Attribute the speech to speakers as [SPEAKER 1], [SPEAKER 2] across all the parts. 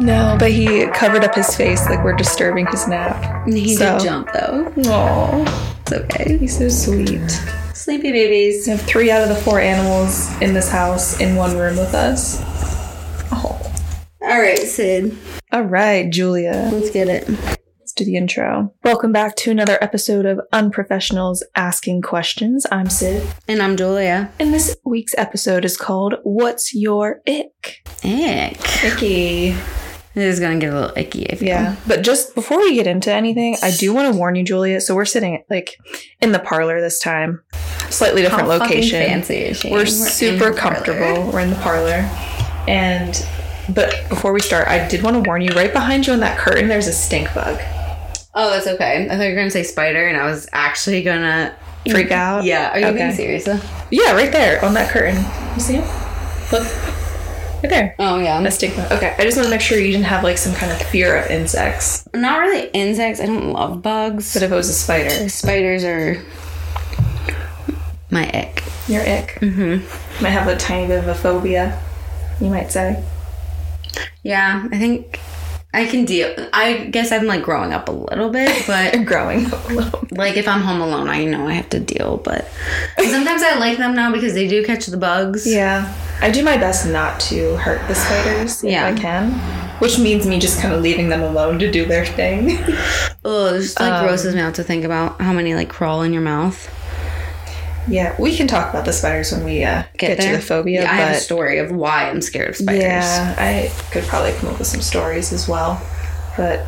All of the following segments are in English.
[SPEAKER 1] No, but he covered up his face like we're disturbing his nap.
[SPEAKER 2] He
[SPEAKER 1] So-
[SPEAKER 2] did jump though.
[SPEAKER 1] Aw,
[SPEAKER 2] It's okay.
[SPEAKER 1] he's so sweet.
[SPEAKER 2] Sleepy babies.
[SPEAKER 1] We have three out of the four animals in this house in one room with us. Oh.
[SPEAKER 2] All right, Sid.
[SPEAKER 1] All right, Julia.
[SPEAKER 2] Let's get it.
[SPEAKER 1] Let's do the intro. Welcome back to another episode of Unprofessionals Asking Questions. I'm Sid,
[SPEAKER 2] And I'm Julia.
[SPEAKER 1] and this week's episode is called What's Your Ick?
[SPEAKER 2] Ick.
[SPEAKER 1] Icky.
[SPEAKER 2] This is gonna get a little icky. I feel.
[SPEAKER 1] Yeah. Um, But just before we get into anything, I do want to warn you, Julia. So we're sitting like in the parlor this time, slightly
[SPEAKER 2] How
[SPEAKER 1] different
[SPEAKER 2] fucking
[SPEAKER 1] location.
[SPEAKER 2] Fancy is she?
[SPEAKER 1] We're,
[SPEAKER 2] in
[SPEAKER 1] super
[SPEAKER 2] her parlor.
[SPEAKER 1] comfortable. We're in the parlor. And but before we start, I did want to warn you right behind you on that curtain there's a stink bug.
[SPEAKER 2] Oh, that's okay. I thought you were gonna say spider, and I was actually gonna
[SPEAKER 1] Freak out?
[SPEAKER 2] Mm-hmm. Yeah. Are you
[SPEAKER 1] Okay.
[SPEAKER 2] being serious? though?
[SPEAKER 1] Yeah, right there on that curtain. You see him? Look. Right there.
[SPEAKER 2] Oh yeah.
[SPEAKER 1] A stink bug. Okay, I just want to make sure you didn't have like some kind of fear of insects.
[SPEAKER 2] Not really insects. I don't love bugs.
[SPEAKER 1] But if it was a spider,
[SPEAKER 2] Spiders are my ick.
[SPEAKER 1] your ick. Mm-hmm. Might have a tiny bit of a phobia, you might say.
[SPEAKER 2] Yeah, I think I can deal. I guess I'm like growing up a little bit, but
[SPEAKER 1] Growing up a little.
[SPEAKER 2] like if I'm home alone, I know I have to deal. But and sometimes I like them now because they do catch the bugs.
[SPEAKER 1] Yeah. I do my best not to hurt the spiders if
[SPEAKER 2] Yeah.
[SPEAKER 1] I can. Which means me just kind of leaving them alone to do their thing.
[SPEAKER 2] Oh, this just, like
[SPEAKER 1] Um,
[SPEAKER 2] grosses me out to think about how many like crawl in your mouth.
[SPEAKER 1] yeah, we can talk about the spiders when we uh, get, to
[SPEAKER 2] there.
[SPEAKER 1] the phobia.
[SPEAKER 2] Yeah, I
[SPEAKER 1] but
[SPEAKER 2] have a story of why I'm scared of spiders.
[SPEAKER 1] Yeah, I could probably come up with some stories as well. But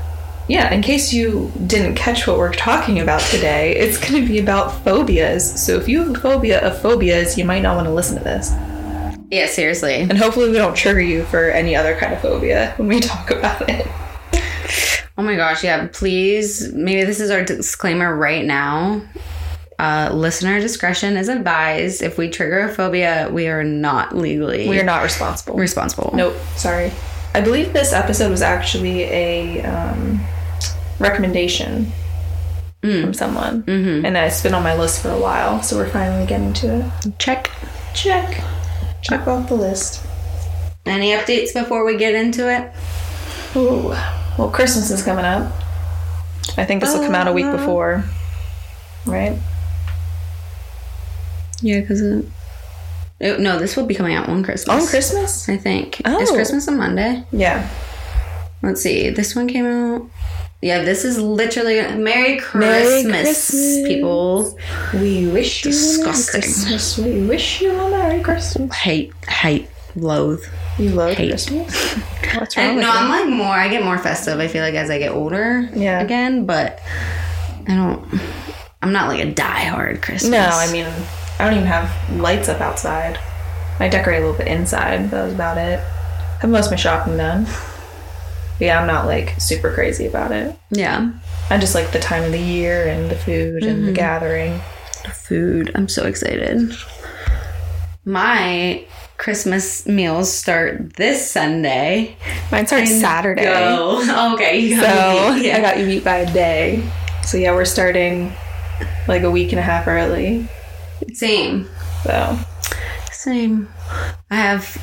[SPEAKER 1] yeah, in case you didn't catch what we're talking about today, it's going to be about phobias. So if you have a phobia of phobias, you might not want to listen to this.
[SPEAKER 2] Yeah, seriously.
[SPEAKER 1] And hopefully, we don't trigger you for any other kind of phobia when we talk about it.
[SPEAKER 2] Oh my gosh, yeah. Please, maybe this is our disclaimer right now. Uh, listener discretion is advised. If we trigger a phobia, we are not legally
[SPEAKER 1] We are not responsible.
[SPEAKER 2] responsible.
[SPEAKER 1] Nope, sorry. I believe this episode was actually a um, recommendation from someone. Mm. Mm-hmm. And it's been on my list for a while, so we're finally getting to it.
[SPEAKER 2] Check.
[SPEAKER 1] Check. Check off the list.
[SPEAKER 2] Any updates before we get into it?
[SPEAKER 1] Ooh. Well, Christmas is coming up. I think this will come out a week before. Right?
[SPEAKER 2] Yeah, because it, it- no, this will be coming out on Christmas.
[SPEAKER 1] On Christmas?
[SPEAKER 2] I think. Is
[SPEAKER 1] Oh.
[SPEAKER 2] Christmas on Monday?
[SPEAKER 1] Yeah.
[SPEAKER 2] Let's see. This one came out. Yeah, this is literally Merry Christmas,
[SPEAKER 1] Christmas.
[SPEAKER 2] people.
[SPEAKER 1] We wish you a Merry
[SPEAKER 2] Disgusting.
[SPEAKER 1] Christmas. We wish you a Merry Christmas.
[SPEAKER 2] Hate, hate, loathe.
[SPEAKER 1] You love
[SPEAKER 2] Hate.
[SPEAKER 1] Christmas? What's wrong
[SPEAKER 2] And,
[SPEAKER 1] with
[SPEAKER 2] no,
[SPEAKER 1] you?
[SPEAKER 2] I'm like more. I get more festive. I feel like as I get older.
[SPEAKER 1] Yeah.
[SPEAKER 2] Again, but I don't. I'm not like a diehard Christmas.
[SPEAKER 1] No, I mean, I don't even have lights up outside. I decorate a little bit inside, but that was about it. I have most of my shopping done. But yeah, I'm not like super crazy about it.
[SPEAKER 2] Yeah.
[SPEAKER 1] I just like the time of the year and the food and the gathering.
[SPEAKER 2] Food. I'm so excited. My Christmas meals start this Sunday.
[SPEAKER 1] Mine starts Saturday.
[SPEAKER 2] Go. Okay. You
[SPEAKER 1] So
[SPEAKER 2] got me.
[SPEAKER 1] I got you beat by a day. So yeah, we're starting like a week and a half early.
[SPEAKER 2] Same.
[SPEAKER 1] So
[SPEAKER 2] Same. I have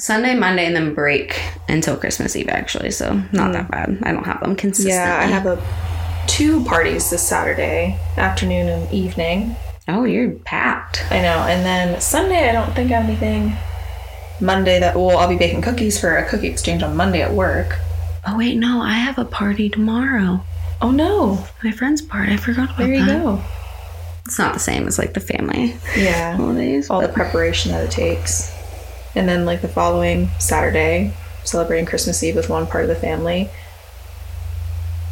[SPEAKER 2] Sunday, Monday, and then break until Christmas Eve, actually. So not that bad. I don't have them consistently.
[SPEAKER 1] Mm. yeah, I have a two parties this Saturday afternoon and evening.
[SPEAKER 2] Oh, you're packed.
[SPEAKER 1] I know. And then Sunday, I don't think I have anything. Monday, that well, I'll be baking cookies for a cookie exchange on Monday at work.
[SPEAKER 2] Oh wait, no, I have a party tomorrow.
[SPEAKER 1] Oh no!
[SPEAKER 2] My friend's party. I forgot about
[SPEAKER 1] There you
[SPEAKER 2] that.
[SPEAKER 1] go.
[SPEAKER 2] It's not the same as like the family
[SPEAKER 1] Yeah,
[SPEAKER 2] holidays.
[SPEAKER 1] all the preparation that it takes, and then like the following Saturday, celebrating Christmas Eve with one part of the family,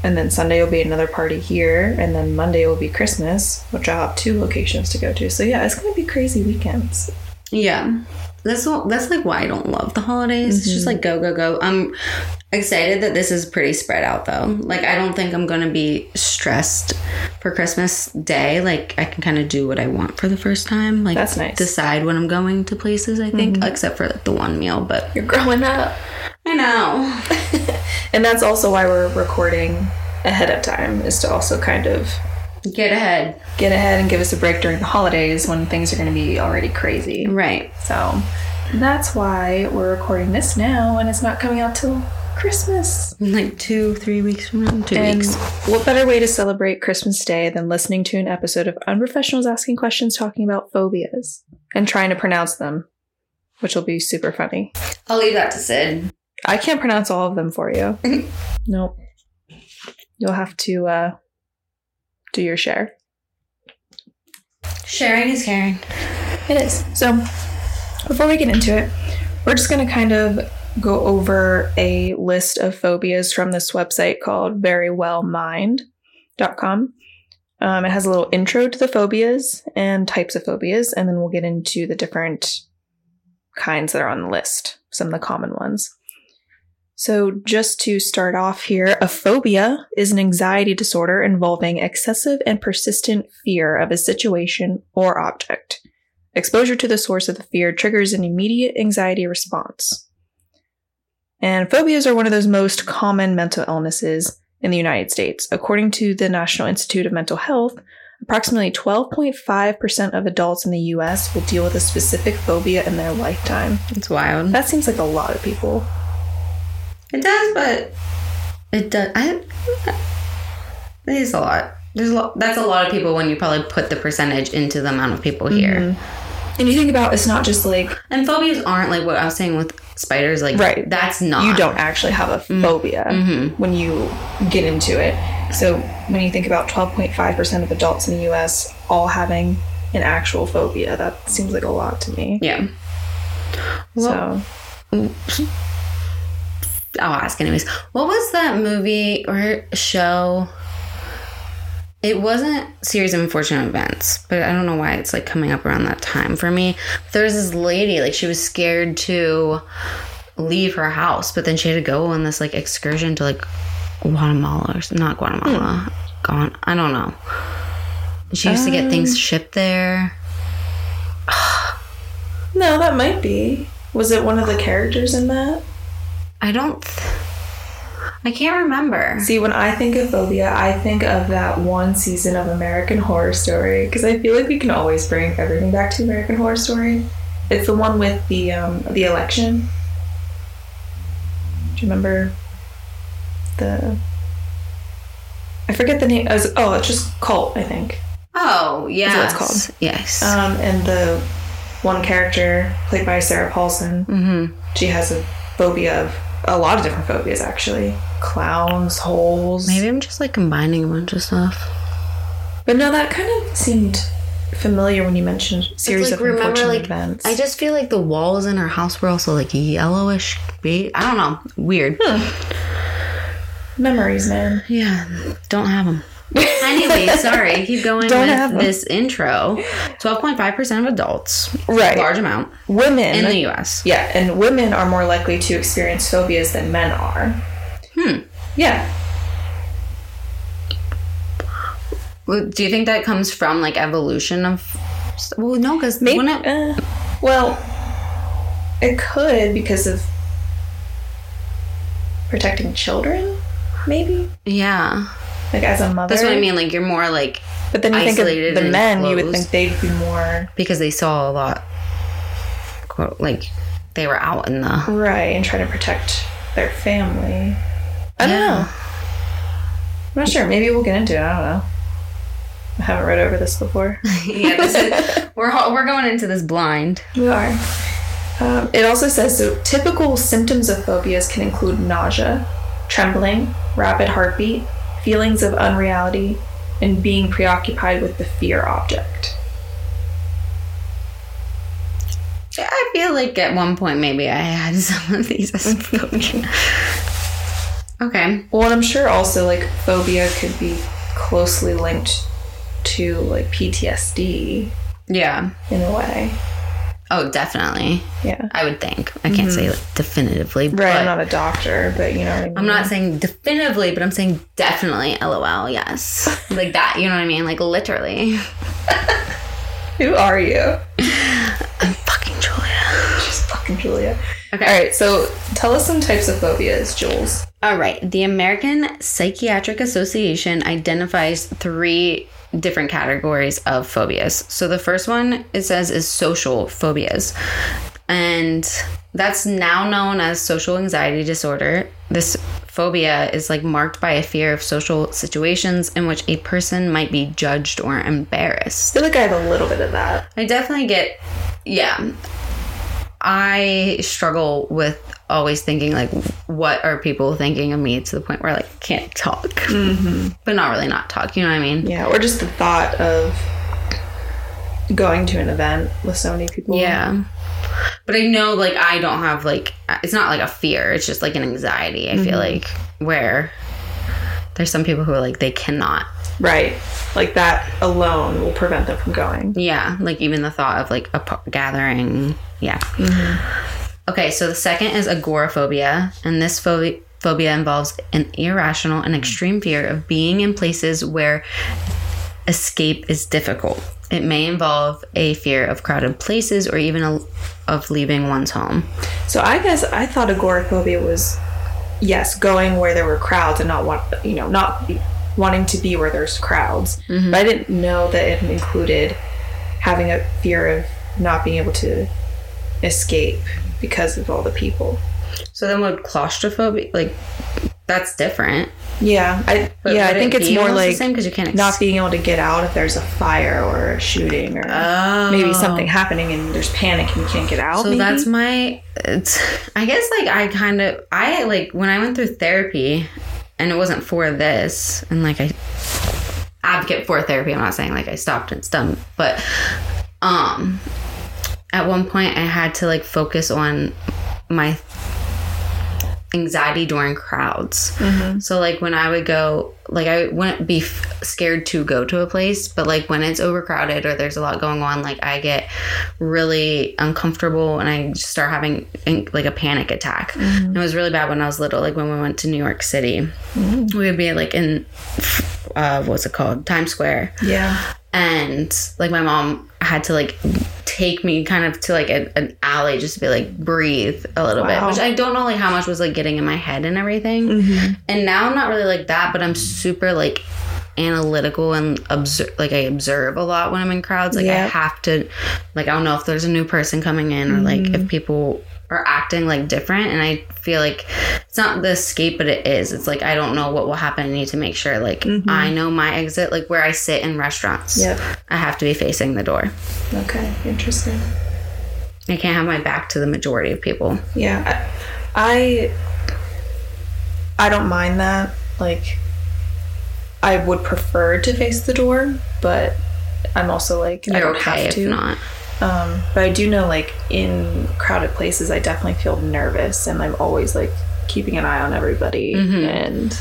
[SPEAKER 1] and then Sunday will be another party here, and then Monday will be Christmas, which I'll have two locations to go to. So yeah, it's gonna be crazy weekends.
[SPEAKER 2] Yeah. That's all- that's like why I don't love the holidays. It's
[SPEAKER 1] Mm-hmm.
[SPEAKER 2] just like go go go. I'm excited that this is pretty spread out though. Like I don't think I'm gonna be stressed for Christmas Day. Like I can kind of do what I want for the first time. Like
[SPEAKER 1] That's nice. Mm-hmm.
[SPEAKER 2] Decide when I'm going to places. I think except for like the one meal, but
[SPEAKER 1] You're growing up.
[SPEAKER 2] I know.
[SPEAKER 1] And that's also why we're recording ahead of time, is to also kind of
[SPEAKER 2] Get ahead.
[SPEAKER 1] get ahead and give us a break during the holidays when things are going to be already crazy.
[SPEAKER 2] Right.
[SPEAKER 1] So that's why we're recording this now and it's not coming out till Christmas.
[SPEAKER 2] Like two, three weeks from now. Two
[SPEAKER 1] And
[SPEAKER 2] weeks.
[SPEAKER 1] what better way to celebrate Christmas Day than listening to an episode of Unprofessionals Asking Questions talking about phobias and trying to pronounce them, which will be super funny.
[SPEAKER 2] I'll leave that to Sid.
[SPEAKER 1] I can't pronounce all of them for you. nope. You'll have to uh, do your share.
[SPEAKER 2] Sharing is caring.
[SPEAKER 1] It is. So, before we get into it, we're just going to kind of go over a list of phobias from this website called verywellmind.com. Um, it has a little intro to the phobias and types of phobias, and then we'll get into the different kinds that are on the list, some of the common ones. So, just to start off here, a phobia is an anxiety disorder involving excessive and persistent fear of a situation or object. Exposure to the source of the fear triggers an immediate anxiety response. And phobias are one of those most common mental illnesses in the United States. According to the National Institute of Mental Health, approximately 12.5% of adults in the US will deal with a specific phobia in their lifetime.
[SPEAKER 2] It's wild.
[SPEAKER 1] That seems like a lot of people.
[SPEAKER 2] It does, but it does. I. It is a lot. There's a lot. That's a lot of people when you probably put the percentage into the amount of people here.
[SPEAKER 1] Mhm. And you think about it's not just like
[SPEAKER 2] And phobias aren't like what I was saying with spiders. Like
[SPEAKER 1] Right.
[SPEAKER 2] that's not
[SPEAKER 1] you don't actually have a phobia when you get into it. So when you think about 12.5% of adults in the US all having an actual phobia, that seems like a lot to me.
[SPEAKER 2] Yeah. Well,
[SPEAKER 1] so
[SPEAKER 2] I'll ask anyways. What was that movie or show? It wasn't series of unfortunate events, but I don't know why it's like coming up around that time for me. There was this lady, like she was scared to leave her house, but then she had to go on this like excursion to like Guatemala or s- not Guatemala,
[SPEAKER 1] Hmm.
[SPEAKER 2] gone. I don't know. She used to get
[SPEAKER 1] Um.
[SPEAKER 2] things shipped there.
[SPEAKER 1] no, that might be. Was it one of the characters in that?
[SPEAKER 2] I don't. Th- I can't remember.
[SPEAKER 1] See, when I think of phobia, I think of that one season of American Horror Story because I feel like we can always bring everything back to American Horror Story. It's the one with the um, the election. Do you remember the? I forget the name. it was- oh, it's just cult, I think.
[SPEAKER 2] Oh, yes.
[SPEAKER 1] what it's called.
[SPEAKER 2] Yes.
[SPEAKER 1] Um, and the one character played by Sarah Paulson,
[SPEAKER 2] mm-hmm.
[SPEAKER 1] she has a phobia of a lot of different phobias actually. Clowns, holes.
[SPEAKER 2] Maybe I'm just like combining a bunch of stuff.
[SPEAKER 1] But no, that kind of seemed familiar when you mentioned series
[SPEAKER 2] like,
[SPEAKER 1] of
[SPEAKER 2] remember,
[SPEAKER 1] unfortunate
[SPEAKER 2] like,
[SPEAKER 1] events.
[SPEAKER 2] I just feel like the walls in our house were also like yellowish. Be- I don't know. Weird.
[SPEAKER 1] Memories, man.
[SPEAKER 2] Yeah. Don't have them. anyway, sorry. Keep going
[SPEAKER 1] Don't
[SPEAKER 2] with
[SPEAKER 1] have 'em.
[SPEAKER 2] this intro. 12.5% of adults.
[SPEAKER 1] Right.
[SPEAKER 2] Large amount.
[SPEAKER 1] Women.
[SPEAKER 2] In the US.
[SPEAKER 1] yeah, and women are more likely to experience phobias than men are.
[SPEAKER 2] Hmm.
[SPEAKER 1] Yeah.
[SPEAKER 2] Well, Do you think that comes from like evolution of. Well, no, because.
[SPEAKER 1] Maybe.
[SPEAKER 2] When it,
[SPEAKER 1] uh, well, it could because of protecting children, maybe?
[SPEAKER 2] yeah.
[SPEAKER 1] Like as a mother.
[SPEAKER 2] That's what I mean. Like, you're more like.
[SPEAKER 1] But then you think of
[SPEAKER 2] Isolated
[SPEAKER 1] the
[SPEAKER 2] and
[SPEAKER 1] men, you would
[SPEAKER 2] closed.
[SPEAKER 1] think they'd be more.
[SPEAKER 2] because they saw a lot quote like they were out in the
[SPEAKER 1] Right, and try to protect their family. I don't
[SPEAKER 2] Yeah.
[SPEAKER 1] know. I'm not sure. Maybe we'll get into it. I don't know. I haven't read over this before.
[SPEAKER 2] yeah this is, we're ho- we're going into this blind
[SPEAKER 1] we are. Um, it also says so typical symptoms of phobias can include nausea, trembling, rapid heartbeat, feelings of unreality, and being preoccupied with the fear object.
[SPEAKER 2] Yeah, I feel like at one point maybe I had some of these as a phobia. okay
[SPEAKER 1] Well, and I'm sure also like phobia could be closely linked to like PTSD
[SPEAKER 2] yeah
[SPEAKER 1] in a way.
[SPEAKER 2] oh definitely
[SPEAKER 1] Yeah.
[SPEAKER 2] I would think I can't say like definitively
[SPEAKER 1] Right. I'm
[SPEAKER 2] but
[SPEAKER 1] not a doctor, but you know what I mean.
[SPEAKER 2] I'm not saying definitively, but I'm saying definitely. LOL. Yes, like that. You know what I mean? Like literally.
[SPEAKER 1] Who are you?
[SPEAKER 2] I'm fucking Julia.
[SPEAKER 1] She's fucking Julia.
[SPEAKER 2] Okay.
[SPEAKER 1] All right. So tell us some types of phobias, Jules.
[SPEAKER 2] All right. The American Psychiatric Association identifies three different categories of phobias. So the first one it says is social phobias. And That's now known as social anxiety disorder. This phobia is like marked by a fear of social situations in which a person might be judged or embarrassed.
[SPEAKER 1] I feel like I have a little bit of that.
[SPEAKER 2] I definitely get, yeah. I struggle with always thinking like, what are people thinking of me to the point where like I can't talk, but not really not talk. You know what I mean?
[SPEAKER 1] Yeah, or just the thought of going to an event with so many people.
[SPEAKER 2] Yeah. But I know like I don't have like it's not like a fear. It's just like an anxiety. I feel like where there's some people who are like they cannot.
[SPEAKER 1] Right. Like that alone will prevent them from going.
[SPEAKER 2] Yeah, like even the thought of like a par- gathering. Yeah.
[SPEAKER 1] Mm-hmm.
[SPEAKER 2] Okay, so the second is agoraphobia, and this phobi- phobia involves an irrational and extreme fear of being in places where escape is difficult. It may involve a fear of crowded places or even a, of leaving one's home.
[SPEAKER 1] So I guess I thought agoraphobia was yes, going where there were crowds and not want you know, not be, wanting to be where there's crowds.
[SPEAKER 2] Mm-hmm.
[SPEAKER 1] But I didn't know that it included having a fear of not being able to escape because of all the people.
[SPEAKER 2] So then, would claustrophobia like that's different?
[SPEAKER 1] Yeah, I
[SPEAKER 2] But
[SPEAKER 1] yeah, I
[SPEAKER 2] would it
[SPEAKER 1] think it's
[SPEAKER 2] be
[SPEAKER 1] more
[SPEAKER 2] almost the
[SPEAKER 1] like
[SPEAKER 2] same because you can't ex-
[SPEAKER 1] not being able to get out if there's a fire or a shooting or maybe something happening and there's panic and you can't get out.
[SPEAKER 2] Oh. So
[SPEAKER 1] maybe?
[SPEAKER 2] that's my. It's, I guess like I kind of I like when I went through therapy, and it wasn't for this, and like I advocate for therapy. I'm not saying like I stopped and stumped, but um, at one point I had to like focus on my anxiety during crowds. So like when I would go, like I wouldn't be f- scared to go to a place, but like when it's overcrowded or there's a lot going on, like I get really uncomfortable and I just start having an- like a panic attack. It was really bad when I was little, like when we went to New York City, we would be like in uh, what's it called Times Square
[SPEAKER 1] yeah,
[SPEAKER 2] and like my mom had to like take me kind of to like a, an alley just to be like breathe a little bit
[SPEAKER 1] Wow. Mm-hmm.
[SPEAKER 2] which i don't know like how much was like getting in my head and everything and now i'm not really like that but i'm super like analytical and observe like i observe a lot when i'm in crowds like i
[SPEAKER 1] Yeah.
[SPEAKER 2] have to like i don't know if there's a new person coming in or like
[SPEAKER 1] Mm-hmm.
[SPEAKER 2] if people are acting like different and i feel like it's not the escape but it is it's like i don't know what will happen i need to make sure like i know my exit like where i sit in restaurants
[SPEAKER 1] Mm-hmm. Yep.
[SPEAKER 2] i have to be facing the door
[SPEAKER 1] okay, interesting.
[SPEAKER 2] i can't have my back to the majority of people
[SPEAKER 1] Yeah, I I don't mind that. Like, I would prefer to face the door, but I'm also like I
[SPEAKER 2] you're
[SPEAKER 1] don't
[SPEAKER 2] okay
[SPEAKER 1] have
[SPEAKER 2] if
[SPEAKER 1] to.
[SPEAKER 2] not
[SPEAKER 1] Um, but I do know, like in crowded places, I definitely feel nervous, and I'm always like keeping an eye on everybody.
[SPEAKER 2] Mm-hmm.
[SPEAKER 1] And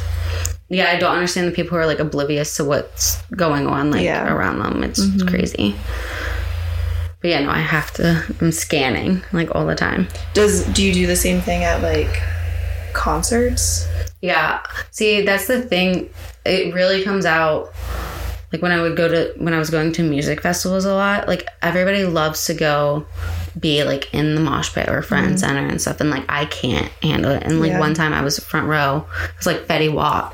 [SPEAKER 2] yeah i don't understand the people who are like oblivious to what's going on like
[SPEAKER 1] Yeah. Mm-hmm.
[SPEAKER 2] around them it's crazy but yeah no i have to i'm scanning like all the time
[SPEAKER 1] does do you do the same thing at like concerts?
[SPEAKER 2] Yeah. See, that's the thing. It really comes out like when I would go to when I was going to music festivals a lot, like everybody loves to go be like in the mosh pit or front and center and stuff and like I can't handle it. And like
[SPEAKER 1] Mm-hmm. Yeah.
[SPEAKER 2] one time I was front row, it was like Betty Wop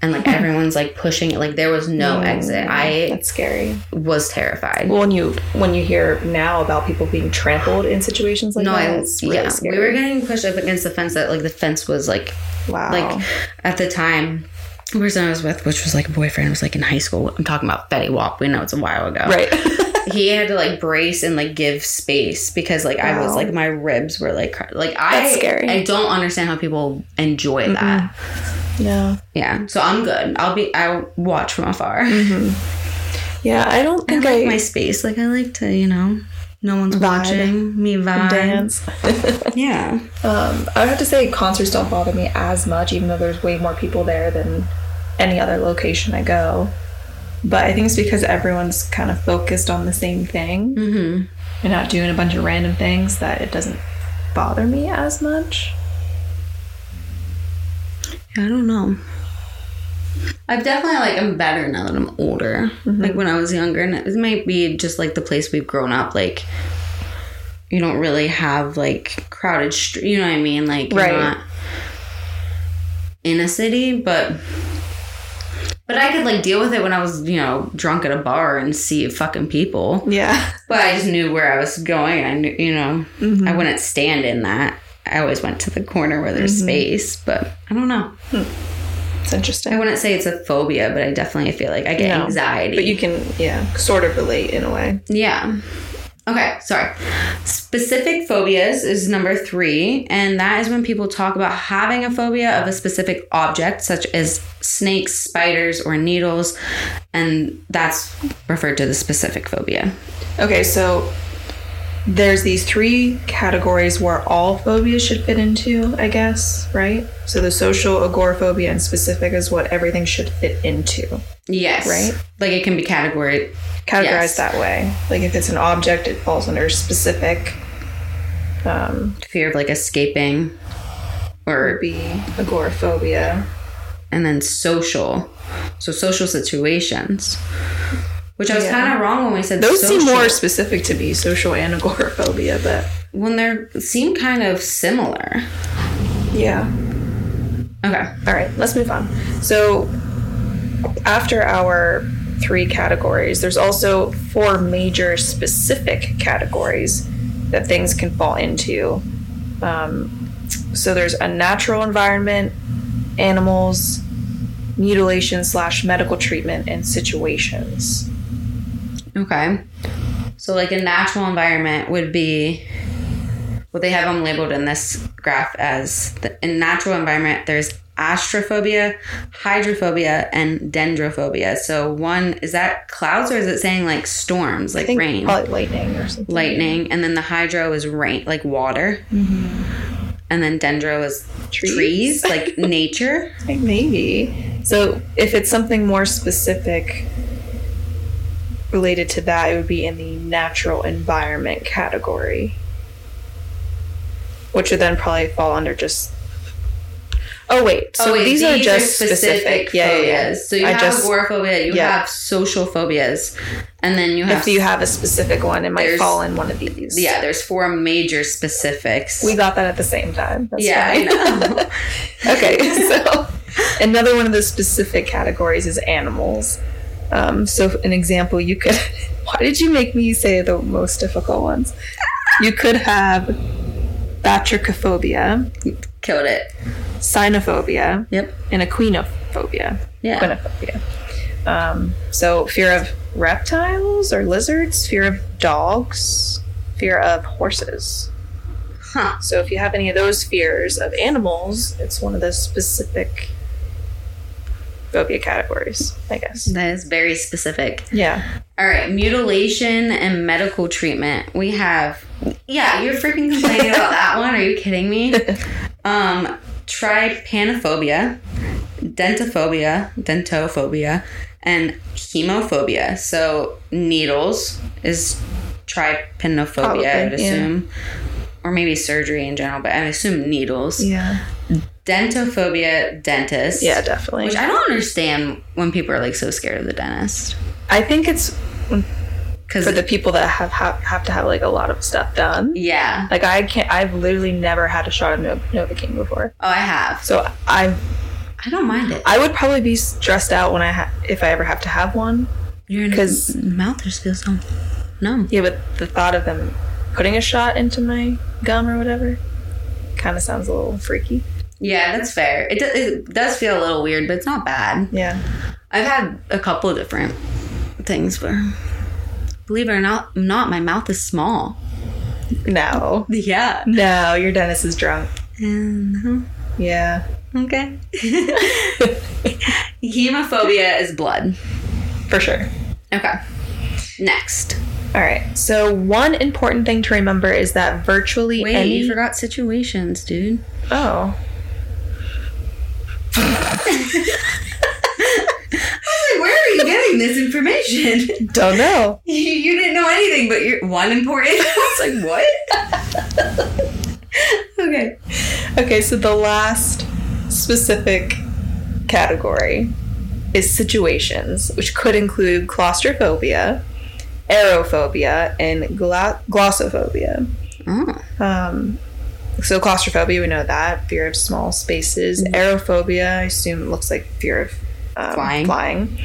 [SPEAKER 2] and like everyone's like pushing it like there was no exit. I
[SPEAKER 1] That's scary.
[SPEAKER 2] was terrified.
[SPEAKER 1] Well, when you when you hear now about people being trampled in situations like
[SPEAKER 2] no,
[SPEAKER 1] that,
[SPEAKER 2] I
[SPEAKER 1] it's really
[SPEAKER 2] yeah,
[SPEAKER 1] scary.
[SPEAKER 2] we were getting pushed up against the fence that like the fence was like
[SPEAKER 1] wow.
[SPEAKER 2] like at the time the person I was with, which was like a boyfriend, was like in high school. I'm talking about Betty Wap. We know it's a while ago.
[SPEAKER 1] right.
[SPEAKER 2] He had to like brace and like give space because like I was
[SPEAKER 1] Wow.
[SPEAKER 2] like my ribs were like cr- like I
[SPEAKER 1] That's scary.
[SPEAKER 2] I don't understand how people enjoy that.
[SPEAKER 1] no.
[SPEAKER 2] Yeah. So I'm good. I'll be I'll watch from afar.
[SPEAKER 1] Mm-hmm. Yeah, I don't
[SPEAKER 2] I
[SPEAKER 1] think I,
[SPEAKER 2] like my space. Like I like to, you know, no one's watching me vibe.
[SPEAKER 1] dance.
[SPEAKER 2] Yeah.
[SPEAKER 1] Um, I would have to say concerts don't bother me as much, even though there's way more people there than any other location I go. But I think it's because everyone's kind of focused on the same thing. Mm-hmm. You're not doing a bunch of random things that it doesn't bother me as much.
[SPEAKER 2] I don't know. I've definitely like I'm better now that I'm older. Like when I was younger, and it might be just like the place we've grown up. Like you don't really have like crowded, str- you know what I mean? Like you're
[SPEAKER 1] Right.
[SPEAKER 2] not in a city, but But I could like deal with it when I was, you know, drunk at a bar and see fucking people.
[SPEAKER 1] Yeah.
[SPEAKER 2] But I just knew where I was going. I knew, you know,
[SPEAKER 1] Mhm.
[SPEAKER 2] I wouldn't stand in that. I always went to the corner where there's space, but I don't know.
[SPEAKER 1] It's interesting.
[SPEAKER 2] I wouldn't say it's a phobia, but I definitely feel like I get
[SPEAKER 1] No.
[SPEAKER 2] anxiety.
[SPEAKER 1] But you can, yeah, sort of relate in a way.
[SPEAKER 2] Yeah. Okay, sorry. Specific phobias is number three, and that is when people talk about having a phobia of a specific object, such as snakes, spiders, or needles, and that's referred to the specific phobia.
[SPEAKER 1] Okay, so there's these three categories where all phobias should fit into, I guess, right? So the social, agoraphobia, and specific is what everything should fit into.
[SPEAKER 2] Yes.
[SPEAKER 1] Right.
[SPEAKER 2] Like it can be categorized. Yes.
[SPEAKER 1] Categorized that way. Like if it's an object, it falls under specific. Um,
[SPEAKER 2] fear of like escaping,
[SPEAKER 1] would
[SPEAKER 2] or
[SPEAKER 1] be agoraphobia.
[SPEAKER 2] and then social, so social situations. Which I was
[SPEAKER 1] Yeah.
[SPEAKER 2] kind of wrong when we said
[SPEAKER 1] Those seem
[SPEAKER 2] social.
[SPEAKER 1] more specific to me, social and agoraphobia, but
[SPEAKER 2] when they seem kind of similar.
[SPEAKER 1] yeah.
[SPEAKER 2] Okay.
[SPEAKER 1] All right, let's move on. So, after our three categories, there's also four major specific categories that things can fall into. Um, so, there's a natural environment, animals, mutilation slash medical treatment, and situations.
[SPEAKER 2] Okay. So, like a natural environment would be, well, they have them labeled in this graph as the, in natural environment, there's astrophobia, hydrophobia, and dendrophobia. So, one is that clouds or is it saying like storms,
[SPEAKER 1] I
[SPEAKER 2] like
[SPEAKER 1] think
[SPEAKER 2] rain?
[SPEAKER 1] probably lightning or something.
[SPEAKER 2] Lightning, and then the hydro is rain, like water, and then dendro is
[SPEAKER 1] Mm-hmm. Trees.
[SPEAKER 2] trees like nature.
[SPEAKER 1] Like, Maybe. So, if it's something more specific related to that, it would be in the natural environment category, which would then probably fall under just. Oh wait! So
[SPEAKER 2] oh, wait,
[SPEAKER 1] these, are just specific. Yeah, yeah, yeah.
[SPEAKER 2] phobias. So you
[SPEAKER 1] I
[SPEAKER 2] have
[SPEAKER 1] just
[SPEAKER 2] agoraphobia, you
[SPEAKER 1] yeah.
[SPEAKER 2] have social phobias, and then you have
[SPEAKER 1] if you have a specific one, it might
[SPEAKER 2] There's-
[SPEAKER 1] fall in one of these.
[SPEAKER 2] yeah. There's four major specifics.
[SPEAKER 1] we got that at the same time. That's
[SPEAKER 2] yeah,
[SPEAKER 1] fine.
[SPEAKER 2] I know.
[SPEAKER 1] okay, so another one of the specific categories is animals. Um, so, an example, you could. Why did you make me say the most difficult ones? You could have batrachophobia,
[SPEAKER 2] killed it.
[SPEAKER 1] cynophobia,
[SPEAKER 2] Yep.
[SPEAKER 1] and equinophobia.
[SPEAKER 2] Yeah.
[SPEAKER 1] Equinophobia. Um, so, fear of reptiles or lizards, fear of dogs, fear of horses.
[SPEAKER 2] Huh.
[SPEAKER 1] So, if you have any of those fears of animals, it's one of those specific phobia categories, I guess.
[SPEAKER 2] That is very specific.
[SPEAKER 1] Yeah.
[SPEAKER 2] All right, mutilation and medical treatment. We have, yeah, you're freaking complaining about that one. Are you kidding me? Um, trypanophobia, dentophobia, dentophobia, and chemophobia. So needles is trypanophobia, I would
[SPEAKER 1] Probably, yeah.
[SPEAKER 2] assume, or maybe surgery in general. But I assume needles.
[SPEAKER 1] Yeah.
[SPEAKER 2] Dentophobia, dentist.
[SPEAKER 1] Yeah, definitely.
[SPEAKER 2] Which I don't understand when people are like so scared of the dentist
[SPEAKER 1] I think it's
[SPEAKER 2] because
[SPEAKER 1] for the people that have, have have to have like a lot of stuff done.
[SPEAKER 2] yeah.
[SPEAKER 1] Like I can't. I've literally never had a shot of Nov- Novocaine before,
[SPEAKER 2] Oh, I have.
[SPEAKER 1] so I
[SPEAKER 2] I don't mind it.
[SPEAKER 1] I would probably be stressed out when I ha- if I ever have to have one.
[SPEAKER 2] Your
[SPEAKER 1] 'Cause-
[SPEAKER 2] mouth just feels so numb.
[SPEAKER 1] Yeah, but the thought of them putting a shot into my gum or whatever kind of sounds a little freaky.
[SPEAKER 2] Yeah, that's fair. It, do, it does feel a little weird, but it's not bad.
[SPEAKER 1] Yeah.
[SPEAKER 2] I've had a couple of different things where, believe it or not, not my mouth is small.
[SPEAKER 1] No.
[SPEAKER 2] Yeah.
[SPEAKER 1] No, your dentist is drunk.
[SPEAKER 2] And uh-huh.
[SPEAKER 1] Yeah.
[SPEAKER 2] okay. Hemophobia is blood.
[SPEAKER 1] For sure.
[SPEAKER 2] Okay. Next.
[SPEAKER 1] All right. So one important thing to remember is that virtually
[SPEAKER 2] Wait,
[SPEAKER 1] any
[SPEAKER 2] you forgot situations, dude.
[SPEAKER 1] oh
[SPEAKER 2] Where are you getting this information?
[SPEAKER 1] don't know.
[SPEAKER 2] You, you didn't know anything, but you're one important. It's like what? okay.
[SPEAKER 1] Okay, so the last specific category is situations, which could include claustrophobia, aerophobia, and gla- glossophobia.
[SPEAKER 2] Oh,
[SPEAKER 1] Um, so
[SPEAKER 2] Mm-hmm.
[SPEAKER 1] claustrophobia, we know that fear of small spaces. Aerophobia, I assume, it looks like fear of um,
[SPEAKER 2] Flying.
[SPEAKER 1] flying.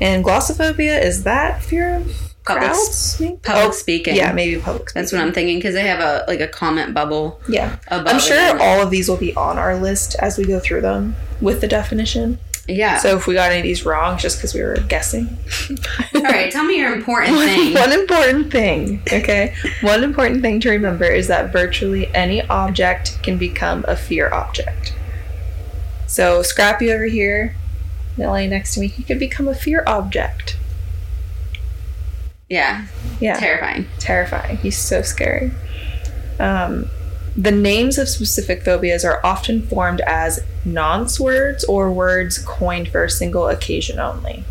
[SPEAKER 1] And glossophobia is that fear of
[SPEAKER 2] Public
[SPEAKER 1] crowds? maybe?
[SPEAKER 2] Public
[SPEAKER 1] Oh,
[SPEAKER 2] speaking.
[SPEAKER 1] Yeah, maybe public. Speaking.
[SPEAKER 2] That's what I'm thinking because they have a like a comment bubble
[SPEAKER 1] Yeah,
[SPEAKER 2] above.
[SPEAKER 1] I'm
[SPEAKER 2] it.
[SPEAKER 1] sure all of these will be on our list as we go through them with the definition.
[SPEAKER 2] Yeah.
[SPEAKER 1] So if we got any of these wrong, just because we were guessing.
[SPEAKER 2] all right. Tell me your important thing.
[SPEAKER 1] One important thing, okay? One important thing to remember is that virtually any object can become a fear object. So, Scrappy over here, that laying next to me, he could become a fear object.
[SPEAKER 2] Yeah.
[SPEAKER 1] Yeah,
[SPEAKER 2] Terrifying.
[SPEAKER 1] terrifying. He's so scary. Um, the names of specific phobias are often formed as nonce words or words coined for a single occasion only.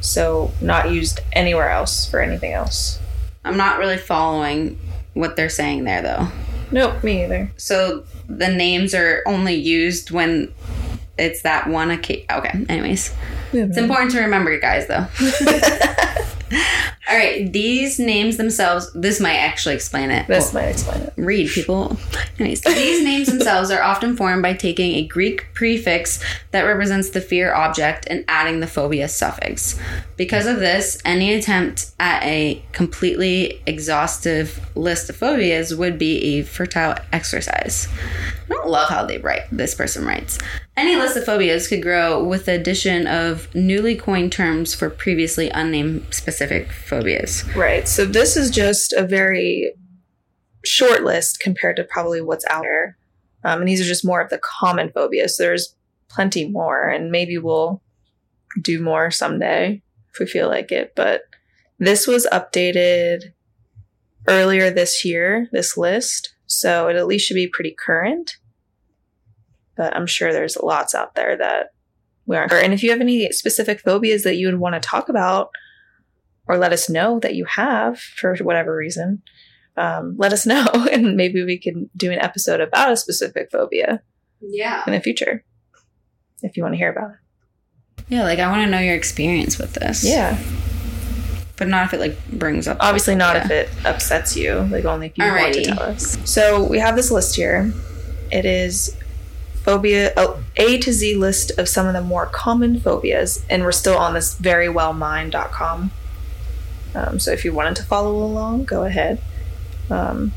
[SPEAKER 1] So, not used anywhere else for anything else.
[SPEAKER 2] I'm not really following what they're saying there though.
[SPEAKER 1] Nope, me either.
[SPEAKER 2] So the names are only used when it's that one occasion. Okay. Anyways, it's important to remember, guys. Though. All right. These names themselves. This might actually explain it.
[SPEAKER 1] This might explain it.
[SPEAKER 2] read people. Anyways, these names themselves are often formed by taking a Greek prefix that represents the fear object and adding the phobia suffix. Because of this, any attempt at a completely exhaustive list of phobias would be a fertile exercise. I don't love how they write this person writes. Any list of phobias could grow with the addition of newly coined terms for previously unnamed specific phobias.
[SPEAKER 1] Right. So this is just a very short list compared to probably what's out there. Um, and these are just more of the common phobias. There's plenty more, and maybe we'll do more someday if we feel like it. But this was updated earlier this year, this list. So it at least should be pretty current. But I'm sure there's lots out there that we aren't. And if you have any specific phobias that you would want to talk about, or let us know that you have for whatever reason, um, let us know, and maybe we can do an episode about a specific phobia
[SPEAKER 2] Yeah.
[SPEAKER 1] in the future if you want to hear about it.
[SPEAKER 2] Yeah, like I want to know your experience with this.
[SPEAKER 1] Yeah,
[SPEAKER 2] But not if it like brings up.
[SPEAKER 1] obviously not
[SPEAKER 2] Yeah.
[SPEAKER 1] if it upsets you, like only if you want to
[SPEAKER 2] Alrighty.
[SPEAKER 1] tell us. So we have this list here. It is phobia oh, A to Z list of some of the more common phobias, and we're still on this verywellmind.com. Um, so if you wanted to follow along, go ahead. Um,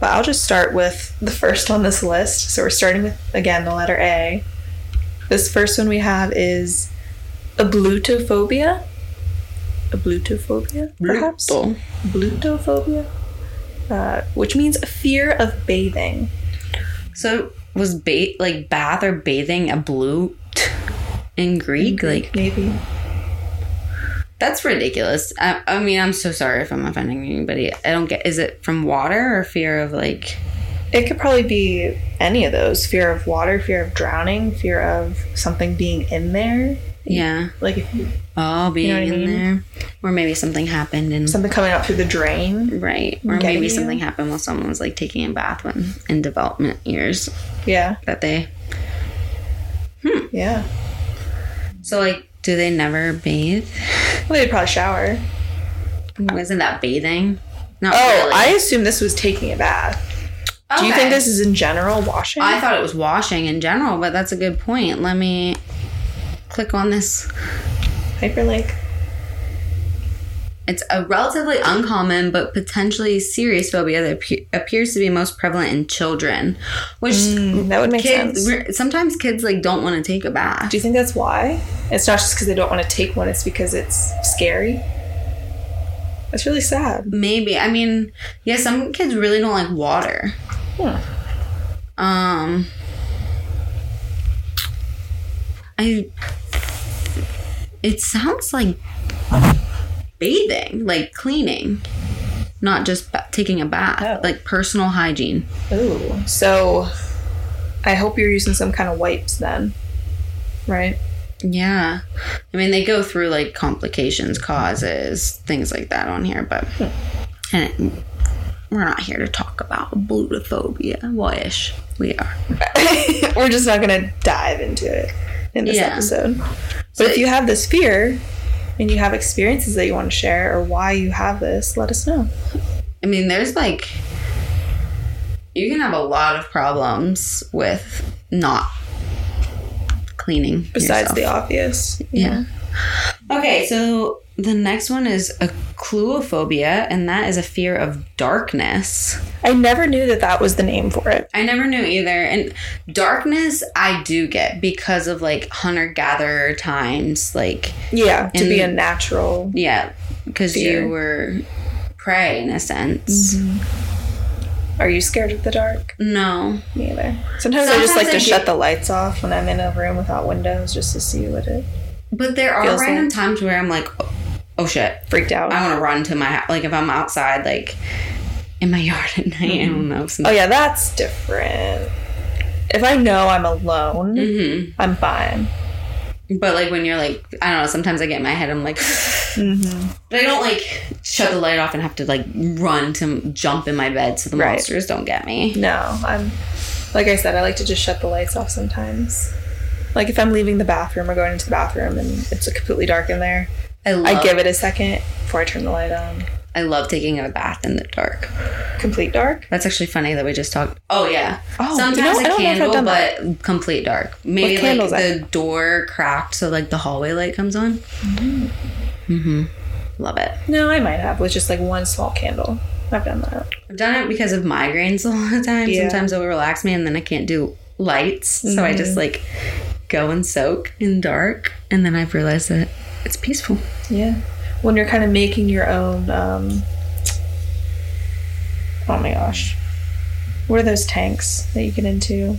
[SPEAKER 1] but I'll just start with the first on this list. So we're starting with again the letter A. This first one we have is ablutophobia. Ablutophobia, perhaps
[SPEAKER 2] Brutal.
[SPEAKER 1] blutophobia, uh, which means a fear of bathing.
[SPEAKER 2] So was ba- like bath or bathing a blue t- in Greek? Like
[SPEAKER 1] Maybe.
[SPEAKER 2] that's ridiculous. I, I mean, I'm so sorry if I'm offending anybody. I don't get. Is it from water or fear of like?
[SPEAKER 1] It could probably be any of those fear of water, fear of drowning, fear of something being in there.
[SPEAKER 2] Yeah.
[SPEAKER 1] Like if you-
[SPEAKER 2] Oh, being
[SPEAKER 1] know what I
[SPEAKER 2] in
[SPEAKER 1] mean?
[SPEAKER 2] there, or maybe something happened and.
[SPEAKER 1] something coming out through the drain.
[SPEAKER 2] Right, or
[SPEAKER 1] Getting
[SPEAKER 2] maybe
[SPEAKER 1] you.
[SPEAKER 2] something happened while someone was like taking a bath when in development years
[SPEAKER 1] Yeah,
[SPEAKER 2] that they
[SPEAKER 1] yeah.
[SPEAKER 2] so like do they never bathe?
[SPEAKER 1] Well, they'd probably shower.
[SPEAKER 2] Wasn't that bathing? Not
[SPEAKER 1] Oh,
[SPEAKER 2] really.
[SPEAKER 1] I assume this was taking a bath. Do you
[SPEAKER 2] Okay.
[SPEAKER 1] think this is in general washing?
[SPEAKER 2] I thought it was washing in general, but that's a good point. Let me click on this.
[SPEAKER 1] Hyperlink.
[SPEAKER 2] It's a relatively uncommon but potentially serious phobia that appear- appears to be most prevalent in children, which
[SPEAKER 1] Mm, that would make
[SPEAKER 2] kids
[SPEAKER 1] sense.
[SPEAKER 2] re- sometimes kids like don't want to take a bath.
[SPEAKER 1] Do you think that's why? It's not just because they don't want to take one, it's because it's scary. That's really sad.
[SPEAKER 2] Maybe I mean, yeah, some kids really don't like water.
[SPEAKER 1] Yeah.
[SPEAKER 2] Um, I. It sounds like bathing, like cleaning, not just ba- taking a bath,
[SPEAKER 1] Oh.
[SPEAKER 2] like personal hygiene.
[SPEAKER 1] Ooh. So I hope you're using some kind of wipes then. Right?
[SPEAKER 2] Yeah, I mean they go through like complications, causes, things like that on here, but and it, we're not here to talk about blutophobia. Why-ish we are.
[SPEAKER 1] We're just not going to dive into it in this
[SPEAKER 2] Yeah.
[SPEAKER 1] episode. But if you have this fear and you have experiences that you want to share or why you have this, let us know.
[SPEAKER 2] I mean, there's like you can have a lot of problems with not cleaning. yourself.
[SPEAKER 1] Besides the obvious.
[SPEAKER 2] Yeah. Okay, so the next one is a cluophobia, and that is a fear of darkness.
[SPEAKER 1] I never knew that that was the name for it.
[SPEAKER 2] I never knew either. And darkness, I do get because of like hunter gatherer times. Like,
[SPEAKER 1] Yeah, to be a
[SPEAKER 2] And-
[SPEAKER 1] natural.
[SPEAKER 2] yeah, because
[SPEAKER 1] Fear.
[SPEAKER 2] you were prey in a sense.
[SPEAKER 1] Are you scared of the dark?
[SPEAKER 2] No.
[SPEAKER 1] Me either. Sometimes, I just
[SPEAKER 2] Sometimes
[SPEAKER 1] like
[SPEAKER 2] I
[SPEAKER 1] to
[SPEAKER 2] do-
[SPEAKER 1] shut the lights off when I'm in a room without windows just to see what it
[SPEAKER 2] But there are
[SPEAKER 1] Feels
[SPEAKER 2] random times where I'm like, oh, oh shit,
[SPEAKER 1] freaked out.
[SPEAKER 2] I want to run to my house. Like, if I'm outside, like in my yard at night, I don't know.
[SPEAKER 1] Oh yeah, that's different. If I know I'm alone,
[SPEAKER 2] Mm-hmm.
[SPEAKER 1] I'm fine.
[SPEAKER 2] But like when you're like, I don't know, sometimes I get in my head, I'm like,
[SPEAKER 1] Mm-hmm.
[SPEAKER 2] But I don't like shut the light off and have to like run to jump in my bed so the
[SPEAKER 1] Right.
[SPEAKER 2] monsters don't get me.
[SPEAKER 1] No, I'm like I said, I like to just shut the lights off sometimes. Like if I'm leaving the bathroom or going into the bathroom and it's completely dark in there,
[SPEAKER 2] I love,
[SPEAKER 1] I give it a second before I turn the light on.
[SPEAKER 2] I love taking a bath in the dark.
[SPEAKER 1] Complete dark.
[SPEAKER 2] That's actually funny that we just talked. Oh yeah.
[SPEAKER 1] Oh, you
[SPEAKER 2] Sometimes
[SPEAKER 1] know, I
[SPEAKER 2] a
[SPEAKER 1] don't know if I've
[SPEAKER 2] candle,
[SPEAKER 1] done
[SPEAKER 2] but
[SPEAKER 1] that.
[SPEAKER 2] complete dark. Maybe like
[SPEAKER 1] candles, I-
[SPEAKER 2] the door cracked so like the hallway light comes on. Mm-hmm.
[SPEAKER 1] Mm-hmm.
[SPEAKER 2] Love it.
[SPEAKER 1] No, I might have with just like one small candle. I've done that.
[SPEAKER 2] I've done it because of migraines a lot of times.
[SPEAKER 1] Yeah.
[SPEAKER 2] Sometimes it'll relax me and then I can't do lights. So I just like go and soak in dark and then I've realized that it's peaceful.
[SPEAKER 1] Yeah. When you're kind of making your own um Oh my gosh. What are those tanks that you get into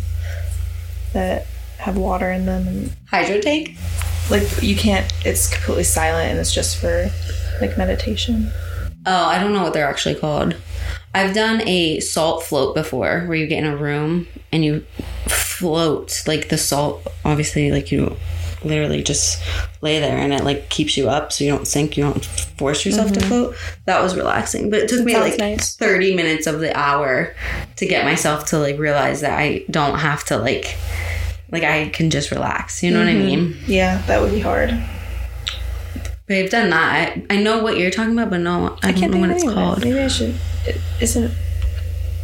[SPEAKER 1] that have water in them and
[SPEAKER 2] Hydro tank?
[SPEAKER 1] like you can't it's completely silent and it's just for like meditation.
[SPEAKER 2] Oh, I don't know what they're actually called. I've done a salt float before where you get in a room and you float like the salt obviously like you literally just lay there and it like keeps you up so you don't sink you don't force yourself to float that was relaxing but it took me
[SPEAKER 1] Mm-hmm. Sounds
[SPEAKER 2] like
[SPEAKER 1] nice.
[SPEAKER 2] 30 minutes of the hour to get myself to like realize that I don't have to like like I can just relax you know
[SPEAKER 1] Mm-hmm.
[SPEAKER 2] what I mean
[SPEAKER 1] Yeah, that would be hard.
[SPEAKER 2] but I've done that I, I know what you're talking about but no I, don't know
[SPEAKER 1] think
[SPEAKER 2] what
[SPEAKER 1] of
[SPEAKER 2] it's
[SPEAKER 1] any of it.
[SPEAKER 2] called
[SPEAKER 1] Maybe I should it isn't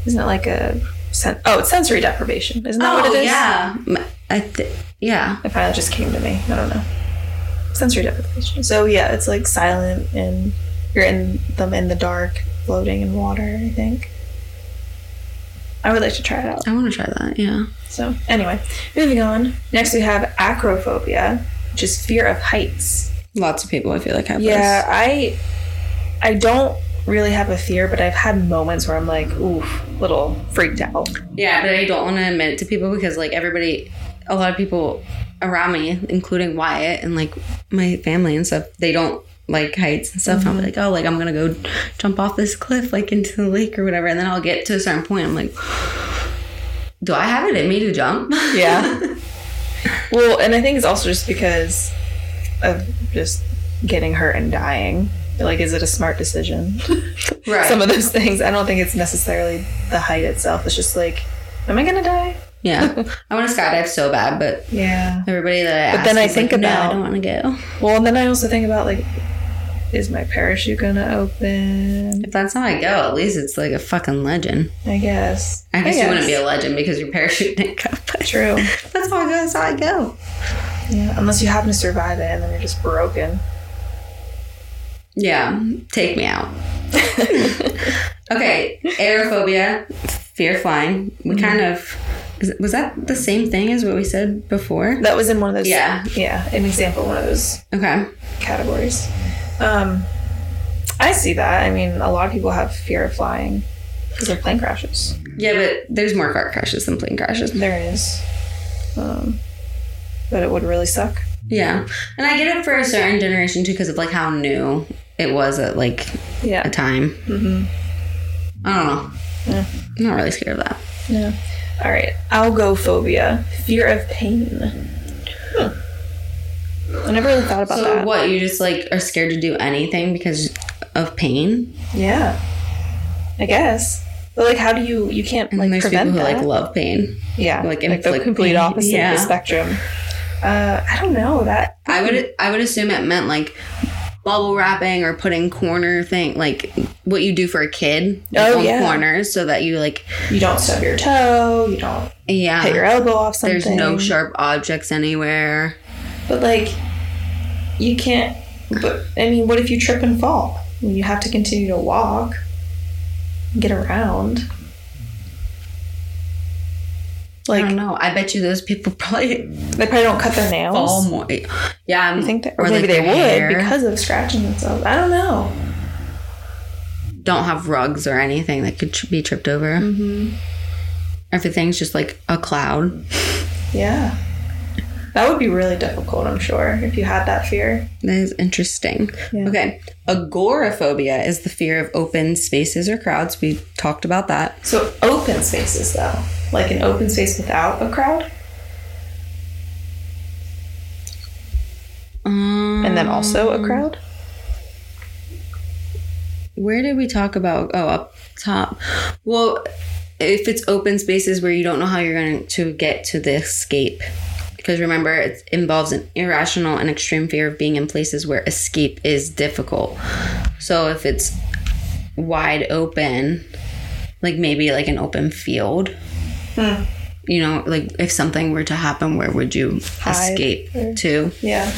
[SPEAKER 1] isn't it like a sen- oh it's sensory deprivation. Isn't that what it is?
[SPEAKER 2] Oh, yeah. M- I th- yeah.
[SPEAKER 1] It finally just came to me. I don't know. Sensory deprivation. So yeah, it's like silent and you're in them in the dark, floating in water, I think. I would like to try it out.
[SPEAKER 2] I want to try that. Yeah.
[SPEAKER 1] So anyway, moving on. Next we have acrophobia, which is fear of heights.
[SPEAKER 2] Lots of people I feel like have
[SPEAKER 1] Yeah, I I don't really have a fear, but I've had moments where I'm like, oof, little freaked out.
[SPEAKER 2] Yeah, but I don't want to admit it to people because like everybody, a lot of people around me, including Wyatt and like my family and stuff, they don't like heights and stuff.
[SPEAKER 1] Mm-hmm.
[SPEAKER 2] I'm like, oh, like I'm gonna go jump off this cliff, like into the lake or whatever, and then I'll get to a certain point. I'm like. Do I have it in me to jump?
[SPEAKER 1] Yeah. well, and I think it's also just because of just getting hurt and dying. Like, is it a smart decision?
[SPEAKER 2] Right.
[SPEAKER 1] Some of those things. I don't think it's necessarily the height itself. It's just like, am I gonna die?
[SPEAKER 2] yeah. I want to skydive so bad, but
[SPEAKER 1] Yeah.
[SPEAKER 2] everybody that I
[SPEAKER 1] But then
[SPEAKER 2] ask
[SPEAKER 1] I
[SPEAKER 2] is
[SPEAKER 1] think
[SPEAKER 2] like, no, I
[SPEAKER 1] about-
[SPEAKER 2] don't want to go.
[SPEAKER 1] Well, and then I also think about like, is my parachute gonna open?
[SPEAKER 2] If that's how I go, at least it's like a fucking legend.
[SPEAKER 1] I guess.
[SPEAKER 2] I guess you wouldn't be a legend because your parachute didn't go. But
[SPEAKER 1] True.
[SPEAKER 2] that's how I go. That's how I go.
[SPEAKER 1] Yeah. Unless you happen to survive it and then you're just broken.
[SPEAKER 2] Yeah, take me out. okay, aerophobia, fear of flying. We kind of is- was that the same thing as what we said before?
[SPEAKER 1] That was in one of those.
[SPEAKER 2] Yeah.
[SPEAKER 1] Yeah. An example, one of those
[SPEAKER 2] Okay,
[SPEAKER 1] categories. Um, I see that. I mean, a lot of people have fear of flying because of plane crashes.
[SPEAKER 2] yeah, but there's more car crashes than plane crashes.
[SPEAKER 1] There is, um, but it would really suck.
[SPEAKER 2] Yeah, and I get it for a certain generation too because of like how new it was at like a
[SPEAKER 1] Yeah.
[SPEAKER 2] time. Mm-hmm. I don't know.
[SPEAKER 1] Yeah.
[SPEAKER 2] I'm not really scared of that.
[SPEAKER 1] No. All right. Algophobia, fear of pain. Hmm. I never really thought about
[SPEAKER 2] So
[SPEAKER 1] that.
[SPEAKER 2] what? You just like are scared to do anything because of pain?
[SPEAKER 1] Yeah. I guess. But like, how do you? You can't
[SPEAKER 2] And
[SPEAKER 1] like
[SPEAKER 2] there's people
[SPEAKER 1] prevent
[SPEAKER 2] who
[SPEAKER 1] that.
[SPEAKER 2] like love pain.
[SPEAKER 1] yeah.
[SPEAKER 2] like,
[SPEAKER 1] Like, the
[SPEAKER 2] inflict
[SPEAKER 1] complete
[SPEAKER 2] pain.
[SPEAKER 1] opposite
[SPEAKER 2] Yeah.
[SPEAKER 1] of the spectrum. Uh, I don't know that.
[SPEAKER 2] I would I would assume it meant like bubble wrapping or putting corner thing like what you do for a kid like
[SPEAKER 1] Oh,
[SPEAKER 2] on
[SPEAKER 1] yeah.
[SPEAKER 2] corners so that you like
[SPEAKER 1] You don't stub your toe. You don't
[SPEAKER 2] yeah
[SPEAKER 1] hit your elbow off something.
[SPEAKER 2] Uh-huh. there's no sharp objects anywhere
[SPEAKER 1] But like, you can't. But I mean, what if you trip and fall? You have to continue to walk, get around.
[SPEAKER 2] I
[SPEAKER 1] Like
[SPEAKER 2] don't know I bet you those people probably
[SPEAKER 1] they probably don't cut their nails.
[SPEAKER 2] fall more yeah
[SPEAKER 1] I
[SPEAKER 2] I'm-
[SPEAKER 1] think that, or, maybe
[SPEAKER 2] like,
[SPEAKER 1] they
[SPEAKER 2] their
[SPEAKER 1] would
[SPEAKER 2] hair.
[SPEAKER 1] because of scratching themselves. I don't know.
[SPEAKER 2] don't have rugs or anything that could tr- be tripped over
[SPEAKER 1] Mm-hmm.
[SPEAKER 2] everything's just like a cloud
[SPEAKER 1] Yeah, that would be really difficult. I'm sure if you had that fear.
[SPEAKER 2] That is interesting.
[SPEAKER 1] Yeah.
[SPEAKER 2] Okay. Agoraphobia is the fear of open spaces or crowds. We talked about that.
[SPEAKER 1] So open spaces though, like an open space without a crowd,
[SPEAKER 2] Um,
[SPEAKER 1] and then also a crowd.
[SPEAKER 2] where did we talk about? Oh, up top. Well, if it's open spaces where you don't know how you're going to get to the escape, because remember, it involves an irrational and extreme fear of being in places where escape is difficult. So if it's wide open, like maybe like an open field.
[SPEAKER 1] Hmm.
[SPEAKER 2] You know, like if something were to happen, where would you
[SPEAKER 1] Hide
[SPEAKER 2] escape
[SPEAKER 1] or-
[SPEAKER 2] to?
[SPEAKER 1] Yeah.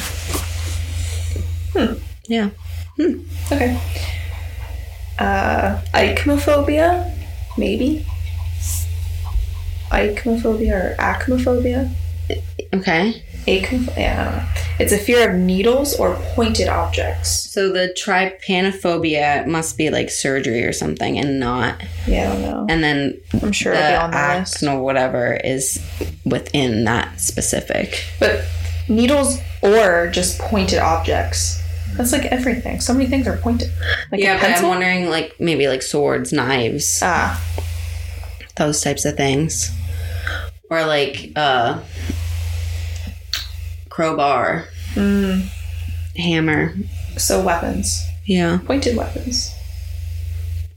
[SPEAKER 2] Yeah.
[SPEAKER 1] Okay. Uh, ichnophobia, maybe. Ichnophobia or acnophobia?
[SPEAKER 2] Okay.
[SPEAKER 1] Acnophobia. Yeah, I don't know. It's a fear of needles or pointed objects.
[SPEAKER 2] So the trypanophobia must be like surgery or something and not.
[SPEAKER 1] Yeah, I don't know.
[SPEAKER 2] And then
[SPEAKER 1] I'm sure
[SPEAKER 2] the
[SPEAKER 1] it'll be on the list.
[SPEAKER 2] acne or whatever is within that specific.
[SPEAKER 1] But needles or just pointed objects. That's like everything. So many things are pointed. Like
[SPEAKER 2] yeah,
[SPEAKER 1] a
[SPEAKER 2] but I'm
[SPEAKER 1] pencil.
[SPEAKER 2] wondering like maybe like swords, knives,
[SPEAKER 1] ah,
[SPEAKER 2] those types of things. Or like uh crowbar,
[SPEAKER 1] Hmm.
[SPEAKER 2] hammer.
[SPEAKER 1] so weapons.
[SPEAKER 2] Yeah.
[SPEAKER 1] Pointed weapons.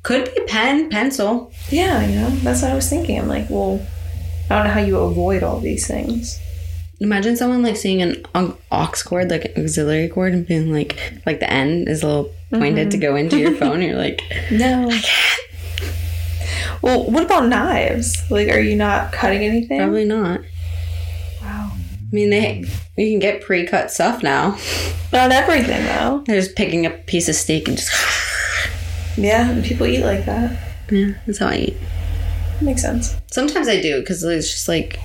[SPEAKER 2] Could be pen, pencil.
[SPEAKER 1] Yeah, you know, that's what I was thinking. I'm like, well, I don't know how you avoid all these things.
[SPEAKER 2] Imagine someone like seeing an au- aux cord, like an auxiliary cord, and being like, like the end is a little pointed
[SPEAKER 1] Mm-hmm.
[SPEAKER 2] to go into your phone. You're like,
[SPEAKER 1] No. Well, what about knives? Like, are you not cutting anything?
[SPEAKER 2] probably not.
[SPEAKER 1] Wow.
[SPEAKER 2] I mean, they you can get pre-cut stuff now.
[SPEAKER 1] Not everything, though.
[SPEAKER 2] They're just picking up a piece of steak and just
[SPEAKER 1] Yeah, and people eat like that.
[SPEAKER 2] yeah, that's how I eat.
[SPEAKER 1] Makes sense.
[SPEAKER 2] Sometimes I do because it's just like,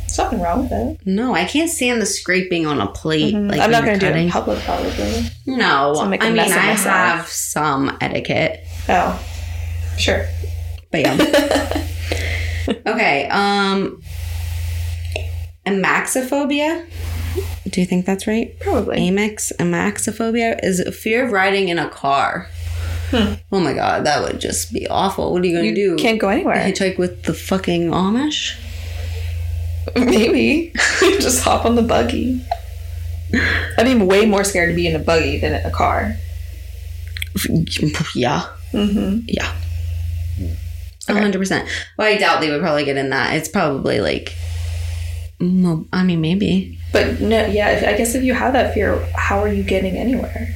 [SPEAKER 1] There's nothing wrong with it.
[SPEAKER 2] no, I can't stand the scraping on a plate. Like
[SPEAKER 1] Mm-hmm. I'm not
[SPEAKER 2] when you're
[SPEAKER 1] going to do it in
[SPEAKER 2] cutting.
[SPEAKER 1] public, probably.
[SPEAKER 2] No,
[SPEAKER 1] I'll make a
[SPEAKER 2] I mean I
[SPEAKER 1] mess of myself.
[SPEAKER 2] have some etiquette,
[SPEAKER 1] Oh, sure.
[SPEAKER 2] but yeah. okay, um, amaxophobia. Do you think that's right?
[SPEAKER 1] Probably.
[SPEAKER 2] Amex, amaxophobia is a fear of riding in a car.
[SPEAKER 1] Hmm.
[SPEAKER 2] Oh my god, that would just be awful. What are you gonna do?
[SPEAKER 1] Can't go anywhere.
[SPEAKER 2] hitchhike with the fucking Amish?
[SPEAKER 1] Maybe. Just hop on the buggy. I'd be way more scared to be in a buggy than in a car.
[SPEAKER 2] Yeah,
[SPEAKER 1] Mm-hmm.
[SPEAKER 2] yeah, a hundred percent. Well, I doubt they would probably get in that. It's probably like, mo- I mean, maybe.
[SPEAKER 1] But no, yeah, if, I guess if you have that fear, how are you getting anywhere?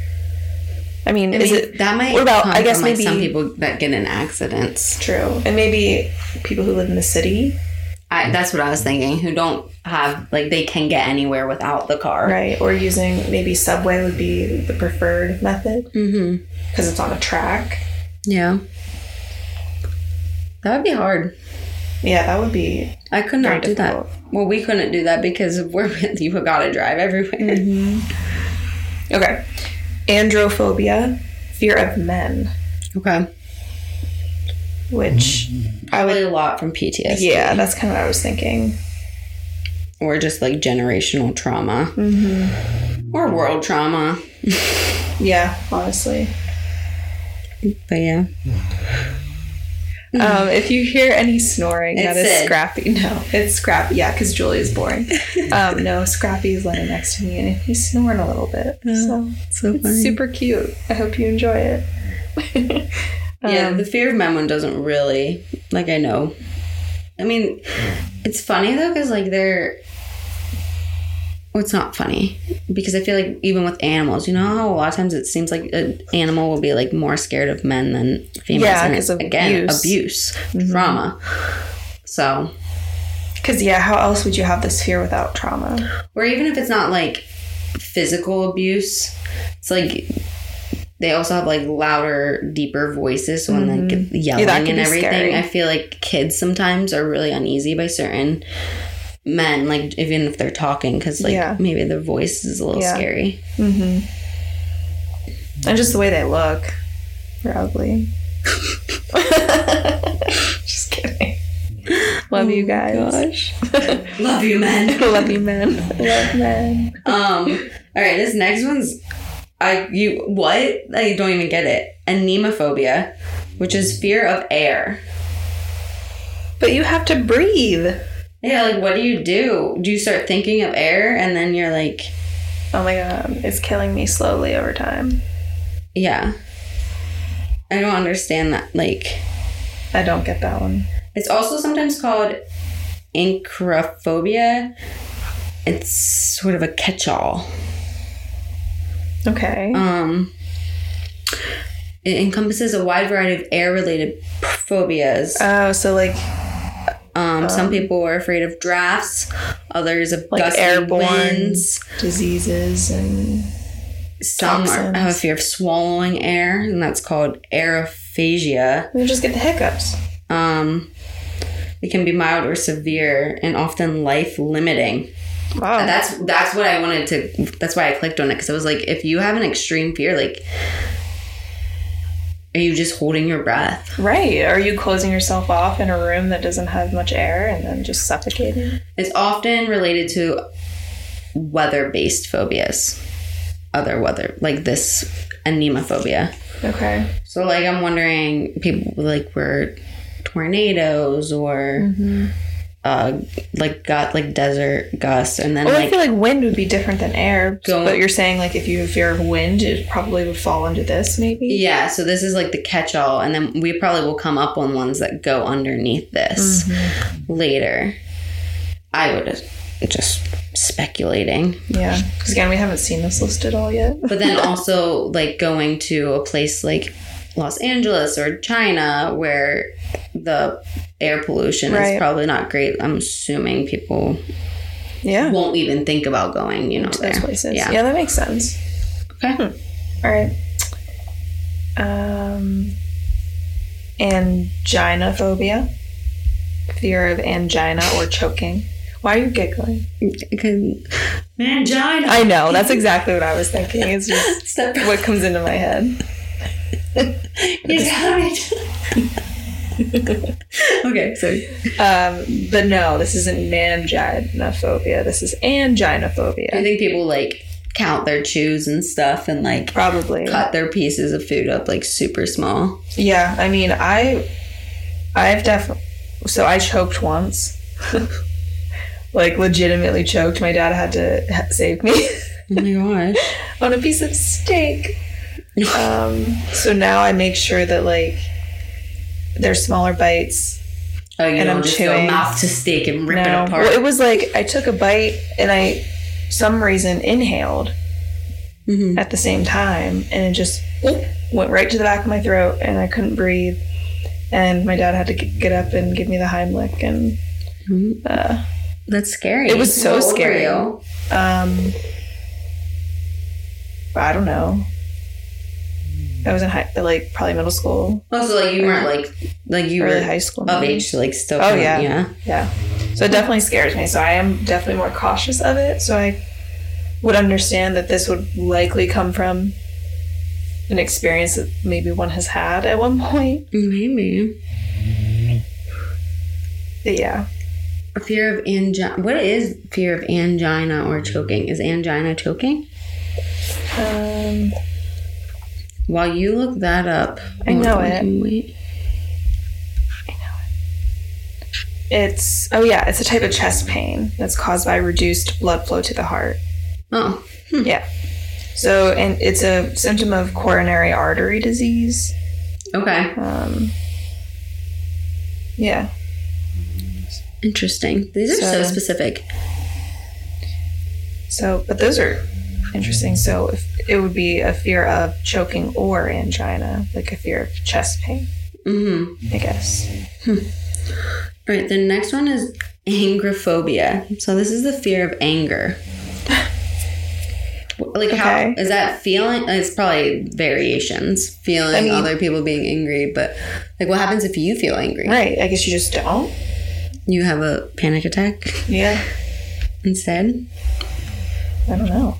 [SPEAKER 1] I mean,
[SPEAKER 2] I
[SPEAKER 1] is
[SPEAKER 2] mean,
[SPEAKER 1] it
[SPEAKER 2] that might?
[SPEAKER 1] what about-
[SPEAKER 2] come
[SPEAKER 1] I guess
[SPEAKER 2] from, like,
[SPEAKER 1] maybe-
[SPEAKER 2] some people that get in accidents.
[SPEAKER 1] True. And maybe people who live in the city,
[SPEAKER 2] I, that's what I was thinking. Who don't have like they can get anywhere without the car.
[SPEAKER 1] right? Or using maybe subway would be the preferred method
[SPEAKER 2] Mm-hmm.
[SPEAKER 1] because it's on a track.
[SPEAKER 2] Yeah, that would be hard.
[SPEAKER 1] Yeah, that would be.
[SPEAKER 2] I could
[SPEAKER 1] Very
[SPEAKER 2] not do that.
[SPEAKER 1] difficult.
[SPEAKER 2] Well, we couldn't do that because of where we- you gotta drive everywhere.
[SPEAKER 1] Okay. Androphobia, fear of men,
[SPEAKER 2] Okay.
[SPEAKER 1] which
[SPEAKER 2] Mm-hmm.
[SPEAKER 1] I would.
[SPEAKER 2] Probably a lot from PTSD
[SPEAKER 1] Yeah, that's kind of what I was thinking.
[SPEAKER 2] or just like generational trauma or world trauma.
[SPEAKER 1] Yeah, honestly.
[SPEAKER 2] But yeah,
[SPEAKER 1] Um, if you hear any snoring, that
[SPEAKER 2] Mm-hmm. It's
[SPEAKER 1] is
[SPEAKER 2] Sid.
[SPEAKER 1] Scrappy. No, it's Scrappy. Yeah, because Julia's boring. Um, no, Scrappy is laying next to me and he's snoring a little bit.
[SPEAKER 2] Oh,
[SPEAKER 1] So
[SPEAKER 2] so
[SPEAKER 1] it's super cute. I hope you enjoy it.
[SPEAKER 2] yeah,
[SPEAKER 1] Um,
[SPEAKER 2] the fear of men one doesn't really like. I know. I mean, it's funny though because like they're it's not funny because I feel like even with animals, you know how a lot of times it seems like an animal will be like more scared of men than females.
[SPEAKER 1] Yeah,
[SPEAKER 2] and it's,
[SPEAKER 1] 'cause of
[SPEAKER 2] again
[SPEAKER 1] abuse. Mm-hmm.
[SPEAKER 2] abuse, trauma. So,
[SPEAKER 1] Because, yeah, how else would you have this fear without trauma?
[SPEAKER 2] or even if it's not like physical abuse, it's like they also have like louder, deeper voices so when like yelling
[SPEAKER 1] Mm-hmm. that can
[SPEAKER 2] and
[SPEAKER 1] be
[SPEAKER 2] everything.
[SPEAKER 1] scary.
[SPEAKER 2] I feel like kids sometimes are really uneasy by certain men, like even if they're talking, because like
[SPEAKER 1] Yeah.
[SPEAKER 2] maybe their voice is a little
[SPEAKER 1] Yeah.
[SPEAKER 2] scary.
[SPEAKER 1] And just the way they look. They're ugly. just kidding. Love you guys.
[SPEAKER 2] Oh Love you, men.
[SPEAKER 1] Love you, men. Love men.
[SPEAKER 2] Um. All right. This next one's I you what I don't even get it. Anemophobia, which is fear of air.
[SPEAKER 1] But you have to breathe.
[SPEAKER 2] Yeah. Like, what do you do? Do you start thinking of air and then you're like,
[SPEAKER 1] Oh my god, it's killing me slowly over time.
[SPEAKER 2] yeah. I don't understand that. Like,
[SPEAKER 1] I don't get that one.
[SPEAKER 2] it's also sometimes called anchorophobia. It's sort of a catch-all.
[SPEAKER 1] Okay.
[SPEAKER 2] Um, it encompasses a wide variety of air-related phobias.
[SPEAKER 1] oh, so like
[SPEAKER 2] Um, some people were afraid of drafts, others of
[SPEAKER 1] like
[SPEAKER 2] gusty
[SPEAKER 1] airborne
[SPEAKER 2] winds.
[SPEAKER 1] diseases and
[SPEAKER 2] Some are,
[SPEAKER 1] toxins.
[SPEAKER 2] have a fear of swallowing air, and that's called aerophagia.
[SPEAKER 1] we just get the hiccups.
[SPEAKER 2] Um, it can be mild or severe, and often life limiting.
[SPEAKER 1] Wow.
[SPEAKER 2] That's that's what I wanted to. That's why I clicked on it because I was like, if you have an extreme fear, like, are you just holding your breath?
[SPEAKER 1] right. Are you closing yourself off in a room that doesn't have much air and then just suffocating?
[SPEAKER 2] It's often related to weather-based phobias, other weather like this anemophobia.
[SPEAKER 1] Okay.
[SPEAKER 2] So like I'm wondering people like were tornadoes or uh like got like desert gusts and then
[SPEAKER 1] Well, I
[SPEAKER 2] like
[SPEAKER 1] feel like wind would be different than air.
[SPEAKER 2] Go-
[SPEAKER 1] but you're saying like if you have fear of wind, it probably would fall under this maybe.
[SPEAKER 2] yeah, so this is like the catch all and then we probably will come up on ones that go underneath this
[SPEAKER 1] Mm-hmm.
[SPEAKER 2] later. I would just speculating.
[SPEAKER 1] Yeah. Because again, we haven't seen this list at all yet.
[SPEAKER 2] But then also like going to a place like Los Angeles or China where the air pollution
[SPEAKER 1] Right.
[SPEAKER 2] is probably not great. I'm assuming people
[SPEAKER 1] Yeah.
[SPEAKER 2] won't even think about going, you know,
[SPEAKER 1] those
[SPEAKER 2] there.
[SPEAKER 1] places.
[SPEAKER 2] Yeah.
[SPEAKER 1] that makes sense. Hmm.
[SPEAKER 2] Okay.
[SPEAKER 1] All right. Um, anginophobia, fear of angina or choking. Why are you giggling?
[SPEAKER 2] Okay. Mangina.
[SPEAKER 1] I know that's exactly what I was thinking. It's just
[SPEAKER 2] Step
[SPEAKER 1] what comes into my head.
[SPEAKER 2] You got it. okay, so
[SPEAKER 1] Um, but no, this isn't manginophobia. This is
[SPEAKER 2] I
[SPEAKER 1] anginophobia.
[SPEAKER 2] think people like count their chews and stuff and like
[SPEAKER 1] Probably.
[SPEAKER 2] cut their pieces of food up like super small.
[SPEAKER 1] Yeah, I mean, I, I've definitely, so I choked once, like legitimately choked. My dad had to ha- save me
[SPEAKER 2] Oh my gosh.
[SPEAKER 1] on a piece of steak. Um, so now I make sure that like they're smaller bites.
[SPEAKER 2] Oh, you
[SPEAKER 1] And
[SPEAKER 2] don't
[SPEAKER 1] I'm
[SPEAKER 2] just
[SPEAKER 1] chewing.
[SPEAKER 2] go mouth to steak and rip
[SPEAKER 1] No,
[SPEAKER 2] it apart.
[SPEAKER 1] well, it was like I took a bite and I, some reason, inhaled
[SPEAKER 2] Mhm.
[SPEAKER 1] at the same time, and it just oop, went right to the back of my throat, and I couldn't breathe. And my dad had to g- get up and give me the Heimlich, and
[SPEAKER 2] Mhm.
[SPEAKER 1] uh,
[SPEAKER 2] That's scary.
[SPEAKER 1] It was so
[SPEAKER 2] How old were
[SPEAKER 1] scary.
[SPEAKER 2] you?
[SPEAKER 1] um, I don't know. I was in high, like probably middle school,
[SPEAKER 2] Oh, so like you weren't like like you
[SPEAKER 1] early
[SPEAKER 2] were
[SPEAKER 1] high school.
[SPEAKER 2] of
[SPEAKER 1] maybe.
[SPEAKER 2] age to like still.
[SPEAKER 1] Oh,
[SPEAKER 2] count,
[SPEAKER 1] yeah.
[SPEAKER 2] yeah.
[SPEAKER 1] Yeah. So it definitely scares me. So I am definitely more cautious of it. So I would understand that this would likely come from an experience that maybe one has had at one point.
[SPEAKER 2] Maybe.
[SPEAKER 1] But yeah.
[SPEAKER 2] Fear of angina. What is fear of angina or choking? Is angina choking?
[SPEAKER 1] Um,
[SPEAKER 2] While you look that up,
[SPEAKER 1] I know
[SPEAKER 2] hold on,
[SPEAKER 1] it.
[SPEAKER 2] can we-
[SPEAKER 1] it's, oh yeah, it's a type of chest pain that's caused by reduced blood flow to the heart.
[SPEAKER 2] Oh,
[SPEAKER 1] Yeah. So, and it's a symptom of coronary artery disease.
[SPEAKER 2] okay.
[SPEAKER 1] Um, yeah.
[SPEAKER 2] Interesting. These are so,
[SPEAKER 1] So-
[SPEAKER 2] specific.
[SPEAKER 1] So, but those are interesting. So, if it would be a fear of choking or angina, like a fear of chest pain,
[SPEAKER 2] Mm-hmm.
[SPEAKER 1] I guess.
[SPEAKER 2] All right, the next one is angrophobia. So this is the fear of anger. Like how
[SPEAKER 1] Okay.
[SPEAKER 2] is that feeling? It's probably variations. Feeling
[SPEAKER 1] I mean-
[SPEAKER 2] other people being angry, but like what happens if you feel angry?
[SPEAKER 1] Right. I guess you just don't.
[SPEAKER 2] You have a panic attack
[SPEAKER 1] Yeah.
[SPEAKER 2] instead.
[SPEAKER 1] I don't know.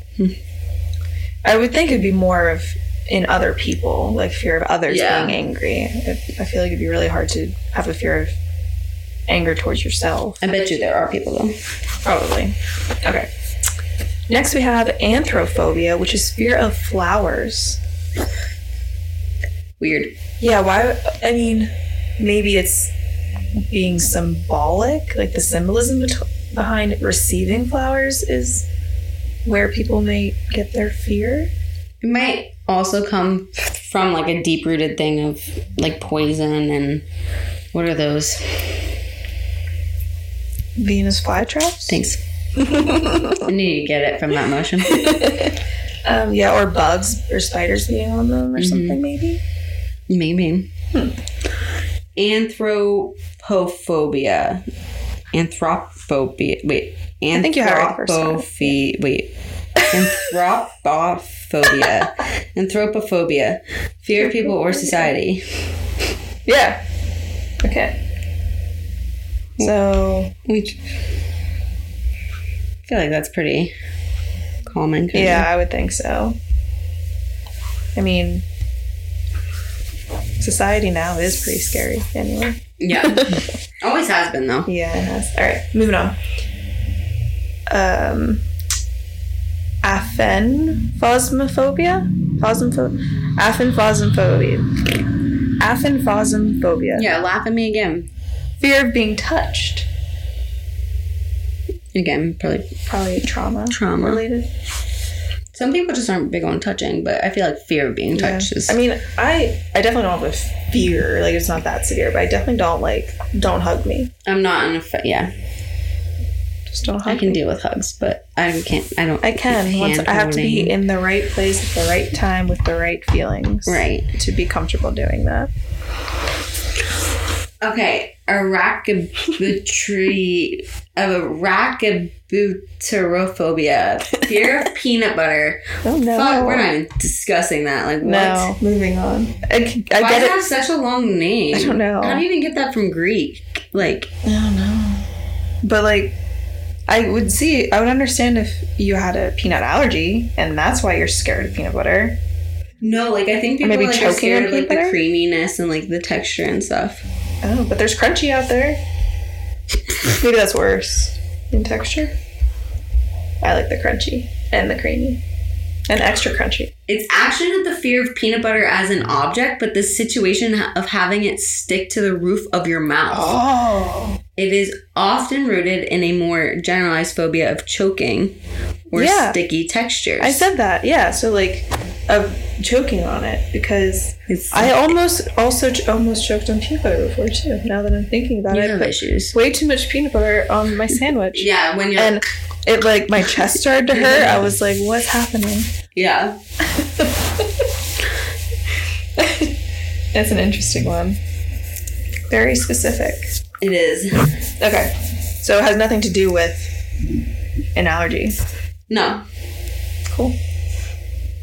[SPEAKER 1] I would think it'd be more of in other people, like fear of others
[SPEAKER 2] Yeah.
[SPEAKER 1] being angry. I, I feel like it'd be really hard to have a fear of anger towards yourself.
[SPEAKER 2] I bet you there are people though.
[SPEAKER 1] Probably. Okay. Next, we have anthrophobia, which is fear of flowers.
[SPEAKER 2] Weird.
[SPEAKER 1] Yeah, why? I mean, maybe it's being symbolic, like the symbolism bet- behind receiving flowers is where people may get their fear.
[SPEAKER 2] It might also come from like a deep rooted thing of like poison and what are those
[SPEAKER 1] Venus flytraps?
[SPEAKER 2] things? I knew you get it from that motion.
[SPEAKER 1] Um, yeah, or bugs or spiders being on them or something, maybe.
[SPEAKER 2] Maybe. Anthropophobia. Anthropophobia. Wait. Anthropophobia.
[SPEAKER 1] think you had it right the first time.
[SPEAKER 2] Wait. Anthropophobia. Anthropophobia. Fear of people or society.
[SPEAKER 1] Yeah. Okay. So,
[SPEAKER 2] Which I feel like that's pretty common. kinda.
[SPEAKER 1] yeah, I would think so. I mean, society now is pretty scary anyway.
[SPEAKER 2] Yeah. Always has been though.
[SPEAKER 1] Yeah, it has. All right, moving on. Um, aphenphosmophobia? Phosmopho- aphenphosmophobia. Aphenphosmophobia.
[SPEAKER 2] Yeah. Laugh at me again.
[SPEAKER 1] Fear of being touched.
[SPEAKER 2] Again, probably.
[SPEAKER 1] Probably trauma.
[SPEAKER 2] Trauma.
[SPEAKER 1] Related.
[SPEAKER 2] Some people just aren't big on touching, but I feel like fear of being touched
[SPEAKER 1] Yeah.
[SPEAKER 2] is.
[SPEAKER 1] I mean, I I definitely don't have a fear. Like it's not that severe, but I definitely don't like don't hug me.
[SPEAKER 2] I'm not an affa- yeah.
[SPEAKER 1] Just don't hug
[SPEAKER 2] I can
[SPEAKER 1] me.
[SPEAKER 2] deal with hugs, but I can't. I don't.
[SPEAKER 1] I can. Once I have to be
[SPEAKER 2] hand-holding.
[SPEAKER 1] in the right place at the right time with the right feelings.
[SPEAKER 2] Right.
[SPEAKER 1] To be comfortable doing that.
[SPEAKER 2] Okay, arachibutry of arachibuterophobia, fear of peanut butter.
[SPEAKER 1] Oh no.
[SPEAKER 2] Fuck, we're not even discussing that. Like,
[SPEAKER 1] no.
[SPEAKER 2] what?
[SPEAKER 1] Moving on. I, c- I
[SPEAKER 2] Why
[SPEAKER 1] get
[SPEAKER 2] does it
[SPEAKER 1] it.
[SPEAKER 2] have such a long name?
[SPEAKER 1] I don't know.
[SPEAKER 2] How do you even get that from Greek? Like,
[SPEAKER 1] Oh, But like, I would see. I would understand if you had a peanut allergy and that's why you're scared of peanut butter.
[SPEAKER 2] no, like I think people
[SPEAKER 1] Maybe
[SPEAKER 2] like, are
[SPEAKER 1] choking
[SPEAKER 2] scared
[SPEAKER 1] on
[SPEAKER 2] of like
[SPEAKER 1] peanut
[SPEAKER 2] the
[SPEAKER 1] butter?
[SPEAKER 2] creaminess and like the texture and stuff.
[SPEAKER 1] Oh, but there's crunchy out there. Maybe that's worse in texture. I like the crunchy and the creamy and extra crunchy.
[SPEAKER 2] It's actually not the fear of peanut butter as an object, but the situation ha- of having it stick to the roof of your mouth.
[SPEAKER 1] Oh,
[SPEAKER 2] It is often rooted in a more generalized phobia of choking or
[SPEAKER 1] Yeah.
[SPEAKER 2] sticky textures.
[SPEAKER 1] I said that. Yeah. So like, of choking on it because
[SPEAKER 2] It's-
[SPEAKER 1] I almost also ch- almost choked on peanut butter before too. Now that I'm thinking about
[SPEAKER 2] you
[SPEAKER 1] it, I
[SPEAKER 2] have
[SPEAKER 1] put
[SPEAKER 2] issues.
[SPEAKER 1] way too much peanut butter on my sandwich.
[SPEAKER 2] Yeah, when you're
[SPEAKER 1] And it like my chest started to hurt. I was like, what's happening?
[SPEAKER 2] yeah.
[SPEAKER 1] That's an interesting one. Very specific.
[SPEAKER 2] It is.
[SPEAKER 1] Okay. So it has nothing to do with an allergy.
[SPEAKER 2] No.
[SPEAKER 1] Cool.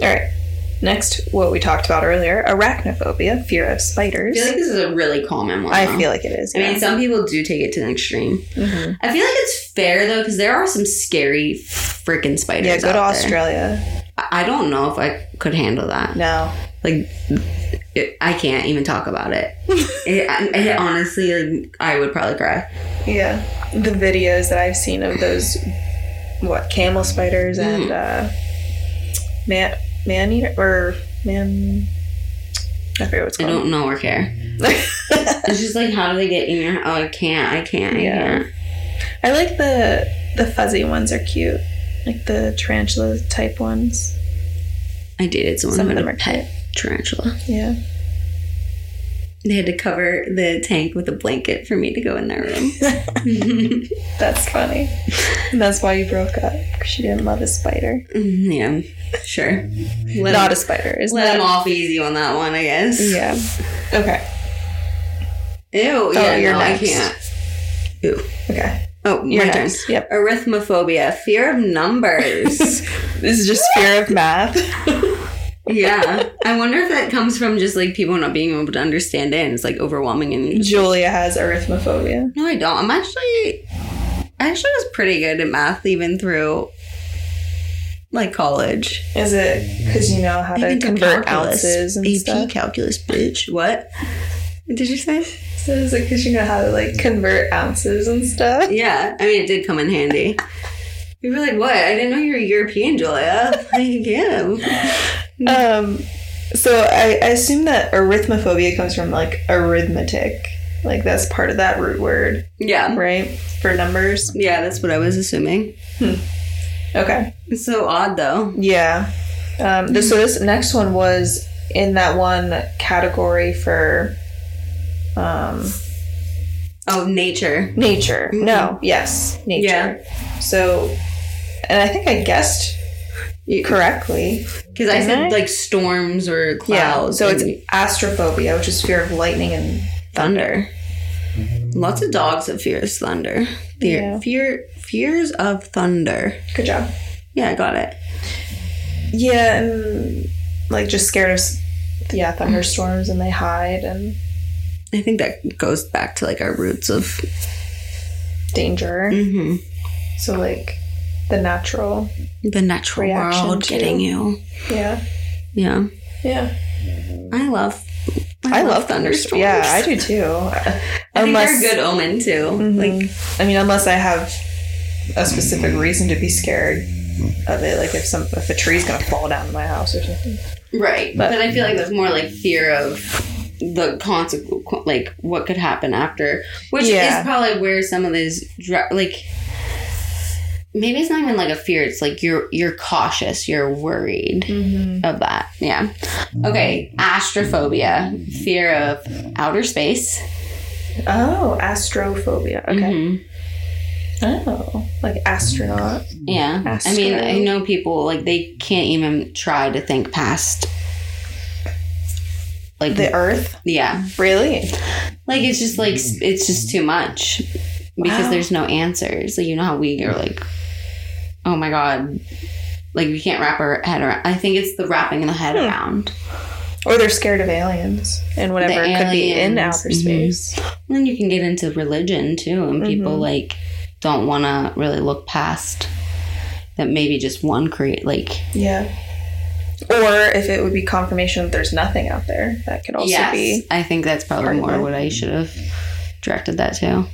[SPEAKER 1] All right. Next, what we talked about earlier arachnophobia, fear of
[SPEAKER 2] I
[SPEAKER 1] spiders.
[SPEAKER 2] feel like this is a really common one.
[SPEAKER 1] I
[SPEAKER 2] though.
[SPEAKER 1] feel like it is.
[SPEAKER 2] I mean,
[SPEAKER 1] yeah.
[SPEAKER 2] some people do take it to an extreme.
[SPEAKER 1] Mhm.
[SPEAKER 2] I feel like it's fair though, because there are some scary freaking spiders.
[SPEAKER 1] yeah, go
[SPEAKER 2] out
[SPEAKER 1] to
[SPEAKER 2] there.
[SPEAKER 1] Australia.
[SPEAKER 2] I I don't know if I could handle that.
[SPEAKER 1] No.
[SPEAKER 2] Like, it, I can't even talk about it. it, I, it honestly, like, I would probably cry.
[SPEAKER 1] Yeah. The videos that I've seen of those, what, camel spiders
[SPEAKER 2] Mm.
[SPEAKER 1] and uh, man, man eater, or man, I forget what it's
[SPEAKER 2] I
[SPEAKER 1] called.
[SPEAKER 2] don't know or care. It's just like, how do they get in your? Oh, I can't, I can't, I
[SPEAKER 1] Yeah.
[SPEAKER 2] can't.
[SPEAKER 1] I like the the fuzzy ones are cute, like the tarantula type ones.
[SPEAKER 2] I dated someone
[SPEAKER 1] Some
[SPEAKER 2] who
[SPEAKER 1] of
[SPEAKER 2] had
[SPEAKER 1] them
[SPEAKER 2] a
[SPEAKER 1] are
[SPEAKER 2] pet tarantula.
[SPEAKER 1] Yeah.
[SPEAKER 2] They had to cover the tank with a blanket for me to go in their room.
[SPEAKER 1] That's funny. And that's why you broke up. 'cause She didn't love a spider.
[SPEAKER 2] yeah, sure. Let
[SPEAKER 1] Not
[SPEAKER 2] them,
[SPEAKER 1] a spider. Is
[SPEAKER 2] let
[SPEAKER 1] that?
[SPEAKER 2] them off easy on that one, I guess.
[SPEAKER 1] Yeah. Okay.
[SPEAKER 2] Ew. yeah,
[SPEAKER 1] you're
[SPEAKER 2] no,
[SPEAKER 1] next.
[SPEAKER 2] I can't. Ew.
[SPEAKER 1] Okay.
[SPEAKER 2] Oh,
[SPEAKER 1] You're
[SPEAKER 2] my turn.
[SPEAKER 1] next. Yep.
[SPEAKER 2] Arithmophobia, fear of numbers.
[SPEAKER 1] This is just fear of math.
[SPEAKER 2] yeah. I wonder if that comes from just like people not being able to understand it and it's like overwhelming and
[SPEAKER 1] Julia has arithmophobia.
[SPEAKER 2] No, I don't. I'm actually I actually was pretty good at math even through like college.
[SPEAKER 1] Is it because you know how to
[SPEAKER 2] Even through
[SPEAKER 1] convert
[SPEAKER 2] calculus.
[SPEAKER 1] ounces and
[SPEAKER 2] AP
[SPEAKER 1] stuff?
[SPEAKER 2] calculus, bitch. What? What Did you say?
[SPEAKER 1] So is it because you know how to like convert ounces and stuff?
[SPEAKER 2] Yeah. I mean it did come in handy. You were like, what? I didn't know you were European, Julia. Like, yeah.
[SPEAKER 1] Um, so I, I assume that arithmophobia comes from like arithmetic, like that's part of that root word,
[SPEAKER 2] Yeah.
[SPEAKER 1] right? For numbers.
[SPEAKER 2] Yeah, that's what I was assuming.
[SPEAKER 1] Okay.
[SPEAKER 2] It's so odd though.
[SPEAKER 1] Yeah. Um, this, so this next one was in that one category for um,
[SPEAKER 2] Oh, nature.
[SPEAKER 1] nature. No. Yes. Nature. So, and I think I guessed correctly.
[SPEAKER 2] Because I
[SPEAKER 1] Didn't I?
[SPEAKER 2] said like storms or
[SPEAKER 1] Yeah.
[SPEAKER 2] clouds.
[SPEAKER 1] So it's
[SPEAKER 2] and
[SPEAKER 1] astrophobia, which is fear of lightning and
[SPEAKER 2] thunder. Lots of dogs that fears thunder. Fear,
[SPEAKER 1] Yeah.
[SPEAKER 2] fear, fears of thunder.
[SPEAKER 1] good job.
[SPEAKER 2] Yeah, I got it.
[SPEAKER 1] Yeah, and like just scared of s- yeah thunderstorms and they hide and
[SPEAKER 2] I think that goes back to like our roots of.
[SPEAKER 1] danger.
[SPEAKER 2] hmm
[SPEAKER 1] So like the natural.
[SPEAKER 2] The natural
[SPEAKER 1] Reaction
[SPEAKER 2] world
[SPEAKER 1] to-
[SPEAKER 2] getting you.
[SPEAKER 1] Yeah.
[SPEAKER 2] Yeah,
[SPEAKER 1] Yeah.
[SPEAKER 2] I love.
[SPEAKER 1] I, love thunderstorms. Yeah, I do too. I
[SPEAKER 2] I Mm-hmm. think they're a good omen too. Like,
[SPEAKER 1] I mean, unless I have a specific reason to be scared of it, like if some if a tree's gonna fall down in my house or something.
[SPEAKER 2] right,
[SPEAKER 1] But-
[SPEAKER 2] but, I feel like that's more like fear of the consequence, like what could happen after, which
[SPEAKER 1] Yeah.
[SPEAKER 2] is probably where some of these dra- like. Maybe it's not even like a fear. It's like you're you're cautious. You're worried.
[SPEAKER 1] Mm-hmm.
[SPEAKER 2] of that. Yeah. Okay. Astrophobia, fear of outer space.
[SPEAKER 1] Oh, astrophobia. Okay.
[SPEAKER 2] Mhm.
[SPEAKER 1] Oh, like astronaut.
[SPEAKER 2] Yeah. I mean,
[SPEAKER 1] Astro.
[SPEAKER 2] I know people like they can't even try to think past. Like
[SPEAKER 1] The Earth.
[SPEAKER 2] yeah,
[SPEAKER 1] Really?
[SPEAKER 2] like it's just like s- it's just too much because
[SPEAKER 1] Wow.
[SPEAKER 2] there's no answers. Like you know how we are like, oh my god, like we can't wrap our head around. I think it's the wrapping the head
[SPEAKER 1] Hmm.
[SPEAKER 2] around.
[SPEAKER 1] Or they're scared of aliens and whatever
[SPEAKER 2] The
[SPEAKER 1] could be in
[SPEAKER 2] aliens.
[SPEAKER 1] outer
[SPEAKER 2] Mhm.
[SPEAKER 1] space.
[SPEAKER 2] And then you can get into religion too, and people
[SPEAKER 1] Mhm.
[SPEAKER 2] like don't want to really look past that. Maybe just one create like
[SPEAKER 1] Yeah. Or if it would be confirmation that there's nothing out there, that could also
[SPEAKER 2] yes,
[SPEAKER 1] be.
[SPEAKER 2] I think that's
[SPEAKER 1] part
[SPEAKER 2] probably
[SPEAKER 1] of
[SPEAKER 2] more
[SPEAKER 1] it.
[SPEAKER 2] what I should have directed that to.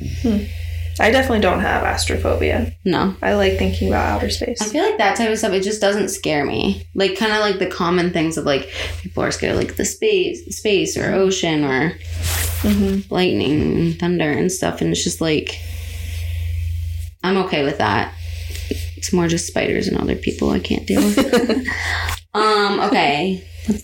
[SPEAKER 1] I definitely don't have astrophobia.
[SPEAKER 2] No,
[SPEAKER 1] I like thinking about outer space.
[SPEAKER 2] I feel like that type of stuff it just doesn't scare me. Like kind of like the common things of like people are scared of, like the space, space or ocean or
[SPEAKER 1] hmm
[SPEAKER 2] lightning and thunder and stuff, and it's just like I'm okay with that. It's more just spiders and other people I can't deal with. um. Okay.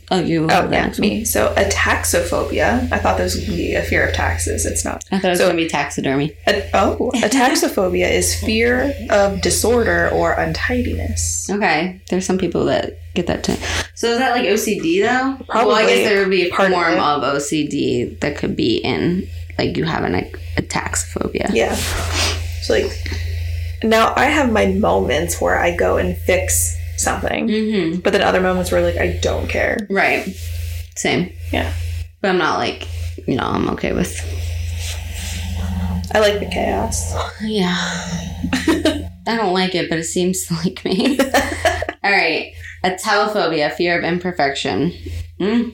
[SPEAKER 2] Oh, you.
[SPEAKER 1] Oh,
[SPEAKER 2] have the
[SPEAKER 1] yeah,
[SPEAKER 2] next one.
[SPEAKER 1] me. So, a taxophobia. I thought this would be a fear of taxes. It's not.
[SPEAKER 2] I thought it was
[SPEAKER 1] So-
[SPEAKER 2] gonna be taxidermy.
[SPEAKER 1] A, oh, a taxophobia is fear of disorder or untidiness.
[SPEAKER 2] Okay. There's some people that get that too. So is that like OCD though? Well, I
[SPEAKER 1] Probably
[SPEAKER 2] guess there would be a
[SPEAKER 1] part of
[SPEAKER 2] form
[SPEAKER 1] it.
[SPEAKER 2] of, OCD that could be in like you having a, a taxophobia.
[SPEAKER 1] Yeah. So, like, now I have my moments where I go and fix something.
[SPEAKER 2] Mm-hmm.
[SPEAKER 1] but then other moments where like I don't care.
[SPEAKER 2] Right. Same.
[SPEAKER 1] Yeah.
[SPEAKER 2] But I'm not like you know I'm okay with.
[SPEAKER 1] I like the chaos.
[SPEAKER 2] Yeah. I don't like it, but it seems to like me. All right. A telephobia, fear of imperfection. Mm,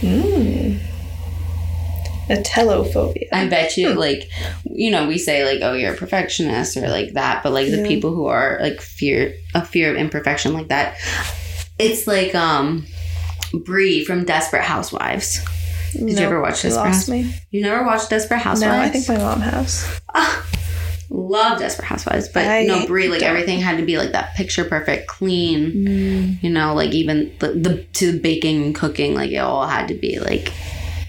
[SPEAKER 1] Mm. A telophobia.
[SPEAKER 2] I bet you, like, you know, we say, like, oh, you're a perfectionist or like that, but like
[SPEAKER 1] Yeah.
[SPEAKER 2] the people who are like fear, a fear of imperfection like that, it's like, um, Brie from Desperate Housewives.
[SPEAKER 1] Did
[SPEAKER 2] you ever watch Desperate
[SPEAKER 1] Lost me.
[SPEAKER 2] You never watched Desperate Housewives?
[SPEAKER 1] No, I think my mom has.
[SPEAKER 2] Love Desperate Housewives, but
[SPEAKER 1] I
[SPEAKER 2] no, Brie, like,
[SPEAKER 1] don't.
[SPEAKER 2] everything had to be like that picture perfect, clean.
[SPEAKER 1] Mm.
[SPEAKER 2] you know like even the, the to baking and cooking like it all had to be like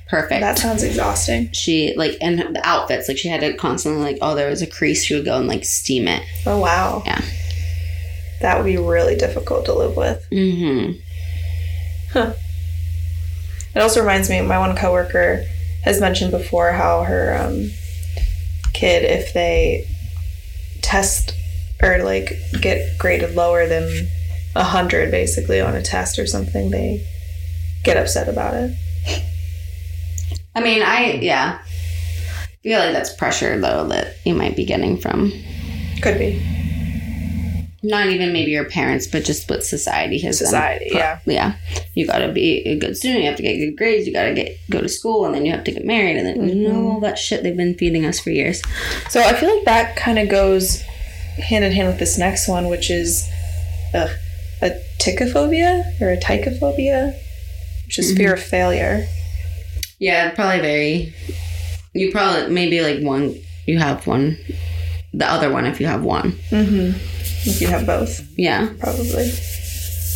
[SPEAKER 2] perfect.
[SPEAKER 1] That sounds exhausting.
[SPEAKER 2] she like and the outfits like she had to constantly like oh there was a crease she would go and like steam it
[SPEAKER 1] Oh wow.
[SPEAKER 2] Yeah.
[SPEAKER 1] That would be really difficult to live with.
[SPEAKER 2] mm-hmm
[SPEAKER 1] It also reminds me, my one coworker has mentioned before how her um, kid, if they test or like get graded lower than a hundred, basically on a test or something, they get upset about it.
[SPEAKER 2] i mean i yeah I feel like that's pressure though that you might be getting from
[SPEAKER 1] Could be
[SPEAKER 2] not even maybe your parents but just what society has done.
[SPEAKER 1] society, yeah.
[SPEAKER 2] yeah you gotta be a good student you have to get good grades you gotta get go to school and then you have to get married and then you
[SPEAKER 1] Mm-hmm.
[SPEAKER 2] know all that shit they've been feeding us for years
[SPEAKER 1] So I feel like that kind of goes hand in hand with this next one, which is a, a tichophobia or a tychophobia, which is fear of failure.
[SPEAKER 2] yeah probably very you probably maybe like one you have one the other one if you have one
[SPEAKER 1] Mm-hmm. If you have both,
[SPEAKER 2] yeah
[SPEAKER 1] probably.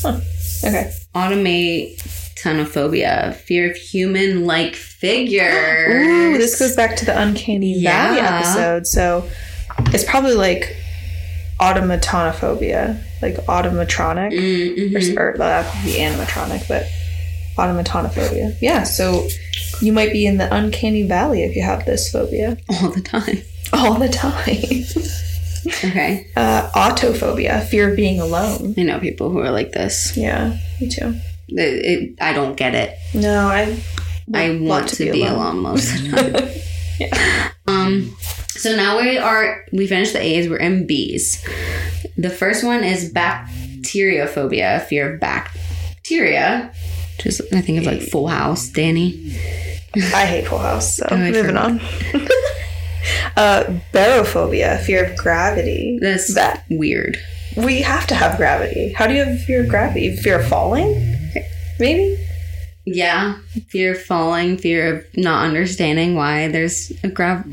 [SPEAKER 1] Huh. Okay.
[SPEAKER 2] automate tonophobia, fear of human like figures.
[SPEAKER 1] Ooh, this goes back to the Uncanny Valley
[SPEAKER 2] Yeah.
[SPEAKER 1] episode. So it's probably like automatonophobia, like automatronic,
[SPEAKER 2] Mm,
[SPEAKER 1] or,
[SPEAKER 2] mhm.
[SPEAKER 1] or that would be animatronic, but automatonophobia. Yeah, so you might be in the Uncanny Valley if you have this phobia
[SPEAKER 2] all the time.
[SPEAKER 1] all the time.
[SPEAKER 2] Okay,
[SPEAKER 1] Uh, autophobia, fear of being alone.
[SPEAKER 2] I know people who are like this.
[SPEAKER 1] Yeah, me too.
[SPEAKER 2] It, it- I don't get it.
[SPEAKER 1] No, I
[SPEAKER 2] I want, to, be, alone. most of the time. Um, so now we are we finished the A's. We're in B's. The first one is bacteriophobia, fear of bacteria. Just I think of like Full House, Danny.
[SPEAKER 1] I hate Full House, so
[SPEAKER 2] Oh, I
[SPEAKER 1] moving on. uh, barophobia, fear of gravity.
[SPEAKER 2] That's
[SPEAKER 1] That-
[SPEAKER 2] weird.
[SPEAKER 1] We have to have gravity. How do you have fear of gravity? Fear of falling? Maybe?
[SPEAKER 2] Yeah, fear of falling, fear of not understanding why there's a grav-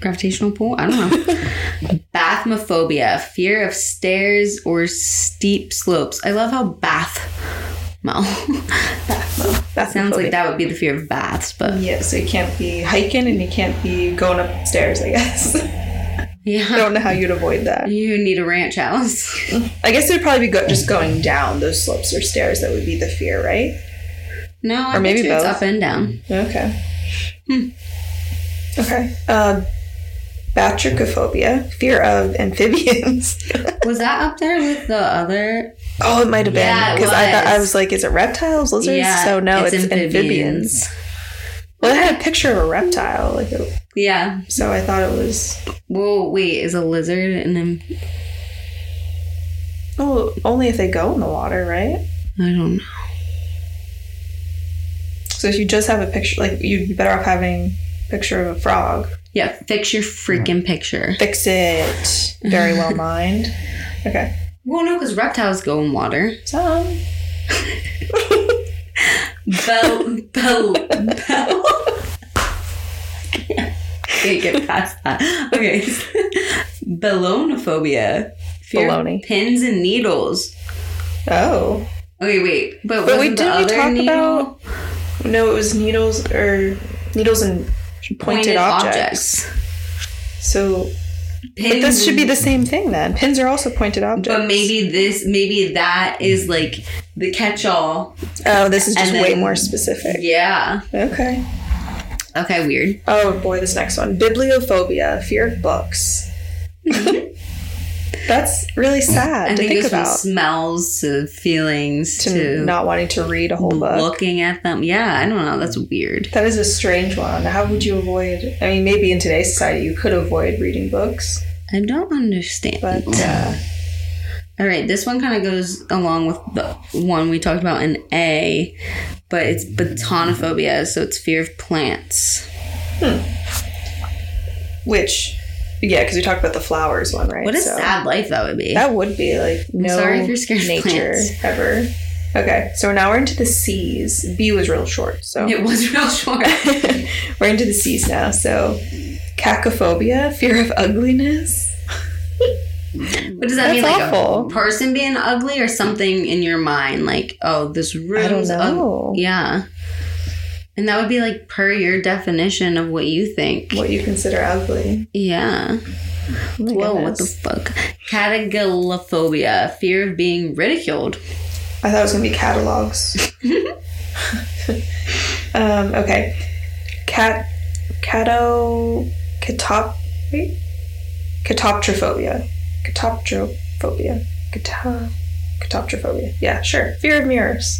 [SPEAKER 2] gravitational pull. I don't know. Bathmophobia, fear of stairs or steep slopes. I love how bath. Well,
[SPEAKER 1] That
[SPEAKER 2] sounds like that would be the fear of baths, but
[SPEAKER 1] Yeah, so you can't be hiking and you can't be going up stairs, I guess. I
[SPEAKER 2] yeah,
[SPEAKER 1] don't know how you'd avoid that.
[SPEAKER 2] you need a ranch house.
[SPEAKER 1] I guess it would probably be go- just going down those slopes or stairs that would be the fear, right?
[SPEAKER 2] No, I
[SPEAKER 1] Or
[SPEAKER 2] bet
[SPEAKER 1] maybe
[SPEAKER 2] you it's
[SPEAKER 1] both.
[SPEAKER 2] up and down.
[SPEAKER 1] Okay. Hmm. Okay. Uh, batrachophobia, fear of amphibians.
[SPEAKER 2] Was that up there with the other?
[SPEAKER 1] oh, it might have
[SPEAKER 2] Yeah,
[SPEAKER 1] been
[SPEAKER 2] it
[SPEAKER 1] because I thought I
[SPEAKER 2] was.
[SPEAKER 1] was like, is it reptiles, lizards?
[SPEAKER 2] Yeah,
[SPEAKER 1] so no,
[SPEAKER 2] it's
[SPEAKER 1] it's,
[SPEAKER 2] amphibians.
[SPEAKER 1] amphibians. Well, it had a picture of a reptile, like it,
[SPEAKER 2] Yeah.
[SPEAKER 1] so I thought it was.
[SPEAKER 2] Whoa, wait, is a lizard and then
[SPEAKER 1] Oh, only if they go in the water, right?
[SPEAKER 2] I don't know.
[SPEAKER 1] So if you just have a picture, like you'd be better off having a picture of a frog.
[SPEAKER 2] Yeah, fix your freaking picture.
[SPEAKER 1] Fix it. Very well mind. Okay.
[SPEAKER 2] Well, no, because reptiles go in water.
[SPEAKER 1] Some.
[SPEAKER 2] Bell, bell, bell. Can't get past that. Okay. Ballonophobia. Fear of
[SPEAKER 1] Baloney.
[SPEAKER 2] Pins and needles.
[SPEAKER 1] Oh.
[SPEAKER 2] Okay, wait. But,
[SPEAKER 1] But
[SPEAKER 2] wasn't
[SPEAKER 1] we
[SPEAKER 2] the
[SPEAKER 1] didn't we
[SPEAKER 2] other
[SPEAKER 1] talk
[SPEAKER 2] needle
[SPEAKER 1] about no, it was needles or needles and pointed, objects. So
[SPEAKER 2] Pins,
[SPEAKER 1] but this should be the same thing then. Pins are also pointed objects.
[SPEAKER 2] But maybe this, maybe that is like the catch-all.
[SPEAKER 1] oh, this is just
[SPEAKER 2] and
[SPEAKER 1] way
[SPEAKER 2] then-
[SPEAKER 1] more specific.
[SPEAKER 2] Yeah.
[SPEAKER 1] Okay.
[SPEAKER 2] Okay. Weird.
[SPEAKER 1] Oh boy, this next one. Bibliophobia, fear of books. That's really sad
[SPEAKER 2] I
[SPEAKER 1] to
[SPEAKER 2] think,
[SPEAKER 1] think,
[SPEAKER 2] it goes
[SPEAKER 1] about.
[SPEAKER 2] from smells to feelings
[SPEAKER 1] to,
[SPEAKER 2] to,
[SPEAKER 1] not wanting to read a whole book.
[SPEAKER 2] looking at them. Yeah, I don't know. That's weird.
[SPEAKER 1] That is a strange one. How would you avoid? I mean, maybe in today's society you could avoid reading books,
[SPEAKER 2] I don't understand.
[SPEAKER 1] but uh,
[SPEAKER 2] All right, this one kind of goes along with the one we talked about in A, but it's botanophobia, so it's fear of plants.
[SPEAKER 1] which, yeah, because we talked about the flowers one, right?
[SPEAKER 2] What a
[SPEAKER 1] So
[SPEAKER 2] sad life that would be.
[SPEAKER 1] That would be like no
[SPEAKER 2] sorry if you're scared of
[SPEAKER 1] nature
[SPEAKER 2] plants.
[SPEAKER 1] ever. Okay, so now we're into the C's. B was real short, so
[SPEAKER 2] It was real short.
[SPEAKER 1] we're into the C's now. So cacophobia, fear of ugliness.
[SPEAKER 2] What does that
[SPEAKER 1] That's
[SPEAKER 2] mean? Like
[SPEAKER 1] awful.
[SPEAKER 2] a person being ugly or something in your mind, like, oh, this room's
[SPEAKER 1] I don't
[SPEAKER 2] ug-
[SPEAKER 1] know.
[SPEAKER 2] Yeah. And that would be like per your definition of what you think.
[SPEAKER 1] What you consider ugly.
[SPEAKER 2] Yeah.
[SPEAKER 1] Oh my
[SPEAKER 2] Whoa, what
[SPEAKER 1] goodness.
[SPEAKER 2] the fuck? Catagalophobia, fear of being ridiculed.
[SPEAKER 1] I thought it was gonna be catalogs. um, okay. Cat cato catop wait? Catoptrophobia. Catoptrophobia. Cato catoptrophobia. Yeah, sure. Fear of mirrors.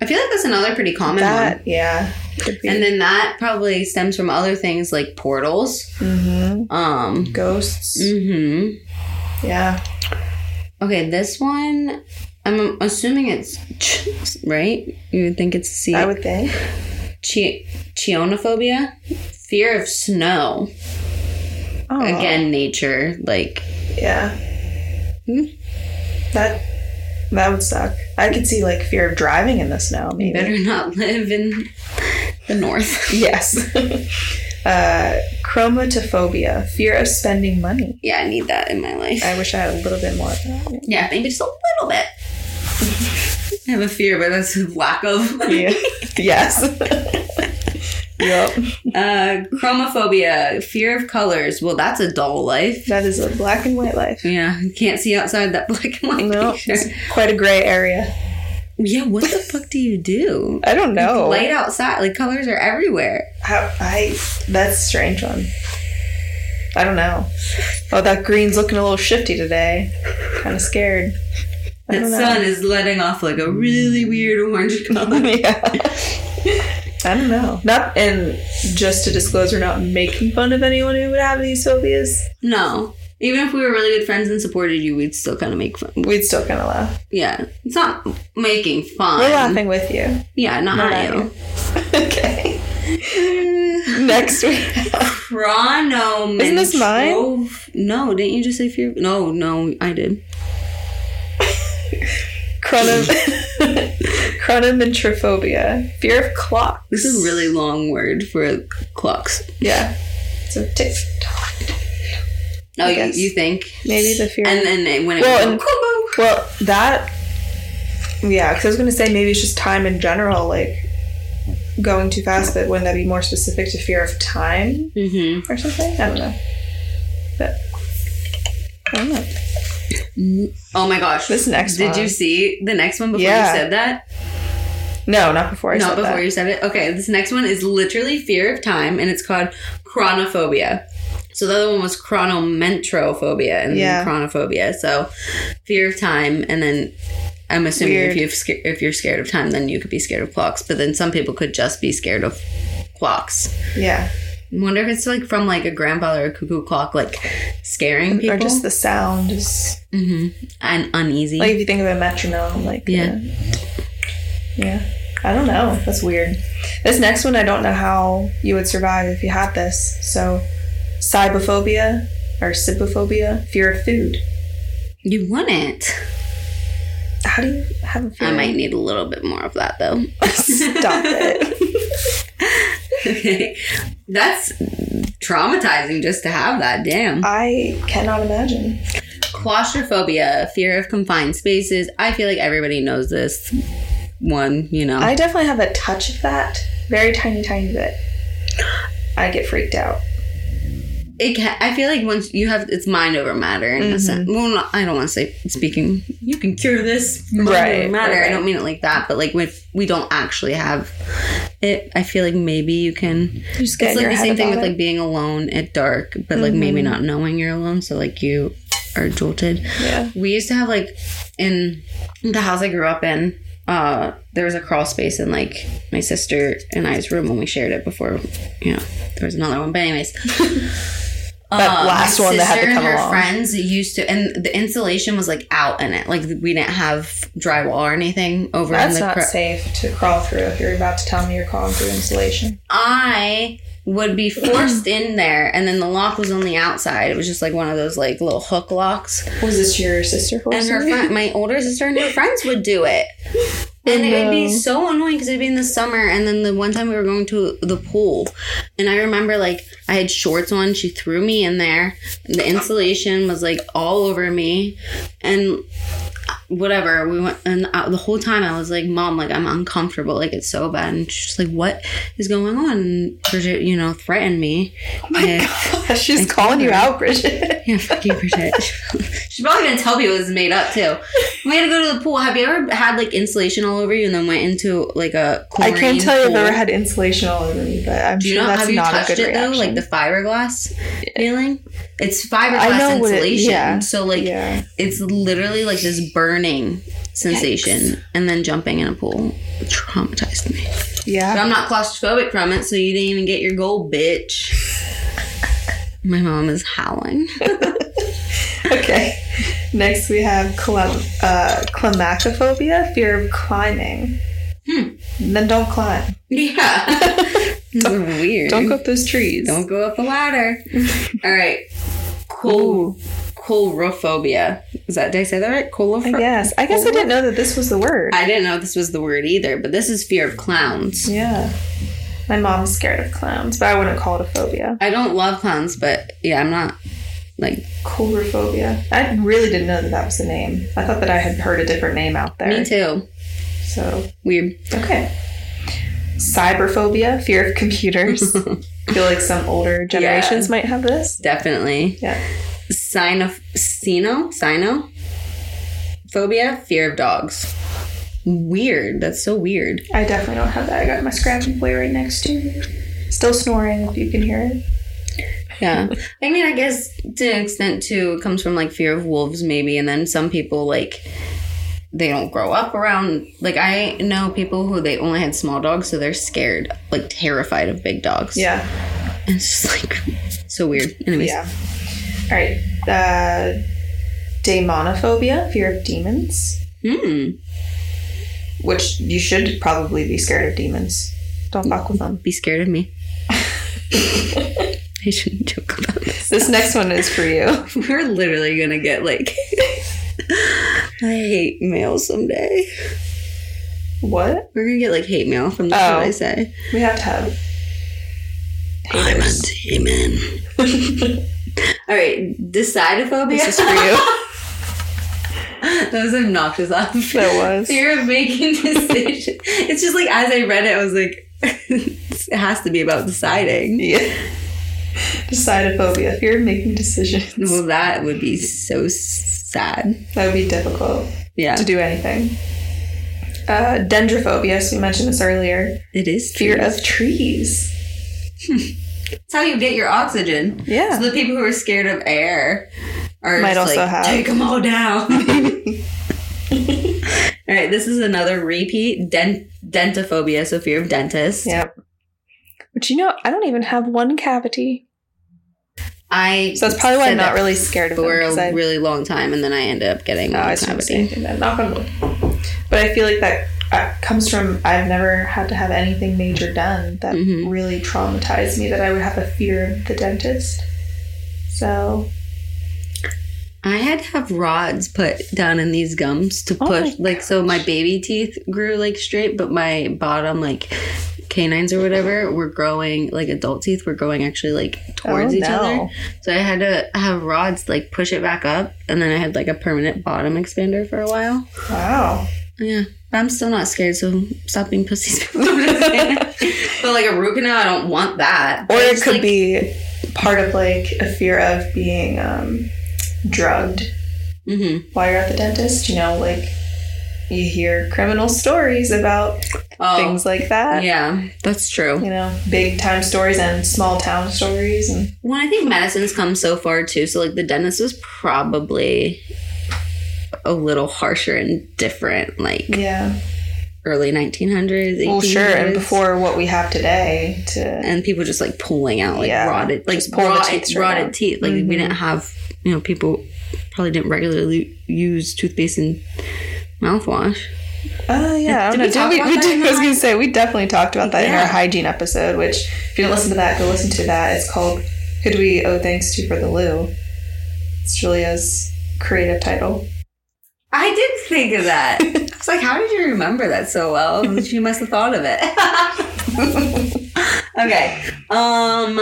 [SPEAKER 2] I feel like that's another pretty common one.
[SPEAKER 1] That yeah. Could
[SPEAKER 2] Mm-hmm.
[SPEAKER 1] be.
[SPEAKER 2] And then that probably stems from other things like portals.
[SPEAKER 1] Mhm.
[SPEAKER 2] Um,
[SPEAKER 1] ghosts.
[SPEAKER 2] hmm
[SPEAKER 1] Yeah.
[SPEAKER 2] Okay, this one, I'm assuming it's ch- right. You would think it's C.
[SPEAKER 1] I would think.
[SPEAKER 2] Chi- chionophobia, fear of snow.
[SPEAKER 1] Oh,
[SPEAKER 2] Again, nature. Like,
[SPEAKER 1] Yeah.
[SPEAKER 2] Hmm?
[SPEAKER 1] That that would suck. I could see like fear of driving in the snow,
[SPEAKER 2] you
[SPEAKER 1] maybe.
[SPEAKER 2] better not live in the north.
[SPEAKER 1] Yes. uh, chromatophobia, fear of spending money.
[SPEAKER 2] yeah, I need that in my life.
[SPEAKER 1] I wish I had a little bit more of that.
[SPEAKER 2] Yeah, maybe just a little bit. I have a fear, but that's lack of.
[SPEAKER 1] Yeah. yes. yep.
[SPEAKER 2] Uh, chromophobia, fear of colors. Well, that's a dull life.
[SPEAKER 1] That is a black and white life.
[SPEAKER 2] Yeah, you can't see outside that black and white
[SPEAKER 1] No,
[SPEAKER 2] picture.
[SPEAKER 1] it's quite a gray area.
[SPEAKER 2] Yeah, what the fuck do you do?
[SPEAKER 1] I don't know.
[SPEAKER 2] Light outside, like colors are everywhere.
[SPEAKER 1] How, I that's a strange one. I don't know. Oh, that green's looking a little shifty today. Kind of scared. I
[SPEAKER 2] The
[SPEAKER 1] don't know.
[SPEAKER 2] sun is letting off like a really weird orange color.
[SPEAKER 1] yeah. I don't know. Not and just to disclose, we're not making fun of anyone who would have these phobias.
[SPEAKER 2] no, even if we were really good friends and supported you, we'd still kind of make fun.
[SPEAKER 1] We'd still kind of laugh.
[SPEAKER 2] Yeah, it's not making fun.
[SPEAKER 1] We're laughing with you.
[SPEAKER 2] Yeah, not,
[SPEAKER 1] Not
[SPEAKER 2] at
[SPEAKER 1] at
[SPEAKER 2] you.
[SPEAKER 1] Okay. Next week.
[SPEAKER 2] Chronomen.
[SPEAKER 1] Isn't this mine?
[SPEAKER 2] No, didn't you just say fear? No, no, I did.
[SPEAKER 1] Chronom- chronometrophobia. Fear of clocks.
[SPEAKER 2] This is a really long word for clocks.
[SPEAKER 1] Yeah. So tick tock.
[SPEAKER 2] Oh,
[SPEAKER 1] I
[SPEAKER 2] you,
[SPEAKER 1] guess.
[SPEAKER 2] you think?
[SPEAKER 1] Maybe the fear.
[SPEAKER 2] And then it- when it
[SPEAKER 1] Well,
[SPEAKER 2] went,
[SPEAKER 1] and- well, that. Yeah, because I was going to say maybe it's just time in general, like going too fast, but wouldn't that be more specific to fear of time?
[SPEAKER 2] Mhm.
[SPEAKER 1] or something. I don't know. But I don't know.
[SPEAKER 2] Oh my gosh.
[SPEAKER 1] This next
[SPEAKER 2] Did
[SPEAKER 1] one.
[SPEAKER 2] you see the next one before
[SPEAKER 1] Yeah.
[SPEAKER 2] you said that?
[SPEAKER 1] No, not before I
[SPEAKER 2] Not
[SPEAKER 1] said
[SPEAKER 2] before
[SPEAKER 1] that.
[SPEAKER 2] you said it. Okay, this next one is literally fear of time, and it's called chronophobia. So the other one was chronometrophobia and
[SPEAKER 1] Yeah.
[SPEAKER 2] then chronophobia. So fear of time, and then I'm assuming if
[SPEAKER 1] Weird.
[SPEAKER 2] you've sca- if you're scared of time, then you could be scared of clocks. But then some people could just be scared of clocks.
[SPEAKER 1] yeah,
[SPEAKER 2] I wonder if it's like from like a grandfather or a cuckoo clock, like scaring people
[SPEAKER 1] or just the sound is
[SPEAKER 2] hmm and uneasy.
[SPEAKER 1] like if you think of a metronome, like uh,
[SPEAKER 2] Yeah.
[SPEAKER 1] yeah. I don't know. That's weird. This next one, I don't know how you would survive if you had this. So, cybophobia or cybophobia, fear of food.
[SPEAKER 2] you wouldn't.
[SPEAKER 1] How do you have a fear?
[SPEAKER 2] I might need a little bit more of that though.
[SPEAKER 1] stop it.
[SPEAKER 2] okay. That's traumatizing just to have that.
[SPEAKER 1] Uh,
[SPEAKER 2] Damn.
[SPEAKER 1] I cannot imagine.
[SPEAKER 2] Claustrophobia, fear of confined spaces. I feel like everybody knows this one, you know.
[SPEAKER 1] I definitely have a touch of that. Very tiny, tiny bit. I get freaked out.
[SPEAKER 2] it ca I feel like once you have it's mind over matter in
[SPEAKER 1] Mm-hmm.
[SPEAKER 2] a sense. Well, not, I don't want to say speaking. You can cure this mind
[SPEAKER 1] Right,
[SPEAKER 2] over matter.
[SPEAKER 1] right,
[SPEAKER 2] I don't mean it like that, but like if we don't actually have it, I feel like maybe you can.
[SPEAKER 1] You just get
[SPEAKER 2] it's like
[SPEAKER 1] in your
[SPEAKER 2] the
[SPEAKER 1] head
[SPEAKER 2] same thing
[SPEAKER 1] about
[SPEAKER 2] with
[SPEAKER 1] it. Mm-hmm.
[SPEAKER 2] like being alone at dark, but like maybe not knowing you're alone. So like you are jolted.
[SPEAKER 1] Yeah.
[SPEAKER 2] We used to have like in the house I grew up in. Uh, there was a crawl space in like my sister and I's room when we shared it before. You know, there was another one, but anyways,
[SPEAKER 1] That
[SPEAKER 2] uh,
[SPEAKER 1] last
[SPEAKER 2] my
[SPEAKER 1] one that had
[SPEAKER 2] sister
[SPEAKER 1] to come
[SPEAKER 2] and her
[SPEAKER 1] along.
[SPEAKER 2] friends used to, and the insulation was like out in it. Like we didn't have drywall or anything over
[SPEAKER 1] That's
[SPEAKER 2] in the.
[SPEAKER 1] not
[SPEAKER 2] cra-
[SPEAKER 1] safe to crawl through if you're about to tell me you're crawling through insulation.
[SPEAKER 2] I would be forced in there, and then the lock was on the outside. It was just like one of those like little hook locks.
[SPEAKER 1] Was this your sister
[SPEAKER 2] and
[SPEAKER 1] horse?
[SPEAKER 2] her friend, my older sister and her friends would do it. And it would be
[SPEAKER 1] no.
[SPEAKER 2] so annoying because it'd be in the summer. And then the one time we were going to the pool, and I remember like I had shorts on. She threw me in there. The insulation was like all over me, and whatever we went and I, the whole time i was like mom like i'm uncomfortable like it's so bad and she's like what is going on and bridget you know threatened me
[SPEAKER 1] Oh my
[SPEAKER 2] If-
[SPEAKER 1] gosh, she's
[SPEAKER 2] if-
[SPEAKER 1] calling you out, Bridget.
[SPEAKER 2] yeah fuck you bridget she's probably gonna tell me it was made up too we had to go to the pool have you ever had like insulation all over you and then went into like a
[SPEAKER 1] I
[SPEAKER 2] chlorine
[SPEAKER 1] can't tell you I've
[SPEAKER 2] pool?
[SPEAKER 1] ever had insulation all over me, but I'm
[SPEAKER 2] do you
[SPEAKER 1] sure
[SPEAKER 2] know
[SPEAKER 1] that's
[SPEAKER 2] have you
[SPEAKER 1] not a
[SPEAKER 2] touched
[SPEAKER 1] good
[SPEAKER 2] it
[SPEAKER 1] reaction.
[SPEAKER 2] though like the fiberglass feeling it's
[SPEAKER 1] I know
[SPEAKER 2] fiberglass
[SPEAKER 1] what it-
[SPEAKER 2] insulation
[SPEAKER 1] yeah.
[SPEAKER 2] so like
[SPEAKER 1] yeah.
[SPEAKER 2] it's literally like this burning sensation and then jumping in a pool traumatized me but
[SPEAKER 1] Yeah.
[SPEAKER 2] i'm not claustrophobic from it so you didn't even get your goal bitch my mom is howling
[SPEAKER 1] Okay. Next we have clim- uh, climacophobia, fear of climbing.
[SPEAKER 2] Hmm.
[SPEAKER 1] Then don't climb.
[SPEAKER 2] yeah This is weird
[SPEAKER 1] Don't go up those trees.
[SPEAKER 2] Don't go up the ladder all right cool coulrophobia is that did i say that right
[SPEAKER 1] I
[SPEAKER 2] coulrophobia
[SPEAKER 1] guess. I guess I didn't know that this was the word.
[SPEAKER 2] I didn't know this was the word either, but this is fear of clowns.
[SPEAKER 1] yeah. My mom's scared of clowns, but I wouldn't call it a phobia.
[SPEAKER 2] I don't love clowns, but yeah, I'm not like
[SPEAKER 1] Coulrophobia. I really didn't know that that was the name. I thought that I had heard a different name out there.
[SPEAKER 2] me too.
[SPEAKER 1] So
[SPEAKER 2] Weird.
[SPEAKER 1] okay. Cyberphobia, fear of computers. I feel like some older generations might have this.
[SPEAKER 2] Definitely.
[SPEAKER 1] Yeah.
[SPEAKER 2] Sino sino sino phobia, fear of dogs. Weird. That's so weird.
[SPEAKER 1] I definitely don't have that. I got my scratching boy right next to me. Still snoring if you can hear it.
[SPEAKER 2] Yeah. I mean, I guess to an extent too, it comes from like fear of wolves, maybe, and then some people like they don't grow up around. Like I know people who they only had small dogs, so they're scared, like terrified of big dogs.
[SPEAKER 1] Yeah.
[SPEAKER 2] And it's just like so weird. Anyways,
[SPEAKER 1] Yeah. All right. Uh, demonophobia, fear of demons,
[SPEAKER 2] Hmm.
[SPEAKER 1] which you should probably be scared of demons. Don't fuck with them.
[SPEAKER 2] be scared of me. I shouldn't joke about this.
[SPEAKER 1] This next one is for you.
[SPEAKER 2] We're literally gonna get like. I hate mail someday.
[SPEAKER 1] What?
[SPEAKER 2] We're gonna get like hate mail from the oh.
[SPEAKER 1] Oh.
[SPEAKER 2] I say.
[SPEAKER 1] We have to have.
[SPEAKER 2] I'm a
[SPEAKER 1] haters.
[SPEAKER 2] demon. All right, decidophobia.
[SPEAKER 1] This is for you.
[SPEAKER 2] that was an obnoxious laugh.
[SPEAKER 1] That was.
[SPEAKER 2] Fear of making decisions. it's just like as I read it, I was like, it has to be about deciding.
[SPEAKER 1] Yeah. Decidophobia, fear of making decisions.
[SPEAKER 2] Well, that would be so sad.
[SPEAKER 1] That would be difficult
[SPEAKER 2] Yeah,
[SPEAKER 1] to do anything. Uh, dendrophobia, so we mentioned this earlier.
[SPEAKER 2] it is
[SPEAKER 1] Fear of trees.
[SPEAKER 2] It's how you get your oxygen.
[SPEAKER 1] Yeah.
[SPEAKER 2] So the people who are scared of air are
[SPEAKER 1] Might
[SPEAKER 2] just
[SPEAKER 1] also
[SPEAKER 2] like,
[SPEAKER 1] have-
[SPEAKER 2] take them all down. all right, this is another repeat dent- dentophobia, so fear of dentists.
[SPEAKER 1] Yep. But you know, I don't even have one cavity.
[SPEAKER 2] I
[SPEAKER 1] So that's probably why I'm
[SPEAKER 2] said
[SPEAKER 1] not
[SPEAKER 2] that
[SPEAKER 1] really scared of them.
[SPEAKER 2] for
[SPEAKER 1] 'cause I,
[SPEAKER 2] a really long time, and then I ended up getting
[SPEAKER 1] no,
[SPEAKER 2] one
[SPEAKER 1] I shouldn't say
[SPEAKER 2] cavity.
[SPEAKER 1] anything then. Knock on wood. But I feel like that uh, comes from I've never had to have anything major done that
[SPEAKER 2] Mhm.
[SPEAKER 1] really traumatized me that I would have a fear of the dentist. So
[SPEAKER 2] I had to have rods put down in these gums to
[SPEAKER 1] Oh my
[SPEAKER 2] push, like, so my baby teeth grew like straight, but my bottom, like, canines or whatever were growing, like, adult teeth were growing actually, like, towards
[SPEAKER 1] Oh,
[SPEAKER 2] each other.
[SPEAKER 1] no.
[SPEAKER 2] So I had to have rods, like, push it back up, and then I had, like, a permanent bottom expander for a while.
[SPEAKER 1] Wow.
[SPEAKER 2] Yeah. But I'm still not scared, so stop being pussies. but, like, a root canal, I don't want that.
[SPEAKER 1] Or
[SPEAKER 2] I
[SPEAKER 1] it
[SPEAKER 2] just,
[SPEAKER 1] could
[SPEAKER 2] like-
[SPEAKER 1] be part of like a fear of being um, drugged
[SPEAKER 2] Mhm.
[SPEAKER 1] while you're at the dentist. You know, like you hear criminal stories about
[SPEAKER 2] Oh,
[SPEAKER 1] things like that.
[SPEAKER 2] yeah, that's true.
[SPEAKER 1] you know, big time stories and small town stories and
[SPEAKER 2] Well, I think medicine's come so far too. So, like, the dentist was probably a little harsher and different, like
[SPEAKER 1] yeah.
[SPEAKER 2] early 1900s.
[SPEAKER 1] Well, sure, and
[SPEAKER 2] 1800s.
[SPEAKER 1] before what we have today to
[SPEAKER 2] And people just like pulling out, like
[SPEAKER 1] Yeah.
[SPEAKER 2] rotted, like
[SPEAKER 1] Just pull the
[SPEAKER 2] rotted,
[SPEAKER 1] teeth straight
[SPEAKER 2] rotted
[SPEAKER 1] out.
[SPEAKER 2] teeth. Like,
[SPEAKER 1] Mhm.
[SPEAKER 2] we didn't have, you know, people probably didn't regularly use toothpaste and mouthwash.
[SPEAKER 1] Oh yeah, I
[SPEAKER 2] Did
[SPEAKER 1] don't
[SPEAKER 2] we
[SPEAKER 1] know.
[SPEAKER 2] talk about
[SPEAKER 1] Did we, we
[SPEAKER 2] that in
[SPEAKER 1] did,
[SPEAKER 2] the
[SPEAKER 1] I was gonna
[SPEAKER 2] hygiene?
[SPEAKER 1] say we definitely talked about that in
[SPEAKER 2] Yeah.
[SPEAKER 1] our hygiene episode, which if you don't listen to that, go listen to that. It's called Who Do We Owe Thanks to for the Lou? It's Julia's creative title.
[SPEAKER 2] I did think of that. I was like, how did you remember that so well? She must have thought of it. okay. Um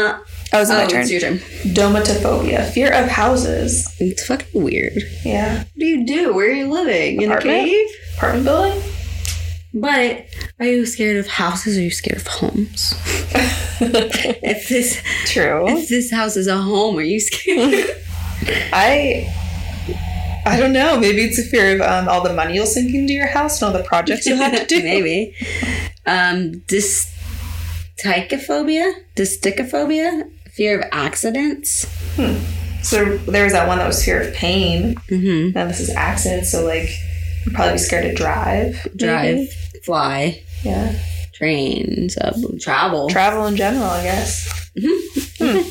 [SPEAKER 1] Oh, it's
[SPEAKER 2] Oh,
[SPEAKER 1] my turn.
[SPEAKER 2] it's your turn.
[SPEAKER 1] Domatophobia, fear of houses.
[SPEAKER 2] It's fucking weird. What
[SPEAKER 1] Yeah.
[SPEAKER 2] do you do? Where are you living? In
[SPEAKER 1] Apartment?
[SPEAKER 2] a cave?
[SPEAKER 1] Apartment building?
[SPEAKER 2] But are you scared of houses or are you scared of homes? if this
[SPEAKER 1] True.
[SPEAKER 2] if this house is a home, are you scared?
[SPEAKER 1] I I don't know. Maybe it's a fear of um, all the money you'll sink into your house and all the projects you'll have to do.
[SPEAKER 2] Maybe. Um dystichophobia? Dystichophobia? Fear of accidents?
[SPEAKER 1] So there was that one that was fear of pain.
[SPEAKER 2] Mm-hmm.
[SPEAKER 1] Now this is accidents, so like you'd probably be scared to drive. maybe.
[SPEAKER 2] Drive, fly,
[SPEAKER 1] Yeah.
[SPEAKER 2] train, sub, uh, travel.
[SPEAKER 1] Travel in general, I guess.
[SPEAKER 2] Mm-hmm.
[SPEAKER 1] Hmm.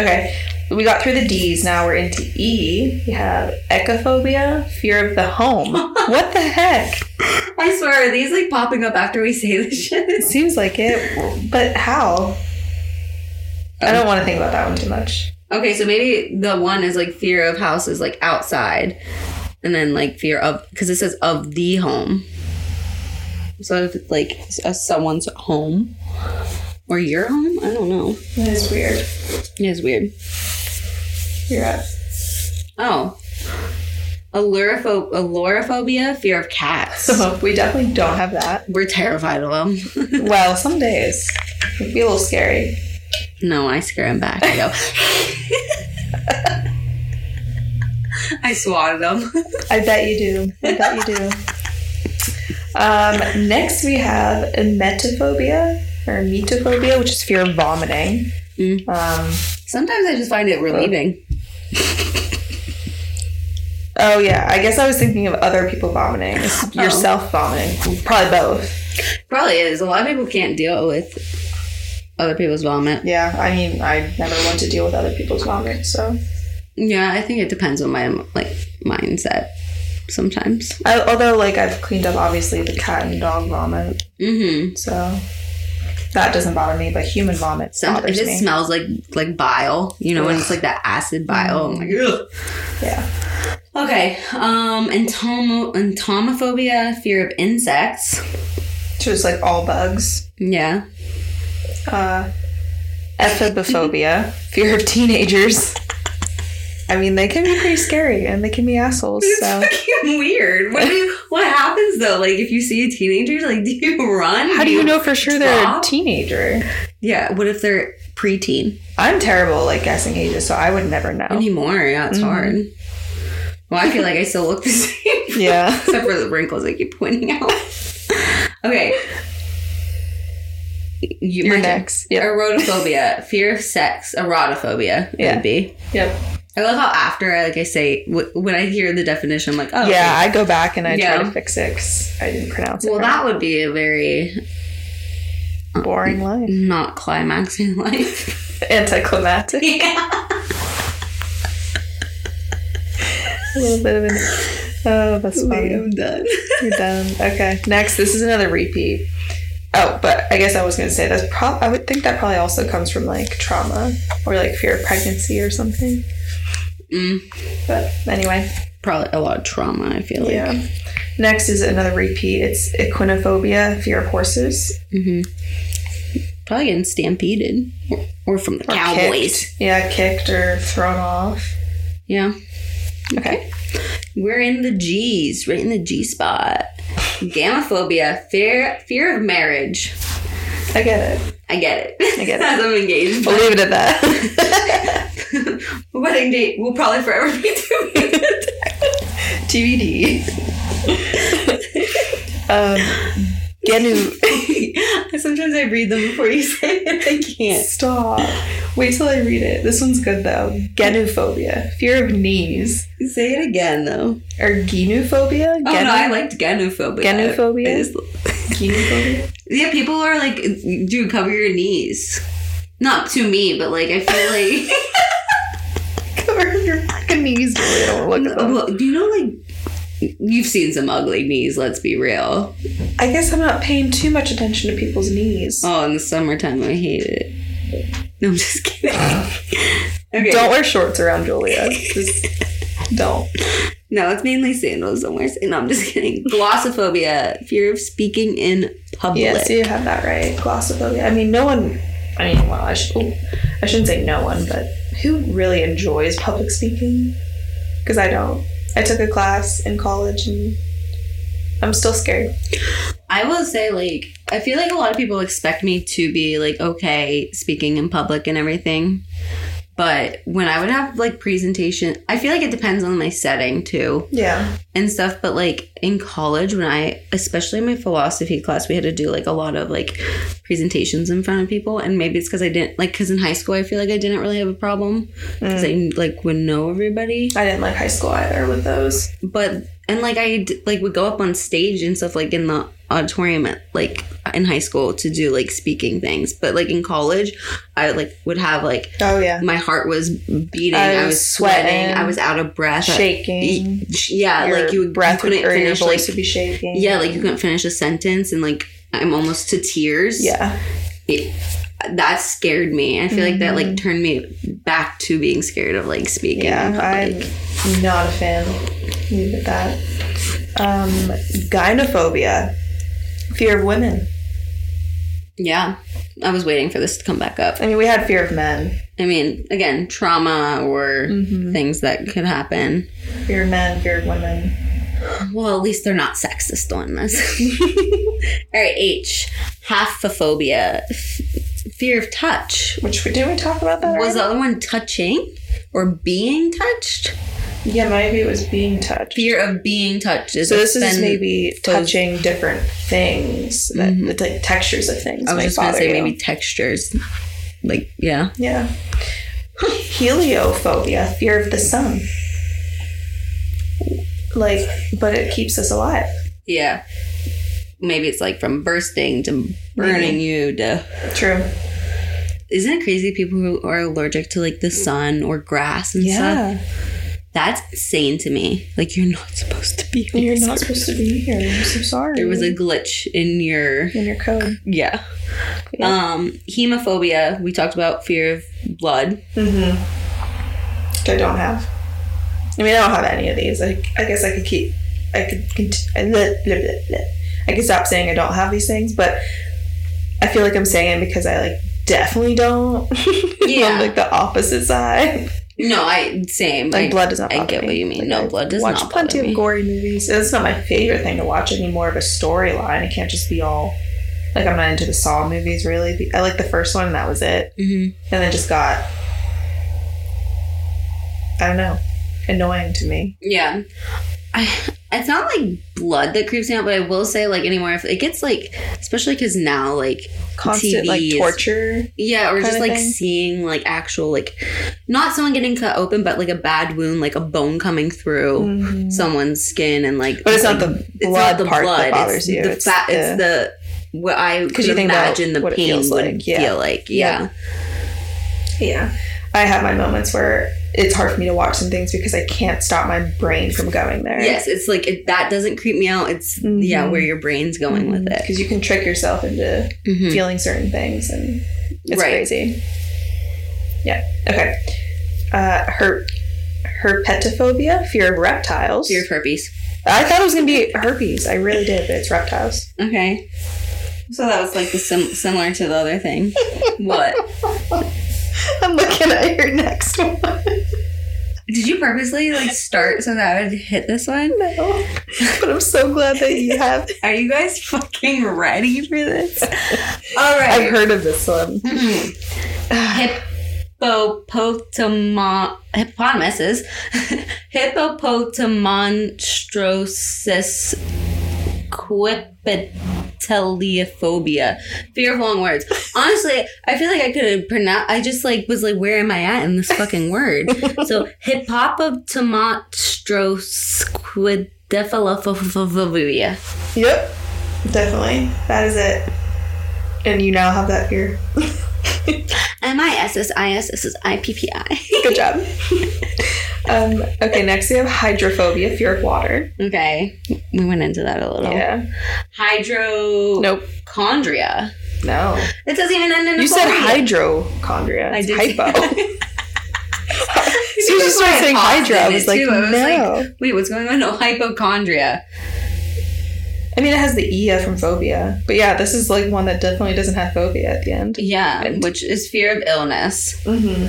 [SPEAKER 1] Okay. We got through the D's. Now we're into E. We have ecophobia, fear of the home. what the heck?
[SPEAKER 2] I swear, are these like popping up after we say this shit?
[SPEAKER 1] It seems like it, but how? I
[SPEAKER 2] Um,
[SPEAKER 1] don't want to think about that one too much.
[SPEAKER 2] Okay, so maybe the one is like fear of houses, like outside, and then like fear of because it says of the home. So if it's like a, someone's home or your home, I don't know.
[SPEAKER 1] It is weird.
[SPEAKER 2] It is weird.
[SPEAKER 1] You're up.
[SPEAKER 2] Oh, Alluropho- allurophobia, fear of cats.
[SPEAKER 1] So we definitely don't have that.
[SPEAKER 2] We're terrified of them.
[SPEAKER 1] Well, some days it'd be a little scary.
[SPEAKER 2] No, I scare him back. I go. I swatted him.
[SPEAKER 1] I bet you do. I bet you do. Um, next we have emetophobia or emetophobia, which is fear of vomiting.
[SPEAKER 2] Mm.
[SPEAKER 1] Um,
[SPEAKER 2] Sometimes I just find it relieving.
[SPEAKER 1] oh yeah, I guess I was thinking of other people vomiting. It's Yourself vomiting, probably both.
[SPEAKER 2] Probably is. A lot of people can't deal with other people's vomit.
[SPEAKER 1] Yeah, I mean, I never want to deal with other people's vomit, so
[SPEAKER 2] Yeah, I think it depends on my like mindset. Sometimes.
[SPEAKER 1] I, although, like, I've cleaned up obviously the cat and dog vomit,
[SPEAKER 2] Mm-hmm.
[SPEAKER 1] so that doesn't bother me. But human vomit
[SPEAKER 2] Sometimes it
[SPEAKER 1] bothers
[SPEAKER 2] just
[SPEAKER 1] me.
[SPEAKER 2] smells like like bile. You know, when it's
[SPEAKER 1] Ugh.
[SPEAKER 2] like that acid bile.
[SPEAKER 1] Mm.
[SPEAKER 2] I'm like, ugh.
[SPEAKER 1] yeah,
[SPEAKER 2] Okay. Um. Entom- entomophobia, fear of insects.
[SPEAKER 1] so it's like all bugs.
[SPEAKER 2] Yeah.
[SPEAKER 1] Uh, ephibophobia, fear of teenagers. I mean, they can be pretty scary and they can be assholes. So
[SPEAKER 2] It's fucking weird. What do you, what happens though? Like if you see a teenager, like do you run?
[SPEAKER 1] how do you know for sure they're a
[SPEAKER 2] Drop?
[SPEAKER 1] teenager?
[SPEAKER 2] Yeah. What if they're preteen
[SPEAKER 1] I'm terrible like guessing ages, so I would never know.
[SPEAKER 2] anymore? Yeah,
[SPEAKER 1] Mm-hmm.
[SPEAKER 2] it's hard. Well, I feel like I still look the same,
[SPEAKER 1] Yeah.
[SPEAKER 2] except for the wrinkles I keep pointing out. okay. You,
[SPEAKER 1] You're
[SPEAKER 2] my turn.
[SPEAKER 1] next. Yep.
[SPEAKER 2] Erotophobia, fear of sex, erotophobia. It
[SPEAKER 1] Yeah.
[SPEAKER 2] would be.
[SPEAKER 1] Yep.
[SPEAKER 2] I love how after I like I say wh- when I hear the definition, I'm like, oh okay.
[SPEAKER 1] Yeah, I go back and I
[SPEAKER 2] Yeah.
[SPEAKER 1] try to fix it. 'cause I didn't pronounce it.
[SPEAKER 2] Well,
[SPEAKER 1] right.
[SPEAKER 2] that would be a very
[SPEAKER 1] boring life.
[SPEAKER 2] not climaxing life.
[SPEAKER 1] Anticlimactic.
[SPEAKER 2] Yeah.
[SPEAKER 1] A little bit of an. Oh, that's funny.
[SPEAKER 2] I'm done.
[SPEAKER 1] You're done. Okay. Next, this is another repeat. Oh, but I guess I was going to say that's prob. I would think that probably also comes from like trauma or like fear of pregnancy or something.
[SPEAKER 2] Mm,
[SPEAKER 1] But anyway,
[SPEAKER 2] probably a lot of trauma, I feel like.
[SPEAKER 1] yeah. Next is another repeat. It's equinophobia, fear of horses.
[SPEAKER 2] hmm Probably getting stampeded or, or from the
[SPEAKER 1] Or
[SPEAKER 2] Cowboys.
[SPEAKER 1] kicked. Yeah, kicked or thrown off.
[SPEAKER 2] Yeah. Mm-hmm.
[SPEAKER 1] Okay.
[SPEAKER 2] We're in the G's, right in the G spot. Gamophobia, fear fear of marriage.
[SPEAKER 1] I get it.
[SPEAKER 2] I get it.
[SPEAKER 1] I get it.
[SPEAKER 2] As I'm engaged.
[SPEAKER 1] We'll leave it at that.
[SPEAKER 2] Wedding date will probably forever be doing
[SPEAKER 1] TBD. um, Genu.
[SPEAKER 2] it. Sometimes I read them before you say it. I can't.
[SPEAKER 1] Stop. Wait till I read it. This one's good though. Genophobia, fear of knees,
[SPEAKER 2] Say it again though.
[SPEAKER 1] or genophobia.
[SPEAKER 2] Oh no, I liked genophobia.
[SPEAKER 1] Genophobia?
[SPEAKER 2] I just-
[SPEAKER 1] genophobia.
[SPEAKER 2] Yeah, people are like, dude, cover your knees. Not to me, but like I feel like
[SPEAKER 1] Cover your fucking knees, Julie. I don't wanna look at them.
[SPEAKER 2] well, you know, like you've seen some ugly knees. Let's be real.
[SPEAKER 1] I guess I'm not paying too much attention to people's knees.
[SPEAKER 2] Oh, in the summertime, I hate it. No, I'm just kidding. okay,
[SPEAKER 1] Don't wear shorts around Julia. Just don't.
[SPEAKER 2] no, it's mainly sandals. Don't wear. No, I'm just kidding. Glossophobia, fear of speaking in public.
[SPEAKER 1] Yes, you have that right. Glossophobia. I mean, no one. I mean, well, I should. ooh. I shouldn't say no one, but who really enjoys public speaking? Because I don't. I took a class in college and I'm still scared.
[SPEAKER 2] I will say, like, I feel like a lot of people expect me to be, like, okay speaking in public and everything. But when I would have, like, presentation, I feel like it depends on my setting too
[SPEAKER 1] Yeah.
[SPEAKER 2] and stuff. But, like, in college, when I, especially in my philosophy class, we had to do, like, a lot of, like, presentations in front of people. And maybe it's because I didn't, like, because in high school, I feel like I didn't really have a problem because I, like, would know everybody
[SPEAKER 1] I didn't like high school either with those.
[SPEAKER 2] but and like I d- like would go up on stage and stuff like in the auditorium at, like in high school to do like speaking things but like in college I like would have like
[SPEAKER 1] Oh, yeah.
[SPEAKER 2] my heart was beating
[SPEAKER 1] I
[SPEAKER 2] I was,
[SPEAKER 1] was
[SPEAKER 2] sweating,
[SPEAKER 1] sweating.
[SPEAKER 2] I was out of breath I-
[SPEAKER 1] Shaking.
[SPEAKER 2] yeah
[SPEAKER 1] Your
[SPEAKER 2] like you,
[SPEAKER 1] breath
[SPEAKER 2] you
[SPEAKER 1] would,
[SPEAKER 2] couldn't
[SPEAKER 1] or your
[SPEAKER 2] finish like
[SPEAKER 1] voice would be shaking.
[SPEAKER 2] yeah like you couldn't finish a sentence and like I'm almost to tears
[SPEAKER 1] Yeah.
[SPEAKER 2] It- that scared me I feel like that like turned me back to being scared of like speaking in
[SPEAKER 1] Mm-hmm. Yeah, I'm
[SPEAKER 2] public.
[SPEAKER 1] not a fan. Leave it at that. Um, gynophobia, fear of women.
[SPEAKER 2] yeah I was waiting for this to come back up
[SPEAKER 1] I mean, we had fear of men,
[SPEAKER 2] I mean, again, trauma or
[SPEAKER 1] Mm-hmm.
[SPEAKER 2] things that could happen.
[SPEAKER 1] fear of men, fear of women.
[SPEAKER 2] Well, at least they're not sexist on this. All right, H, haphophobia, f- fear of touch.
[SPEAKER 1] Which we didn't we talk about that?
[SPEAKER 2] Was
[SPEAKER 1] already?
[SPEAKER 2] the other one touching or being touched?
[SPEAKER 1] yeah, maybe it was being touched.
[SPEAKER 2] Fear of being touched. Is
[SPEAKER 1] So this is
[SPEAKER 2] been-
[SPEAKER 1] maybe
[SPEAKER 2] those-
[SPEAKER 1] touching different things, that, the te- textures of things.
[SPEAKER 2] Mm-hmm. I was
[SPEAKER 1] might
[SPEAKER 2] just gonna
[SPEAKER 1] bother
[SPEAKER 2] say
[SPEAKER 1] you.
[SPEAKER 2] maybe textures. Like yeah,
[SPEAKER 1] Yeah. Heliophobia, fear of the sun. Like, but it keeps us alive.
[SPEAKER 2] yeah. Maybe it's like from bursting to burning you to
[SPEAKER 1] True.
[SPEAKER 2] isn't it crazy people who are allergic to like the sun or grass and stuff? That's insane to me. Like you're not supposed to be.
[SPEAKER 1] You're
[SPEAKER 2] outside.
[SPEAKER 1] not supposed to be here. I'm so sorry.
[SPEAKER 2] There was a glitch in your
[SPEAKER 1] in your code.
[SPEAKER 2] yeah.
[SPEAKER 1] Yeah.
[SPEAKER 2] Um, hemophobia. We talked about fear of blood.
[SPEAKER 1] Mm-hmm. Which I don't have. I mean, I don't have any of these. I, I guess I could keep. I could. Cont- I- blah, blah, blah, blah. I could stop saying I don't have these things, but I feel like I'm saying it because I like definitely don't.
[SPEAKER 2] Yeah.
[SPEAKER 1] I'm like the opposite side.
[SPEAKER 2] No, I same.
[SPEAKER 1] Like
[SPEAKER 2] I-
[SPEAKER 1] blood does not.
[SPEAKER 2] I
[SPEAKER 1] bother
[SPEAKER 2] get
[SPEAKER 1] me.
[SPEAKER 2] what you mean.
[SPEAKER 1] Like,
[SPEAKER 2] no,
[SPEAKER 1] I
[SPEAKER 2] blood does
[SPEAKER 1] watch
[SPEAKER 2] not
[SPEAKER 1] plenty
[SPEAKER 2] bother
[SPEAKER 1] of
[SPEAKER 2] me.
[SPEAKER 1] gory movies. It's not my favorite thing to watch anymore of a storyline. It can't just be all. Like I'm not into the Saw movies really. The- I like the first one. and That was it.
[SPEAKER 2] Mhm.
[SPEAKER 1] and then just got I don't know, annoying to me.
[SPEAKER 2] Yeah. I, it's not like blood that creeps me out, but I will say like anymore if it gets like especially because now like
[SPEAKER 1] Constant like
[SPEAKER 2] TVs.
[SPEAKER 1] torture.
[SPEAKER 2] Yeah, or
[SPEAKER 1] kind
[SPEAKER 2] just
[SPEAKER 1] of
[SPEAKER 2] like
[SPEAKER 1] thing.
[SPEAKER 2] seeing like actual like not someone getting cut open, but like a bad wound, like a bone coming through someone's skin and like.
[SPEAKER 1] Mm. But it's
[SPEAKER 2] like,
[SPEAKER 1] not the blood part that
[SPEAKER 2] it's
[SPEAKER 1] bothers you.
[SPEAKER 2] The
[SPEAKER 1] it's
[SPEAKER 2] fa-
[SPEAKER 1] the-
[SPEAKER 2] it's the what I could
[SPEAKER 1] you think about
[SPEAKER 2] imagine the
[SPEAKER 1] what it
[SPEAKER 2] pain
[SPEAKER 1] feels
[SPEAKER 2] would
[SPEAKER 1] like, yeah.
[SPEAKER 2] feel like.
[SPEAKER 1] Yeah.
[SPEAKER 2] Yeah.
[SPEAKER 1] yeah. I have my moments where it's hard for me to watch some things because I can't stop my brain from going there.
[SPEAKER 2] Yes, it's like it, that doesn't creep me out. It's yeah,
[SPEAKER 1] Mhm.
[SPEAKER 2] where your brain's going with it.
[SPEAKER 1] Because Mm-hmm. you can trick yourself into
[SPEAKER 2] Mhm.
[SPEAKER 1] feeling certain things, and it's
[SPEAKER 2] Right.
[SPEAKER 1] crazy. Yeah. Okay. Uh, her herpetophobia, fear of reptiles.
[SPEAKER 2] Fear of herpes.
[SPEAKER 1] I thought it was gonna be herpes. I really did, but it's reptiles.
[SPEAKER 2] Okay. So that was like the sim- similar to the other thing. what
[SPEAKER 1] I'm looking at your next one.
[SPEAKER 2] did you purposely like start so that I would hit this one?
[SPEAKER 1] No. But I'm so glad that you have.
[SPEAKER 2] Are you guys fucking ready for this? All
[SPEAKER 1] I've
[SPEAKER 2] right.
[SPEAKER 1] heard of this one.
[SPEAKER 2] Hippopotama- hippopotamuses. Hippopotamonstrosis quipiteliophobia. Fear of long words. Honestly, I feel like I could have pronounced. I just like was like, where am I at in this fucking word? so hippopotamonstrosis quipiteliophobia.
[SPEAKER 1] Yep. Definitely. That is it. And you now have that fear.
[SPEAKER 2] M I S S I S S S I P P I.
[SPEAKER 1] Good job. um, okay, next we have hydrophobia, fear of water.
[SPEAKER 2] Okay, we went into that a little.
[SPEAKER 1] Yeah.
[SPEAKER 2] Hydro.
[SPEAKER 1] Nope.
[SPEAKER 2] Chondria.
[SPEAKER 1] No.
[SPEAKER 2] It doesn't even end in a
[SPEAKER 1] You said
[SPEAKER 2] phobia.
[SPEAKER 1] hydrochondria.
[SPEAKER 2] I
[SPEAKER 1] It's
[SPEAKER 2] did.
[SPEAKER 1] hypo.
[SPEAKER 2] So
[SPEAKER 1] you just started saying hydra. I was like,
[SPEAKER 2] I was
[SPEAKER 1] no.
[SPEAKER 2] like, wait, what's going on? No, hypochondria.
[SPEAKER 1] I mean, it has the Ia from phobia, but yeah, this is like one that definitely doesn't have phobia at the end.
[SPEAKER 2] Yeah, which is fear of illness.
[SPEAKER 1] Mm-hmm.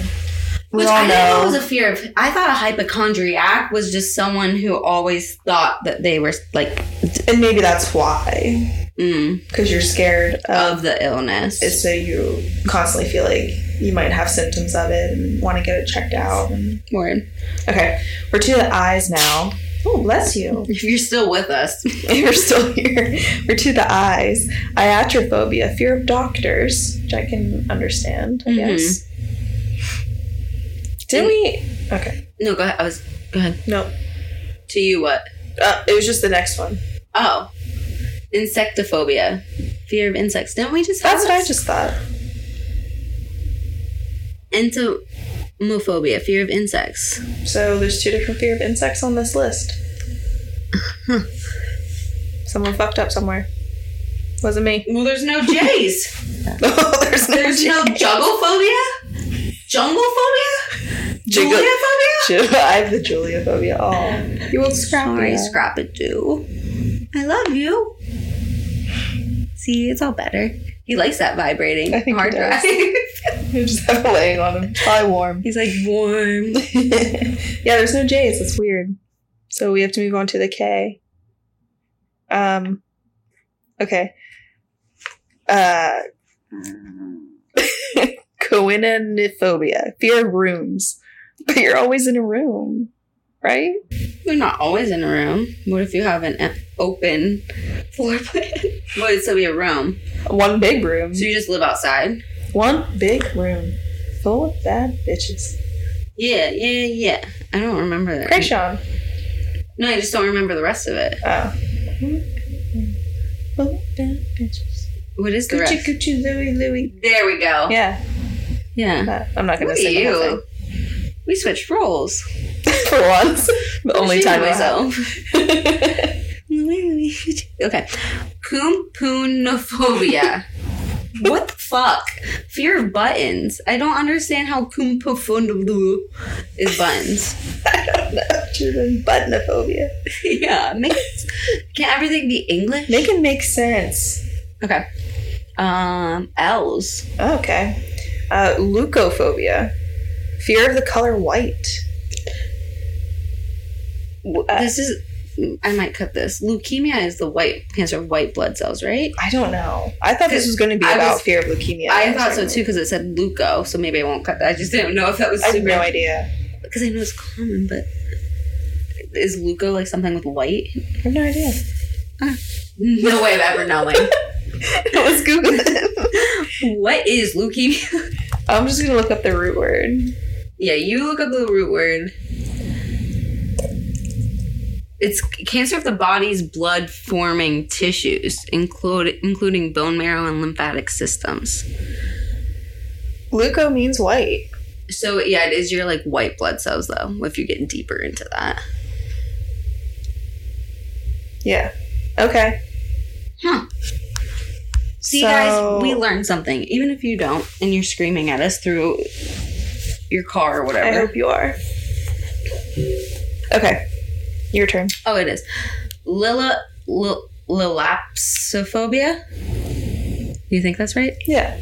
[SPEAKER 1] We
[SPEAKER 2] Which
[SPEAKER 1] all
[SPEAKER 2] I didn't know
[SPEAKER 1] know.
[SPEAKER 2] was a fear of. I thought a hypochondriac was just someone who always thought that they were like
[SPEAKER 1] and maybe that's why,
[SPEAKER 2] mm,
[SPEAKER 1] because you're scared of
[SPEAKER 2] of the illness.
[SPEAKER 1] it, so you constantly feel like you might have symptoms of it and want to get it checked out. And,
[SPEAKER 2] Word.
[SPEAKER 1] okay, we're to the eyes now. Oh, bless you.
[SPEAKER 2] If you're still with us,
[SPEAKER 1] If you're still here, we're to the eyes. Iatrophobia, fear of doctors, which I can understand, I
[SPEAKER 2] Mhm.
[SPEAKER 1] guess. Didn't we? Okay.
[SPEAKER 2] no, go ahead. I was go ahead.
[SPEAKER 1] No.
[SPEAKER 2] To you, what?
[SPEAKER 1] Uh, it was just the next one.
[SPEAKER 2] Oh, insectophobia, fear of insects. Didn't we just?
[SPEAKER 1] That's what I just thought.
[SPEAKER 2] Entomophobia, fear of insects.
[SPEAKER 1] So there's two different fear of insects on this list. Someone fucked up somewhere. Wasn't me.
[SPEAKER 2] Well, there's no J's.
[SPEAKER 1] Oh, there's no,
[SPEAKER 2] there's no
[SPEAKER 1] J.
[SPEAKER 2] jugglephobia, junglephobia,
[SPEAKER 1] Jiggle-
[SPEAKER 2] Juliaphobia?
[SPEAKER 1] I have the Julia phobia. Oh, you old
[SPEAKER 2] Sorry,
[SPEAKER 1] scrappy.
[SPEAKER 2] Scrap it do. I love you. See, it's all better. He likes that vibrating
[SPEAKER 1] I think he
[SPEAKER 2] hard
[SPEAKER 1] does.
[SPEAKER 2] drive.
[SPEAKER 1] You just have a laying on him. Probably warm.
[SPEAKER 2] He's like warm.
[SPEAKER 1] yeah, there's no J's. That's weird. So we have to move on to the K. Um, okay. Uh, coinophobia, fear of rooms. But you're always in a room, right?
[SPEAKER 2] We're not always in a room. What if you have an e- open floor plan? What would still be a room?
[SPEAKER 1] One big room.
[SPEAKER 2] So you just live outside?
[SPEAKER 1] One big room full of bad bitches.
[SPEAKER 2] Yeah, yeah, yeah. I don't remember that.
[SPEAKER 1] Krayshawn.
[SPEAKER 2] No, I just don't remember the rest of it.
[SPEAKER 1] Oh. Full of bad bitches.
[SPEAKER 2] What is the
[SPEAKER 1] Gucci,
[SPEAKER 2] rest?
[SPEAKER 1] Gucci, Louie, Louie.
[SPEAKER 2] There we go. Yeah.
[SPEAKER 1] Yeah, that- I'm not
[SPEAKER 2] Look
[SPEAKER 1] gonna
[SPEAKER 2] at
[SPEAKER 1] sing the whole
[SPEAKER 2] you. We switched roles.
[SPEAKER 1] thing. for once. The only
[SPEAKER 2] Shame
[SPEAKER 1] time
[SPEAKER 2] on
[SPEAKER 1] I have.
[SPEAKER 2] okay. Kumpunophobia. what the fuck? Fear of buttons. I don't understand how kumpunophobia is buttons.
[SPEAKER 1] Children, buttnophobia.
[SPEAKER 2] yeah. Make, can everything be English?
[SPEAKER 1] Make it make sense.
[SPEAKER 2] Okay. Um, L's.
[SPEAKER 1] Okay. Uh, leukophobia, fear of the color white.
[SPEAKER 2] W-
[SPEAKER 1] Uh,
[SPEAKER 2] this is. I might cut this. Leukemia is the white cancer of white blood cells, right?
[SPEAKER 1] I don't know. I thought this was going to be
[SPEAKER 2] I
[SPEAKER 1] about
[SPEAKER 2] was-
[SPEAKER 1] fear of leukemia.
[SPEAKER 2] I thought so too because it said leuco, so maybe I won't cut that. I just didn't know if that was
[SPEAKER 1] I have
[SPEAKER 2] super
[SPEAKER 1] no idea.
[SPEAKER 2] because I know it's common, but is Luca like something with white?
[SPEAKER 1] I have no idea.
[SPEAKER 2] No way of ever knowing.
[SPEAKER 1] Let's Google it.
[SPEAKER 2] what is leukemia?
[SPEAKER 1] I'm just going to look up the root word.
[SPEAKER 2] Yeah, you look up the root word. It's cancer of the body's blood forming tissues, include, including bone marrow and lymphatic systems.
[SPEAKER 1] Leuco means white.
[SPEAKER 2] So, yeah, it is your like white blood cells, though, if you get deeper into that.
[SPEAKER 1] Yeah. Okay.
[SPEAKER 2] Huh. See,
[SPEAKER 1] So-
[SPEAKER 2] guys, we learned something. Even if you don't, and you're screaming at us through your car or
[SPEAKER 1] I
[SPEAKER 2] whatever.
[SPEAKER 1] hope you are. Okay. Your turn.
[SPEAKER 2] oh, it is. Lila, lil, lilapsophobia? Do you think that's right?
[SPEAKER 1] Yeah.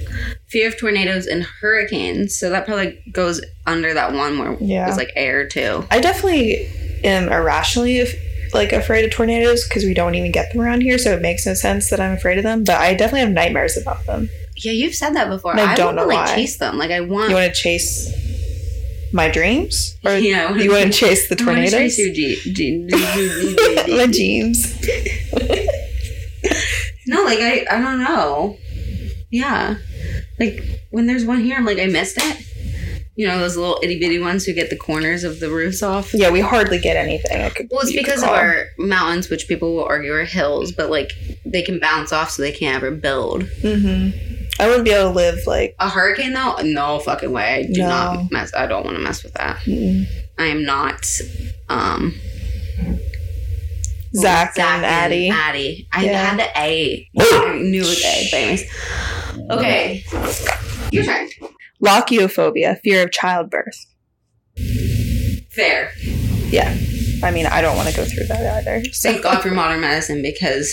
[SPEAKER 2] Fear of tornadoes and hurricanes. So that probably goes under that one where
[SPEAKER 1] Yeah.
[SPEAKER 2] it was like air too.
[SPEAKER 1] I definitely am irrationally af- like afraid of tornadoes because we don't even get them around here, so it makes no sense that I'm afraid of them. But I definitely have nightmares about them.
[SPEAKER 2] Yeah, you've said that before.
[SPEAKER 1] And I don't
[SPEAKER 2] wanna,
[SPEAKER 1] know
[SPEAKER 2] like
[SPEAKER 1] why.
[SPEAKER 2] chase them. Like I want.
[SPEAKER 1] You want to chase my dreams, or
[SPEAKER 2] Yeah, I wanna-
[SPEAKER 1] you want to chase the
[SPEAKER 2] I wanna chase
[SPEAKER 1] tornadoes?
[SPEAKER 2] your G- G- G- G- G-
[SPEAKER 1] my dreams.
[SPEAKER 2] No, like I, I don't know. Yeah, like when there's one here, I'm like I missed it. You know those little itty bitty ones who get the corners of the roofs off.
[SPEAKER 1] Yeah, we hardly get anything. I could,
[SPEAKER 2] Well, it's
[SPEAKER 1] you could
[SPEAKER 2] because of
[SPEAKER 1] call.
[SPEAKER 2] our mountains, which people will argue are hills, but like they can bounce off, so they can't ever build.
[SPEAKER 1] Mhm. I wouldn't be able to live like.
[SPEAKER 2] A hurricane, though, no fucking way. I do
[SPEAKER 1] No.
[SPEAKER 2] not mess. I don't want to mess with that.
[SPEAKER 1] mm-mm.
[SPEAKER 2] I am not. um
[SPEAKER 1] Zach and Addie.
[SPEAKER 2] Addie. I
[SPEAKER 1] Yeah.
[SPEAKER 2] had the A. I knew it was A. But anyways. Okay. Your turn.
[SPEAKER 1] Lachiophobia, fear of childbirth.
[SPEAKER 2] Fair.
[SPEAKER 1] Yeah. I mean, I don't want to go through that either. So
[SPEAKER 2] Thank God for modern medicine because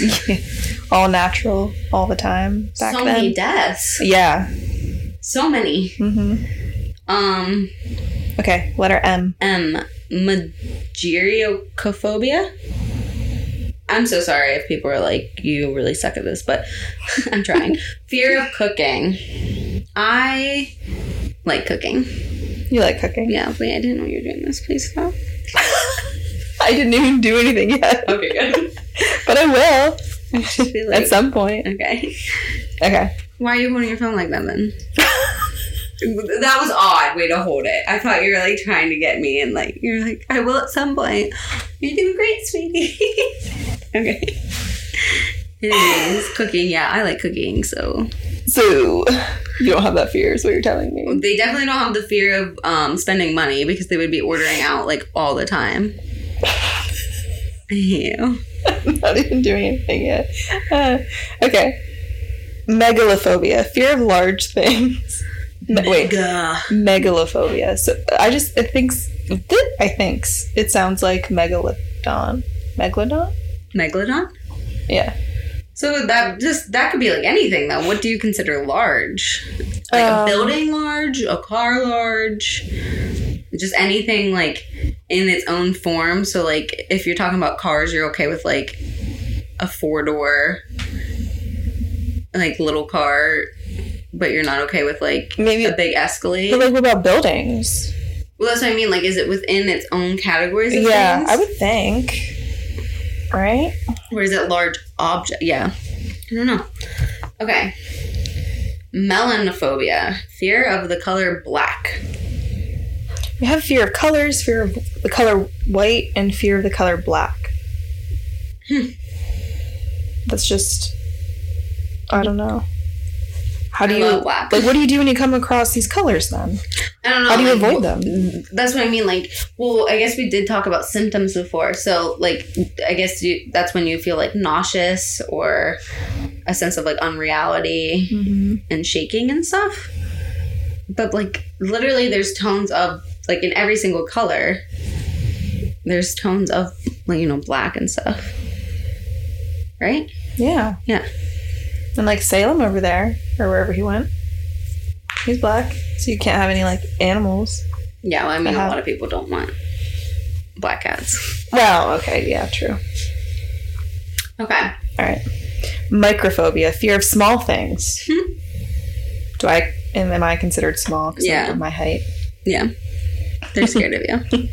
[SPEAKER 1] all natural all the time back
[SPEAKER 2] so
[SPEAKER 1] then.
[SPEAKER 2] many deaths.
[SPEAKER 1] yeah.
[SPEAKER 2] So many.
[SPEAKER 1] hmm
[SPEAKER 2] Um,
[SPEAKER 1] Okay. Letter M.
[SPEAKER 2] um, mageriocophobia. I'm so sorry if people are like, you really suck at this, but I'm trying. Fear of cooking. I like cooking.
[SPEAKER 1] You like cooking?
[SPEAKER 2] Yeah, wait, I didn't know you were doing this. Please stop.
[SPEAKER 1] I didn't even do anything yet,
[SPEAKER 2] Okay, good.
[SPEAKER 1] but I will
[SPEAKER 2] I just feel
[SPEAKER 1] at
[SPEAKER 2] like,
[SPEAKER 1] some point.
[SPEAKER 2] okay.
[SPEAKER 1] Okay.
[SPEAKER 2] Why are you holding your phone like that then? that was odd way to hold it. I thought you were like trying to get me and like you're like, I will at some point. You're doing great, sweetie. okay. Anyways, cooking, yeah, I like cooking, so
[SPEAKER 1] So you don't have that fear, is what you're telling me.
[SPEAKER 2] they definitely don't have the fear of um, spending money because they would be ordering out like all the time. I hate you.
[SPEAKER 1] I'm not even doing anything yet. Uh, okay. Megalophobia, fear of large things. Me- wait,
[SPEAKER 2] Gah.
[SPEAKER 1] megalophobia. So I just it thinks I thinks it sounds like megalodon. Megalodon?
[SPEAKER 2] Megalodon?
[SPEAKER 1] Yeah.
[SPEAKER 2] So that just that could be like anything though. What do you consider large? Like
[SPEAKER 1] Um,
[SPEAKER 2] a building large, a car large, just anything like in its own form. So like if you're talking about cars, you're okay with like a four door like little car, but you're not okay with like
[SPEAKER 1] Maybe-
[SPEAKER 2] a big Escalade.
[SPEAKER 1] But like what about buildings?
[SPEAKER 2] well, that's what I mean. Like, is it within its own categories? Of
[SPEAKER 1] Yeah,
[SPEAKER 2] things?
[SPEAKER 1] I would think. Right?
[SPEAKER 2] Or is it large object? Yeah. I don't know. Okay. Melanophobia. Fear of the color black.
[SPEAKER 1] You have fear of colors, fear of the color white, and fear of the color black.
[SPEAKER 2] Hmm.
[SPEAKER 1] That's just. I don't know. How do
[SPEAKER 2] I
[SPEAKER 1] you
[SPEAKER 2] love black.
[SPEAKER 1] like? What do you do when you come across these colors? Then
[SPEAKER 2] I don't know.
[SPEAKER 1] how do you
[SPEAKER 2] like,
[SPEAKER 1] avoid
[SPEAKER 2] wh-
[SPEAKER 1] them?
[SPEAKER 2] That's what I mean. Like, well, I guess we did talk about symptoms before. So, like, I guess you, that's when you feel like nauseous or a sense of like unreality
[SPEAKER 1] Mm-hmm.
[SPEAKER 2] and shaking and stuff. But, like, literally, there's tones of, like, in every single color, there's tones of, like, you know, black and stuff. Right?
[SPEAKER 1] Yeah.
[SPEAKER 2] Yeah.
[SPEAKER 1] And like Salem over there, or wherever he went, he's black, so you can't have any like animals.
[SPEAKER 2] Yeah, well, I mean,
[SPEAKER 1] Uh-huh.
[SPEAKER 2] a lot of people don't want black cats.
[SPEAKER 1] Well, okay, yeah, true.
[SPEAKER 2] Okay.
[SPEAKER 1] All right. Microphobia, fear of small things.
[SPEAKER 2] Hmm.
[SPEAKER 1] Do I and am I considered small because
[SPEAKER 2] Yeah.
[SPEAKER 1] of my height?
[SPEAKER 2] Yeah. They're scared of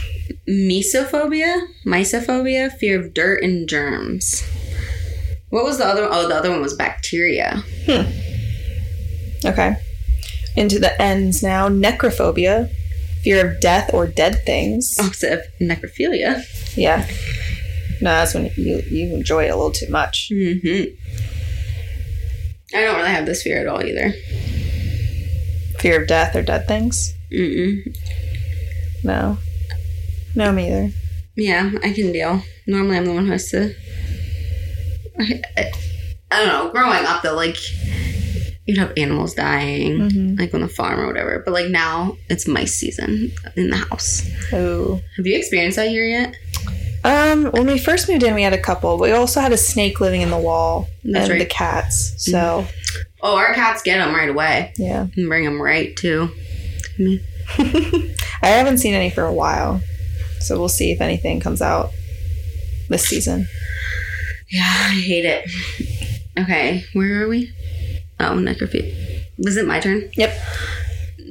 [SPEAKER 2] you. Mesophobia, mysophobia, fear of dirt and germs. What was the other Oh, the other one was bacteria.
[SPEAKER 1] Okay. Into the ends now. Necrophobia, fear of death or dead things.
[SPEAKER 2] Opposite of necrophilia.
[SPEAKER 1] Yeah. No, that's when you you enjoy it a little too much.
[SPEAKER 2] Mm-hmm. I don't really have this fear at all either.
[SPEAKER 1] Fear of death or dead things.
[SPEAKER 2] Mm-mm.
[SPEAKER 1] No. No, me either.
[SPEAKER 2] Yeah, I can deal. Normally I'm the one who has to. I, I, I don't know. Growing up, though, like, you'd have animals dying.
[SPEAKER 1] Mm-hmm.
[SPEAKER 2] like on the farm or whatever. But like now, it's mice season in the house.
[SPEAKER 1] Oh.
[SPEAKER 2] Have you experienced that here yet?
[SPEAKER 1] Um, when we first moved in, we had a couple. We also had a snake living in the wall
[SPEAKER 2] That's
[SPEAKER 1] and
[SPEAKER 2] right.
[SPEAKER 1] the cats. So
[SPEAKER 2] Oh, our cats get them right away
[SPEAKER 1] yeah,
[SPEAKER 2] and bring them right to.
[SPEAKER 1] I haven't seen any for a while. So we'll see if anything comes out this season.
[SPEAKER 2] Yeah, I hate it. Okay, where are we? Oh, necrophilia. Was it my turn?
[SPEAKER 1] Yep.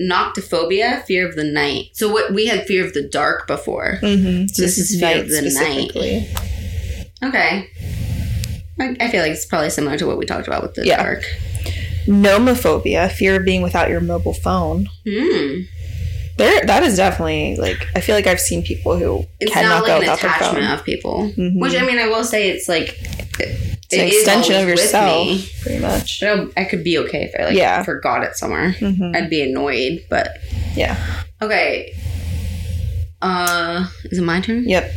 [SPEAKER 2] Noctophobia, fear of the night. So what we had fear of the dark before.
[SPEAKER 1] Mm-hmm. So
[SPEAKER 2] This is fear of the night. Okay. I I feel like it's probably similar to what we talked about with the
[SPEAKER 1] Yeah.
[SPEAKER 2] dark.
[SPEAKER 1] Nomophobia, fear of being without your mobile phone.
[SPEAKER 2] Hmm.
[SPEAKER 1] There, that is definitely like I feel like I've seen people who
[SPEAKER 2] it's
[SPEAKER 1] cannot
[SPEAKER 2] not
[SPEAKER 1] go
[SPEAKER 2] like an
[SPEAKER 1] without their phone.
[SPEAKER 2] attachment of people.
[SPEAKER 1] Mhm.
[SPEAKER 2] Which I mean, I will say it's like
[SPEAKER 1] It's an extension of yourself, pretty much.
[SPEAKER 2] But I'll- I could be okay if I like
[SPEAKER 1] Yeah.
[SPEAKER 2] forgot it somewhere.
[SPEAKER 1] hmm
[SPEAKER 2] I'd be annoyed, but
[SPEAKER 1] Yeah.
[SPEAKER 2] okay. Uh, is it my turn?
[SPEAKER 1] Yep.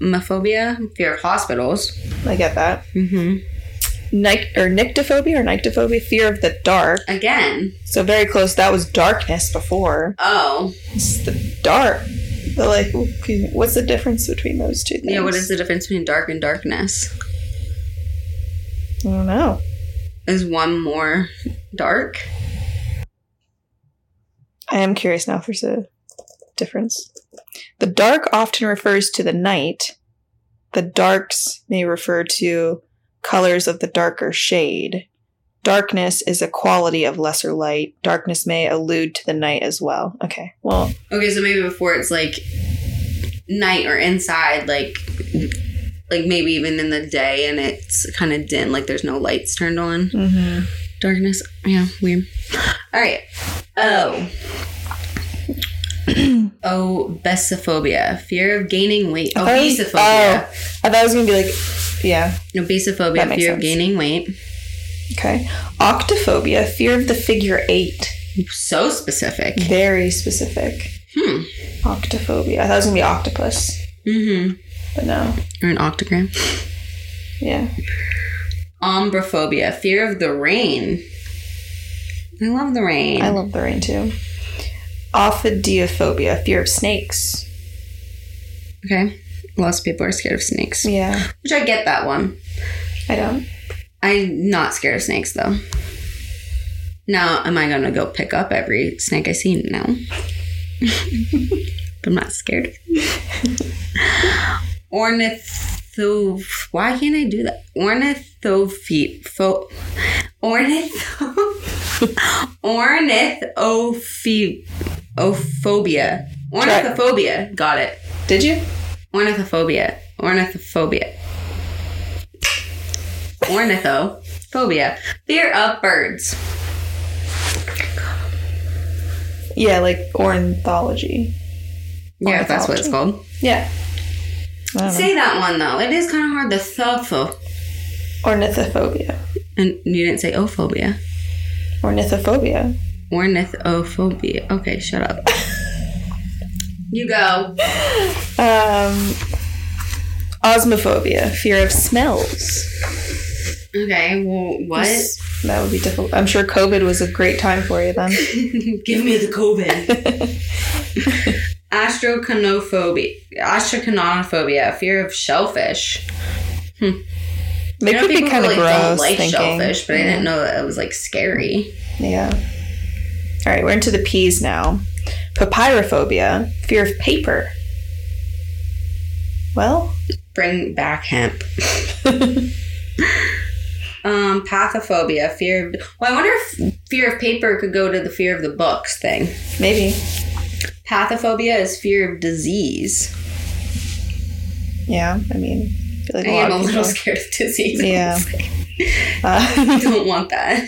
[SPEAKER 2] Nosocomophobia, fear of hospitals.
[SPEAKER 1] I get that.
[SPEAKER 2] hmm
[SPEAKER 1] Nic- or nyctophobia or nyctophobia, fear of the dark.
[SPEAKER 2] Again,
[SPEAKER 1] So very close. That was darkness before.
[SPEAKER 2] oh,
[SPEAKER 1] It's the dark. But like, okay, what's the difference between those two things?
[SPEAKER 2] Yeah, what is the difference between dark and darkness?
[SPEAKER 3] I don't know.
[SPEAKER 2] Is one more dark?
[SPEAKER 1] I am curious now if there's a difference. The dark often refers to the night. The darks may refer to colors of the darker shade. Darkness is a quality of lesser light. Darkness may allude to the night as well. Okay. Well,
[SPEAKER 2] Okay, so maybe before it's like night or inside, like like maybe even in the day, and it's kind of dim, like there's no lights turned on.
[SPEAKER 1] mm-hmm.
[SPEAKER 2] Darkness, yeah, weird. All right. Oh. Obesophobia, fear of gaining weight. Oh,
[SPEAKER 1] I thought it was-
[SPEAKER 2] Obesophobia.
[SPEAKER 1] I thought it was going to be like, yeah.
[SPEAKER 2] Obesophobia,
[SPEAKER 1] Oh. That makes
[SPEAKER 2] fear of
[SPEAKER 1] sense.
[SPEAKER 2] gaining weight.
[SPEAKER 1] Okay. Octophobia, fear of the figure eight.
[SPEAKER 2] So specific.
[SPEAKER 1] Very specific.
[SPEAKER 2] Hmm.
[SPEAKER 1] Octophobia. I thought it was going to be octopus,
[SPEAKER 2] Mm-hmm.
[SPEAKER 1] but no.
[SPEAKER 2] Or an octogram.
[SPEAKER 1] Yeah.
[SPEAKER 2] Ombrophobia, fear of the rain. I love the rain.
[SPEAKER 1] I love the rain too. Ophidiophobia, fear of snakes.
[SPEAKER 2] okay. Lots of people are scared of snakes.
[SPEAKER 1] Yeah,
[SPEAKER 2] Which I get that one.
[SPEAKER 1] I don't.
[SPEAKER 2] I'm not scared of snakes though. Now, am I gonna go pick up every snake I see? No. but I'm not scared. Ornitho. Why can't I do that? Ornithophe. Pho- ornitho. ornithophe. Ophobia. Ornithophobia. Got it.
[SPEAKER 1] Did you?
[SPEAKER 2] Ornithophobia. Ornithophobia. Ornithophobia. Fear of birds.
[SPEAKER 1] Yeah, like ornithology.
[SPEAKER 2] Yeah, that's what it's called.
[SPEAKER 1] Yeah. I don't know.
[SPEAKER 2] Say that one though. It is kind of hard. The thoughtful.
[SPEAKER 1] Ornithophobia.
[SPEAKER 2] And you didn't say ophobia.
[SPEAKER 1] Ornithophobia.
[SPEAKER 2] Ornithophobia. Okay, shut up. you go.
[SPEAKER 1] Um, osmophobia, fear of smells.
[SPEAKER 2] Okay, well, what?
[SPEAKER 1] That would be difficult. I'm sure COVID was a great time for you then.
[SPEAKER 2] Give me the COVID. Astroconophobia. Astroconophobia. Fear of shellfish.
[SPEAKER 1] They
[SPEAKER 2] I know
[SPEAKER 1] could be
[SPEAKER 2] people
[SPEAKER 1] kind of
[SPEAKER 2] like,
[SPEAKER 1] gross
[SPEAKER 2] like
[SPEAKER 1] thinking. Mm-hmm.
[SPEAKER 2] shellfish, but I
[SPEAKER 1] Yeah.
[SPEAKER 2] didn't know that it was like scary.
[SPEAKER 1] Yeah. All right, we're into the P's now. Papyrophobia, fear of paper. Well,
[SPEAKER 2] Bring back hemp. um, pathophobia, fear of. Well, I wonder if fear of paper could go to the fear of the books thing.
[SPEAKER 1] maybe.
[SPEAKER 2] Pathophobia is fear of disease.
[SPEAKER 1] Yeah, I mean, I feel like
[SPEAKER 2] I
[SPEAKER 1] a lot
[SPEAKER 2] am a
[SPEAKER 1] of
[SPEAKER 2] little
[SPEAKER 1] people.
[SPEAKER 2] scared of disease.
[SPEAKER 1] Yeah.
[SPEAKER 2] I
[SPEAKER 1] Uh,
[SPEAKER 2] don't want that.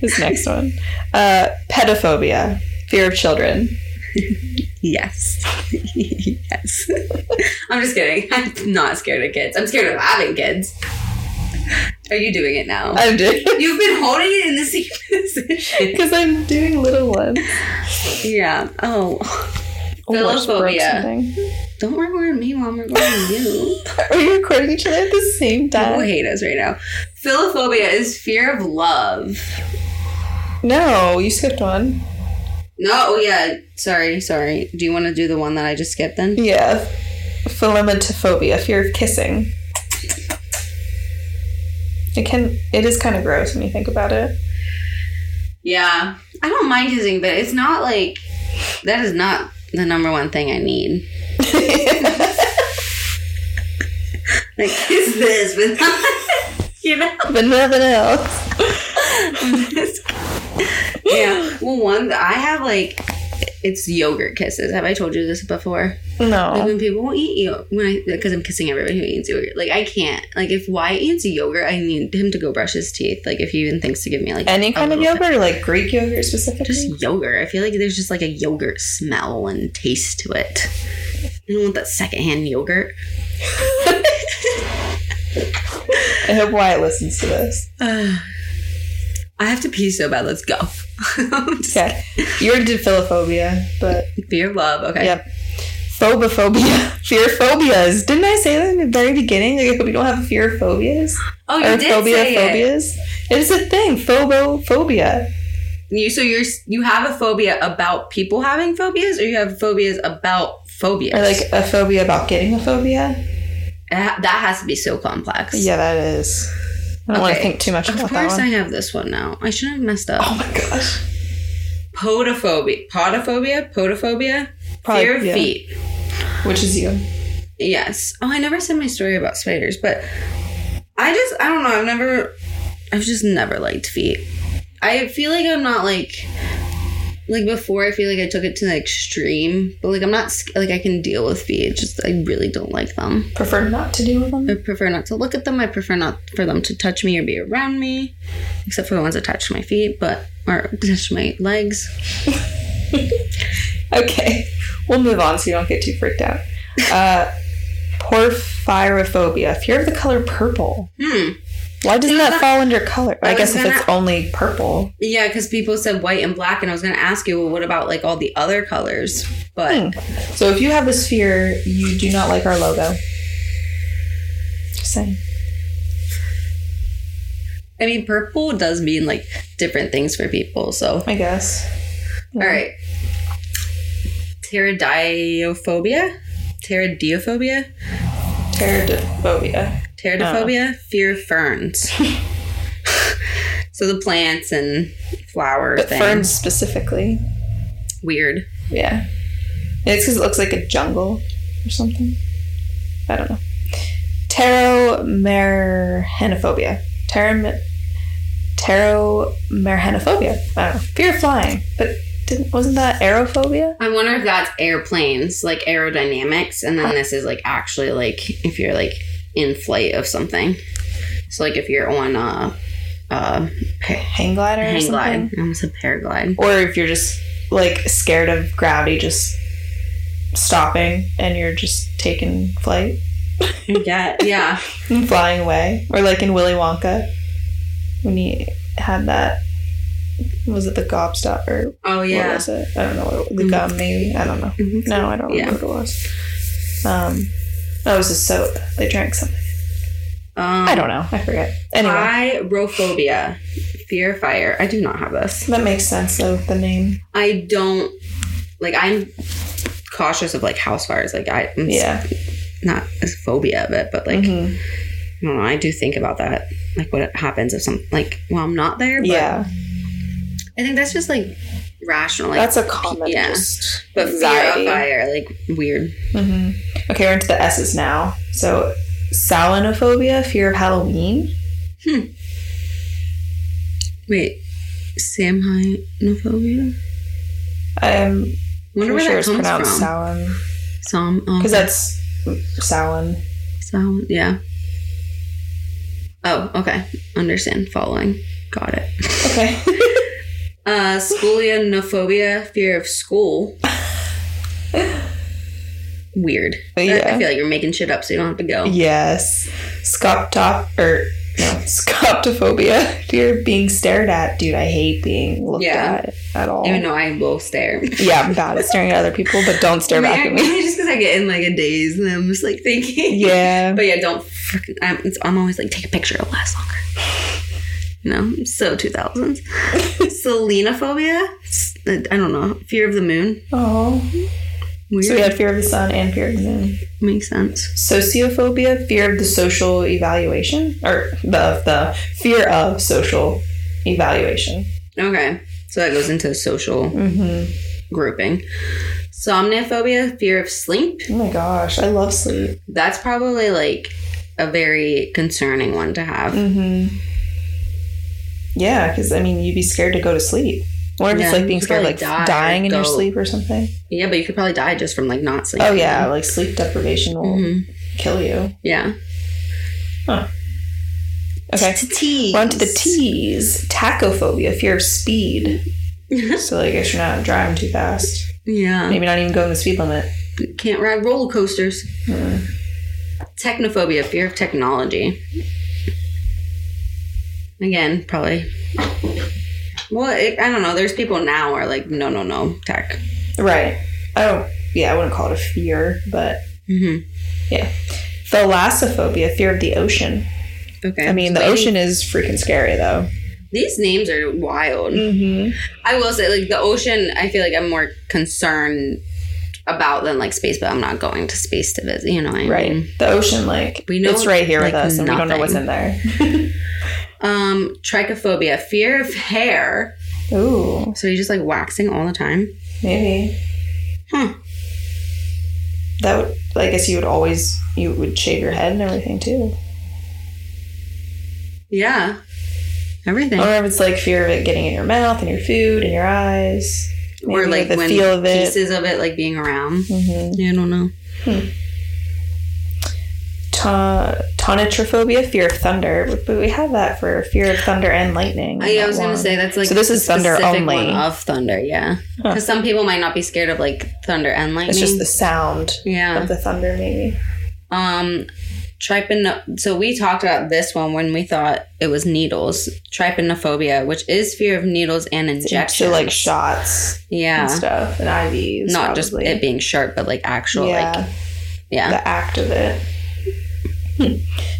[SPEAKER 1] this next one. Uh, pedophobia, fear of children.
[SPEAKER 2] Yes. yes. I'm just kidding. I'm not scared of kids. I'm scared of having kids. Are you doing it now?
[SPEAKER 1] I'm doing
[SPEAKER 2] You've been holding it in the same position.
[SPEAKER 1] because I'm doing little ones.
[SPEAKER 2] Yeah. Oh.
[SPEAKER 1] Oh, I just broke
[SPEAKER 2] Philophobia.
[SPEAKER 1] something.
[SPEAKER 2] Don't record me while I'm recording you.
[SPEAKER 1] Are we recording each other at the same
[SPEAKER 2] People
[SPEAKER 1] time?
[SPEAKER 2] hate us right now. Philophobia is fear of love.
[SPEAKER 1] No, you skipped one.
[SPEAKER 2] No, oh, yeah. Sorry, sorry. Do you want to do the one that I just skipped then?
[SPEAKER 1] Yeah. Philematophobia, fear of kissing. It can it is kind of gross when you think about it.
[SPEAKER 2] Yeah. I don't mind kissing, but it's not like that is not the number one thing I need. Like kiss this without you know.
[SPEAKER 1] but nothing else.
[SPEAKER 2] yeah. Well, one I have like it's yogurt kisses. Have I told you this before? Like
[SPEAKER 1] No.
[SPEAKER 2] when people won't eat yogurt, when I because I'm kissing everybody who eats yogurt. Like I can't. Like if Wyatt eats yogurt, I need him to go brush his teeth. Like if he even thinks to give me like
[SPEAKER 1] Any kind
[SPEAKER 2] a
[SPEAKER 1] of
[SPEAKER 2] little bit-
[SPEAKER 1] yogurt, or like Greek yogurt specifically?
[SPEAKER 2] just yogurt. I feel like there's just like a yogurt smell and taste to it. I don't want that secondhand yogurt.
[SPEAKER 1] I hope Wyatt listens to this.
[SPEAKER 2] Uh, I have to pee so bad. Let's go. Just
[SPEAKER 1] Okay. You already did philophobia, but
[SPEAKER 2] Fear of love. Okay.
[SPEAKER 1] yep. Phobophobia. Fear phobias. Didn't I say that in the very beginning? Like I hope you don't have fear of phobias.
[SPEAKER 2] Oh, you
[SPEAKER 1] or
[SPEAKER 2] did
[SPEAKER 1] phobia
[SPEAKER 2] say it.
[SPEAKER 1] phobias. It is a thing. Phobophobia.
[SPEAKER 2] You so you're you have a phobia about people having phobias, or you have phobias about phobias.
[SPEAKER 1] Or like a phobia about getting a phobia?
[SPEAKER 2] Ah, that has to be so complex.
[SPEAKER 1] Yeah, that is. I don't want to
[SPEAKER 2] Okay.
[SPEAKER 1] think too much
[SPEAKER 2] Of
[SPEAKER 1] about that
[SPEAKER 2] course, I
[SPEAKER 1] one.
[SPEAKER 2] have this one now. I shouldn't have messed up.
[SPEAKER 1] Oh my gosh.
[SPEAKER 2] Podophobia, podophobia, podophobia,
[SPEAKER 1] Probably-
[SPEAKER 2] fear of
[SPEAKER 1] yeah.
[SPEAKER 2] feet.
[SPEAKER 1] Which is you.
[SPEAKER 2] Yes. Oh, I never said my story about spiders, but I just I don't know. I've never I've just never liked feet. I feel like I'm not like like before I feel like I took it to the extreme, but like I'm not sc- like I can deal with feet. It's just I really don't like them.
[SPEAKER 1] Prefer not to deal with them?
[SPEAKER 2] I prefer not to look at them. I prefer not for them to touch me or be around me, except for the ones that touch my feet, but or touch my legs.
[SPEAKER 1] Okay. We'll move on so you don't get too freaked out. Uh, porphyrophobia. Fear of the color purple.
[SPEAKER 2] Hmm.
[SPEAKER 1] Why doesn't
[SPEAKER 2] You know
[SPEAKER 1] that
[SPEAKER 2] what?
[SPEAKER 1] fall under color?
[SPEAKER 2] I
[SPEAKER 1] I guess
[SPEAKER 2] was
[SPEAKER 1] if it's
[SPEAKER 2] gonna-
[SPEAKER 1] only purple.
[SPEAKER 2] Yeah, because people said white and black, and I was gonna ask you, well, what about like all the other colors? But
[SPEAKER 1] Hmm. So if you have this fear, you do not like our logo. Just saying.
[SPEAKER 2] I mean, purple does mean like different things for people. So,
[SPEAKER 1] I guess.
[SPEAKER 2] all right. Pteridiophobia? Pteridiophobia?
[SPEAKER 1] Pterodophobia.
[SPEAKER 2] Pteridophobia?
[SPEAKER 1] Oh.
[SPEAKER 2] Fear of ferns. so the plants and flower
[SPEAKER 1] But
[SPEAKER 2] things.
[SPEAKER 1] ferns specifically.
[SPEAKER 2] Weird.
[SPEAKER 1] Yeah. It's because it looks like a jungle or something. I don't know. Pteromerhenophobia. Pterom- Pteromerhenophobia. I don't know. Fear of flying. But didn't, wasn't that aerophobia?
[SPEAKER 2] I wonder if that's airplanes, like aerodynamics, and then this is like actually like if you're like in flight of something. So like if you're on a, a
[SPEAKER 1] Hang glider or
[SPEAKER 2] hang glide,
[SPEAKER 1] something?
[SPEAKER 2] I almost said paraglide.
[SPEAKER 1] Or if you're just like scared of gravity just stopping and you're just taking flight
[SPEAKER 2] Yeah, yeah.
[SPEAKER 1] and flying away. Or like in Willy Wonka when he had that. Was it the gobstopper?
[SPEAKER 2] Oh yeah.
[SPEAKER 1] What was it? I don't know. What it, the
[SPEAKER 2] Mm.
[SPEAKER 1] gum, maybe. I don't know.
[SPEAKER 2] Mhm.
[SPEAKER 1] No, I don't
[SPEAKER 2] Yeah.
[SPEAKER 1] remember what it was. Um, that was a soda. They drank something.
[SPEAKER 2] Um,
[SPEAKER 1] I don't know. I forget. Anyway,
[SPEAKER 2] Uh, Pyrophobia, fear of fire. I do not have this.
[SPEAKER 1] that makes sense though. The name.
[SPEAKER 2] I don't like. I'm cautious of like house fires. Like I, I'm s-
[SPEAKER 1] Yeah.
[SPEAKER 2] not a phobia of it, but like
[SPEAKER 1] Mhm.
[SPEAKER 2] I don't know. I do think about that. Like what happens if some like well I'm not there. But
[SPEAKER 1] yeah.
[SPEAKER 2] I think that's just like rational. Like
[SPEAKER 1] That's a common.
[SPEAKER 2] yeah.
[SPEAKER 1] Just
[SPEAKER 2] but
[SPEAKER 1] anxiety.
[SPEAKER 2] fear of fire, like weird.
[SPEAKER 1] hmm Okay, we're into the S's now. So, salinophobia, fear of Halloween.
[SPEAKER 2] Wait, samhainophobia.
[SPEAKER 1] I'm
[SPEAKER 2] Wonder
[SPEAKER 1] pretty
[SPEAKER 2] where
[SPEAKER 1] sure
[SPEAKER 2] that
[SPEAKER 1] it's
[SPEAKER 2] comes
[SPEAKER 1] pronounced
[SPEAKER 2] from.
[SPEAKER 1] Salin
[SPEAKER 2] Some
[SPEAKER 1] because that's Salin.
[SPEAKER 2] So yeah. Oh, okay. Understand. Following. Got it.
[SPEAKER 1] Okay.
[SPEAKER 2] Uh, scolionophobia, fear of school. Weird. I- I,
[SPEAKER 1] Yeah.
[SPEAKER 2] feel like you're making shit up, so you don't have to go.
[SPEAKER 1] Yes. Scoptop or no, scoptophobia. Fear of being stared at. Dude, I hate being looked
[SPEAKER 2] Yeah.
[SPEAKER 1] at at all.
[SPEAKER 2] Even though I will stare.
[SPEAKER 1] yeah, I'm bad at staring at other people, but don't stare
[SPEAKER 2] I mean,
[SPEAKER 1] back
[SPEAKER 2] I-
[SPEAKER 1] at me.
[SPEAKER 2] maybe just because I get in like a daze and I'm just like thinking.
[SPEAKER 1] Yeah.
[SPEAKER 2] But yeah, don't. Fucking, I'm, it's, I'm always like, take a picture. It'll last longer. No, so 2000s. Selenophobia. S- I don't know. Fear of the moon.
[SPEAKER 1] Oh.
[SPEAKER 2] Weird.
[SPEAKER 1] So we had fear of the sun and fear of the moon.
[SPEAKER 2] Makes sense.
[SPEAKER 1] Sociophobia, fear of the social evaluation. Or the the fear of social evaluation.
[SPEAKER 2] Okay. So that goes into social
[SPEAKER 1] Mm-hmm.
[SPEAKER 2] grouping. Somnophobia, fear of sleep.
[SPEAKER 1] Oh my gosh. I love sleep.
[SPEAKER 2] That's probably like a very concerning one to have.
[SPEAKER 1] Mm-hmm. Yeah, because I mean you'd be scared to go to sleep. What if
[SPEAKER 2] Yeah,
[SPEAKER 1] it's like being
[SPEAKER 2] you
[SPEAKER 1] scared like
[SPEAKER 2] probably die or
[SPEAKER 1] dying in your
[SPEAKER 2] go-
[SPEAKER 1] sleep or something?
[SPEAKER 2] Yeah, but you could probably die just from like not sleeping.
[SPEAKER 1] Oh yeah, like sleep deprivation will
[SPEAKER 2] hmm
[SPEAKER 1] kill you.
[SPEAKER 2] Yeah.
[SPEAKER 1] Okay.
[SPEAKER 2] T.
[SPEAKER 1] We're on to the T's. Tachophobia, fear of speed. so like I guess you're not driving too fast.
[SPEAKER 2] Yeah.
[SPEAKER 1] Maybe not even going the speed limit.
[SPEAKER 2] Can't ride roller coasters.
[SPEAKER 1] Mm.
[SPEAKER 2] Technophobia, fear of technology. Again, probably. Well, it, I don't know. There's people now who are like, no, no, no, tech.
[SPEAKER 1] Right. I don't yeah, I wouldn't call it a fear, but
[SPEAKER 2] hmm
[SPEAKER 1] thalassophobia, fear of the ocean.
[SPEAKER 2] Okay.
[SPEAKER 1] I mean the
[SPEAKER 2] So
[SPEAKER 1] ocean is freaking scary though.
[SPEAKER 2] These names are wild.
[SPEAKER 4] Mm-hmm.
[SPEAKER 2] I will say, like the ocean, I feel like I'm more concerned about than like space, but I'm not going to space to visit. You know, what I
[SPEAKER 1] Right.
[SPEAKER 2] mean?
[SPEAKER 1] The ocean, like,
[SPEAKER 2] We know
[SPEAKER 1] it's right here with
[SPEAKER 2] like,
[SPEAKER 1] us, and we don't know what's in
[SPEAKER 2] nothing.
[SPEAKER 1] there.
[SPEAKER 2] Um, trichophobia, fear of hair.
[SPEAKER 1] Ooh,
[SPEAKER 2] So you're just like waxing all the time.
[SPEAKER 1] maybe.
[SPEAKER 2] Huh.
[SPEAKER 1] That would, I guess you would always, you would shave your head and everything too.
[SPEAKER 2] Yeah, everything.
[SPEAKER 1] I don't know if it's like fear of it getting in your mouth and your food and your eyes. Maybe
[SPEAKER 2] or like
[SPEAKER 1] the
[SPEAKER 2] when
[SPEAKER 1] feel of it.
[SPEAKER 2] pieces of it like being around.
[SPEAKER 1] Mm-hmm.
[SPEAKER 2] Yeah, I don't know.
[SPEAKER 1] Ta- Tonitrophobia, fear of thunder. But- But we have that for fear of thunder and lightning.
[SPEAKER 2] Oh, yeah, I was
[SPEAKER 1] That
[SPEAKER 2] gonna
[SPEAKER 1] one.
[SPEAKER 2] say that's like
[SPEAKER 1] So this is
[SPEAKER 2] the
[SPEAKER 1] thunder
[SPEAKER 2] specific
[SPEAKER 1] only.
[SPEAKER 2] one of thunder, yeah.
[SPEAKER 1] Huh.
[SPEAKER 2] Because some people might not be scared of like thunder and lightning.
[SPEAKER 1] It's just the sound
[SPEAKER 2] yeah.
[SPEAKER 1] of the thunder, maybe.
[SPEAKER 2] Um, trypano. So we talked about this one when we thought it was needles. Trypanophobia, which is fear of needles and injections.
[SPEAKER 1] So like shots and
[SPEAKER 2] yeah,
[SPEAKER 1] stuff and IVs.
[SPEAKER 2] not
[SPEAKER 1] probably.
[SPEAKER 2] just it being sharp, but like actual
[SPEAKER 1] yeah,
[SPEAKER 2] like yeah.
[SPEAKER 1] the act of it. Hmm.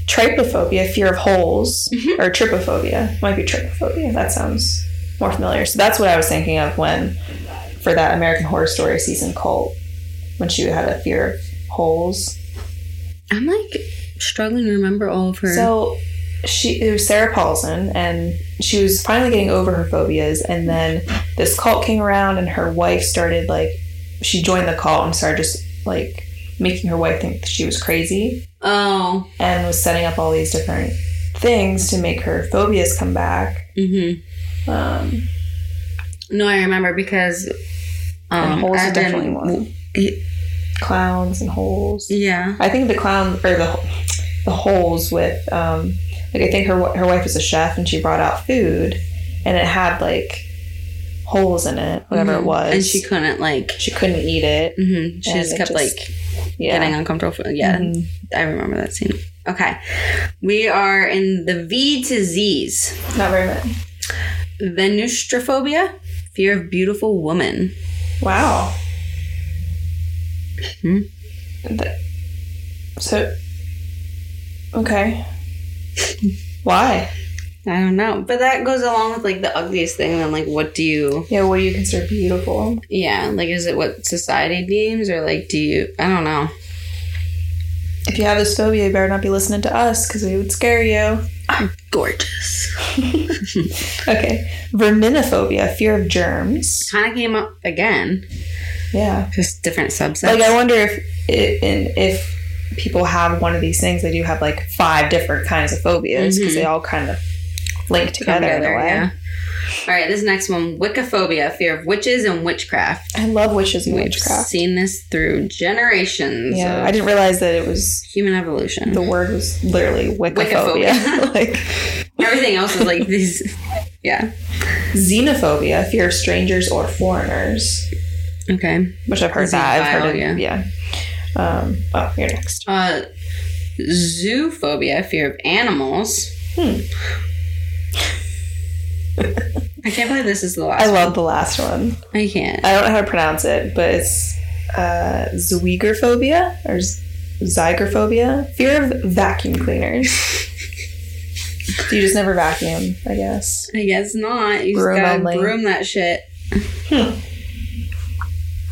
[SPEAKER 1] Trypophobia, fear of holes,
[SPEAKER 2] Mhm.
[SPEAKER 1] or trypophobia might be trypophobia. That sounds more familiar. So that's what I was thinking of when for that American Horror Story season cult when she had a fear of holes.
[SPEAKER 2] I'm like struggling to remember all of her.
[SPEAKER 1] So she it was Sarah Paulson and she was finally getting over her phobias and then this cult came around and her wife started like she joined the cult and started just like making her wife think that she was crazy
[SPEAKER 2] oh,
[SPEAKER 1] and was setting up all these different things to make her phobias come back.
[SPEAKER 2] hmm
[SPEAKER 1] Um,
[SPEAKER 2] no, I remember because um,
[SPEAKER 1] and holes
[SPEAKER 2] I've
[SPEAKER 1] are definitely
[SPEAKER 2] been-
[SPEAKER 1] one.
[SPEAKER 2] y-
[SPEAKER 1] Clowns and holes.
[SPEAKER 2] Yeah,
[SPEAKER 1] I think the clown or the the holes with um like I think her wi- her wife was a chef and she brought out food and it had like holes in it whatever
[SPEAKER 2] Mhm.
[SPEAKER 1] it was
[SPEAKER 2] and she couldn't like.
[SPEAKER 1] she couldn't eat it
[SPEAKER 2] hmm She
[SPEAKER 1] And
[SPEAKER 2] just
[SPEAKER 1] it
[SPEAKER 2] kept
[SPEAKER 1] just-
[SPEAKER 2] like
[SPEAKER 1] yeah
[SPEAKER 2] getting uncomfortable. Yeah,
[SPEAKER 1] Mhm.
[SPEAKER 2] I remember that scene. Okay, we are in the V to Z's.
[SPEAKER 1] not very much
[SPEAKER 2] Venustrophobia, fear of beautiful woman.
[SPEAKER 1] wow
[SPEAKER 2] Hmm.
[SPEAKER 1] The- so okay why
[SPEAKER 2] I don't know, but that goes along with like the ugliest thing. Then, like, what do you?
[SPEAKER 1] yeah what do you consider beautiful
[SPEAKER 2] Yeah, like, is it what society deems, or like, do you? I don't know.
[SPEAKER 1] if you have this phobia you better not be listening to us because we would scare you
[SPEAKER 2] Gorgeous.
[SPEAKER 1] okay verminophobia fear of germs
[SPEAKER 2] Kind of came up again,
[SPEAKER 1] yeah
[SPEAKER 2] just different subsets.
[SPEAKER 1] Like I wonder if it, and if people have one of these things, they do have like five different kinds of phobias because
[SPEAKER 2] Mhm.
[SPEAKER 1] they all kind of link Mm-hmm. together, in a way.
[SPEAKER 2] yeah. All right, this next one: Wiccaphobia, fear of witches and witchcraft.
[SPEAKER 1] I love witches and
[SPEAKER 2] We've
[SPEAKER 1] witchcraft.
[SPEAKER 2] seen this through generations.
[SPEAKER 1] Yeah,
[SPEAKER 2] of
[SPEAKER 1] I didn't realize that it was
[SPEAKER 2] human evolution.
[SPEAKER 1] the word was literally wiccophobia.
[SPEAKER 2] Wiccophobia.
[SPEAKER 1] like
[SPEAKER 2] Everything else is like these. Yeah.
[SPEAKER 1] xenophobia, fear of strangers or foreigners,
[SPEAKER 2] Okay.
[SPEAKER 1] which I've heard that. I've heard
[SPEAKER 2] Xenophile,
[SPEAKER 1] it. Yeah. Um, oh, you're next.
[SPEAKER 2] Uh, zoophobia, fear of animals.
[SPEAKER 1] Hmm.
[SPEAKER 2] I can't believe this is the last.
[SPEAKER 1] I love the last one.
[SPEAKER 2] One. I can't.
[SPEAKER 1] I don't know how to pronounce it, but it's uh, Zwiegerphobia or Z- Zygerphobia. Fear of vacuum cleaners. you just never vacuum, I guess.
[SPEAKER 2] I guess not. You
[SPEAKER 1] Broom
[SPEAKER 2] just gotta
[SPEAKER 1] only.
[SPEAKER 2] broom that shit.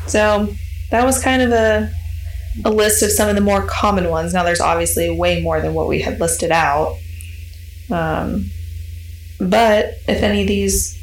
[SPEAKER 1] So that was kind of a, a list of some of the more common ones. Now, there's obviously way more than what we had listed out. Um, but if any of these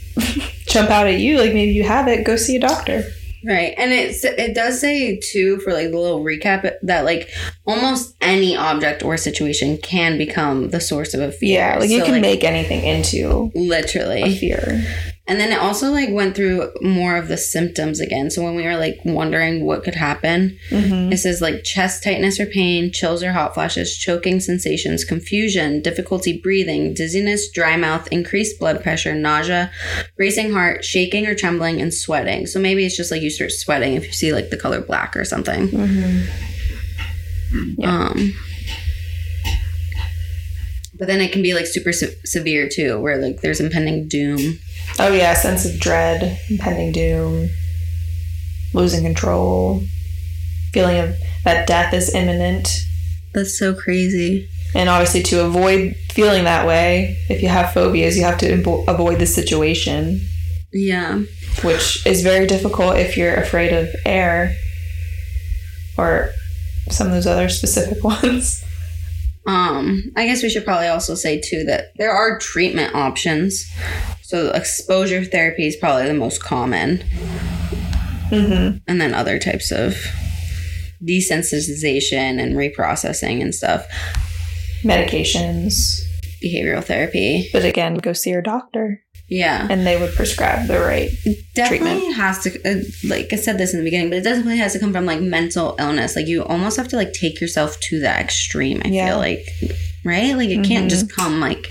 [SPEAKER 1] jump out at you, like maybe you have it, go see a doctor.
[SPEAKER 2] Right, and it's it does say too for like the little recap that like almost any object or situation can become the source of a fear.
[SPEAKER 1] Yeah, like you
[SPEAKER 2] So,
[SPEAKER 1] can make anything into a
[SPEAKER 2] literally.
[SPEAKER 1] fear.
[SPEAKER 2] And then it also like went through more of the symptoms again. So when we were like wondering what could happen,
[SPEAKER 1] Mm-hmm.
[SPEAKER 2] This is like chest tightness or pain, chills or hot flashes, choking sensations, confusion, difficulty breathing, dizziness, dry mouth, increased blood pressure, nausea, racing heart, shaking or trembling, and sweating. So maybe it's just like you start sweating if you see like the color black or something.
[SPEAKER 1] Mm-hmm. Yeah.
[SPEAKER 2] Um, but then it can be like super se- severe too, where like there's impending doom.
[SPEAKER 1] Oh yeah, sense of dread, impending doom, losing control, feeling of that death is imminent.
[SPEAKER 2] That's so crazy.
[SPEAKER 1] And obviously, to avoid feeling that way, if you have phobias, you have to avo- avoid the situation,
[SPEAKER 2] Yeah.
[SPEAKER 1] which is very difficult if you're afraid of air or some of those other specific ones.
[SPEAKER 2] Um, I guess we should probably also say too that there are treatment options. So exposure therapy is probably the most common,
[SPEAKER 1] Mm-hmm.
[SPEAKER 2] and then other types of desensitization and reprocessing and stuff,
[SPEAKER 1] Medications.
[SPEAKER 2] behavioral therapy.
[SPEAKER 1] But again, go see your doctor
[SPEAKER 2] Yeah.
[SPEAKER 1] and they would prescribe the right.
[SPEAKER 2] definitely
[SPEAKER 1] treatment.
[SPEAKER 2] has to uh, like i said this in the beginning but it definitely has to come from like mental illness like you almost have to like take yourself to that extreme i
[SPEAKER 1] Yeah.
[SPEAKER 2] feel like right like it can't
[SPEAKER 1] Mhm.
[SPEAKER 2] just come like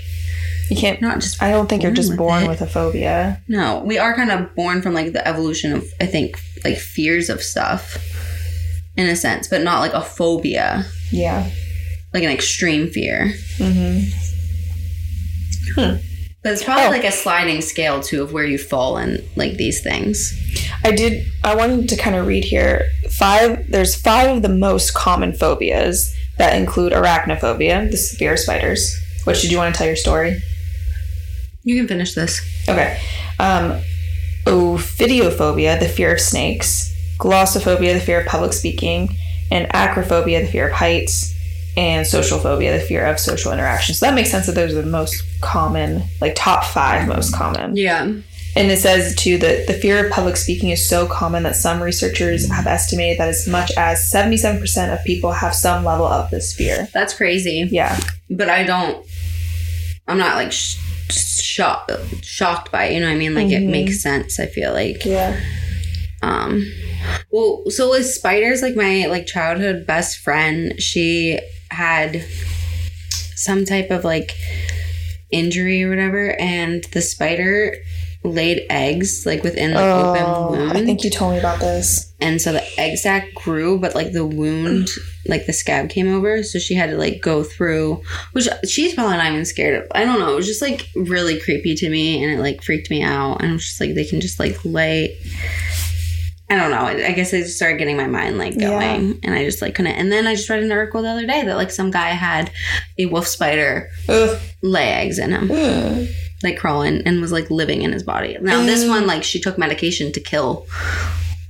[SPEAKER 1] You can't,
[SPEAKER 2] not just
[SPEAKER 1] I don't think you're
[SPEAKER 2] Born
[SPEAKER 1] just
[SPEAKER 2] with
[SPEAKER 1] born
[SPEAKER 2] it.
[SPEAKER 1] with a phobia.
[SPEAKER 2] no we are kind of born from like the evolution of i think like fears of stuff in a sense but not like a phobia
[SPEAKER 1] Yeah.
[SPEAKER 2] like an extreme fear
[SPEAKER 1] Mm-hmm.
[SPEAKER 2] Hmm. but it's probably
[SPEAKER 1] Oh.
[SPEAKER 2] like a sliding scale too of where you fall in like these things
[SPEAKER 1] I did. I wanted to kind of read here. Five. There's five of the most common phobias that include arachnophobia, the fear of spiders. Which did you want to tell your story?
[SPEAKER 2] you can finish this
[SPEAKER 1] Okay. Um, ophidiophobia, the fear of snakes. Glossophobia, the fear of public speaking, and acrophobia, the fear of heights, and social phobia, the fear of social interaction. So that makes sense that those are the most common, like top five most common.
[SPEAKER 2] yeah
[SPEAKER 1] And it says too that the fear of public speaking is so common that some researchers have estimated that as much as 77% of people have some level of this fear.
[SPEAKER 2] that's crazy
[SPEAKER 1] Yeah.
[SPEAKER 2] but I don't. I'm not like sh- shocked shocked by it. You know what I mean? Like it
[SPEAKER 1] Mhm.
[SPEAKER 2] makes sense. I feel like.
[SPEAKER 1] Yeah.
[SPEAKER 2] Um. Well, so with spiders, like my like childhood best friend, she had some type of like injury or whatever, and the spider laid eggs like within the
[SPEAKER 1] Oh,
[SPEAKER 2] open wound
[SPEAKER 1] I think you told me about this.
[SPEAKER 2] and so the egg sac grew but like the wound like the scab came over so she had to like go through which she's probably not even scared of i don't know it was just like really creepy to me and it like freaked me out and i was just like they can just like lay i don't know i I guess i just started getting my mind like going
[SPEAKER 1] Yeah.
[SPEAKER 2] and i just like couldn't and then i just read an article the other day that like some guy had a wolf spider
[SPEAKER 1] Ugh.
[SPEAKER 2] lay eggs in him
[SPEAKER 1] Ugh.
[SPEAKER 2] like crawling and was like living in his body. Now this one, like she took medication to kill,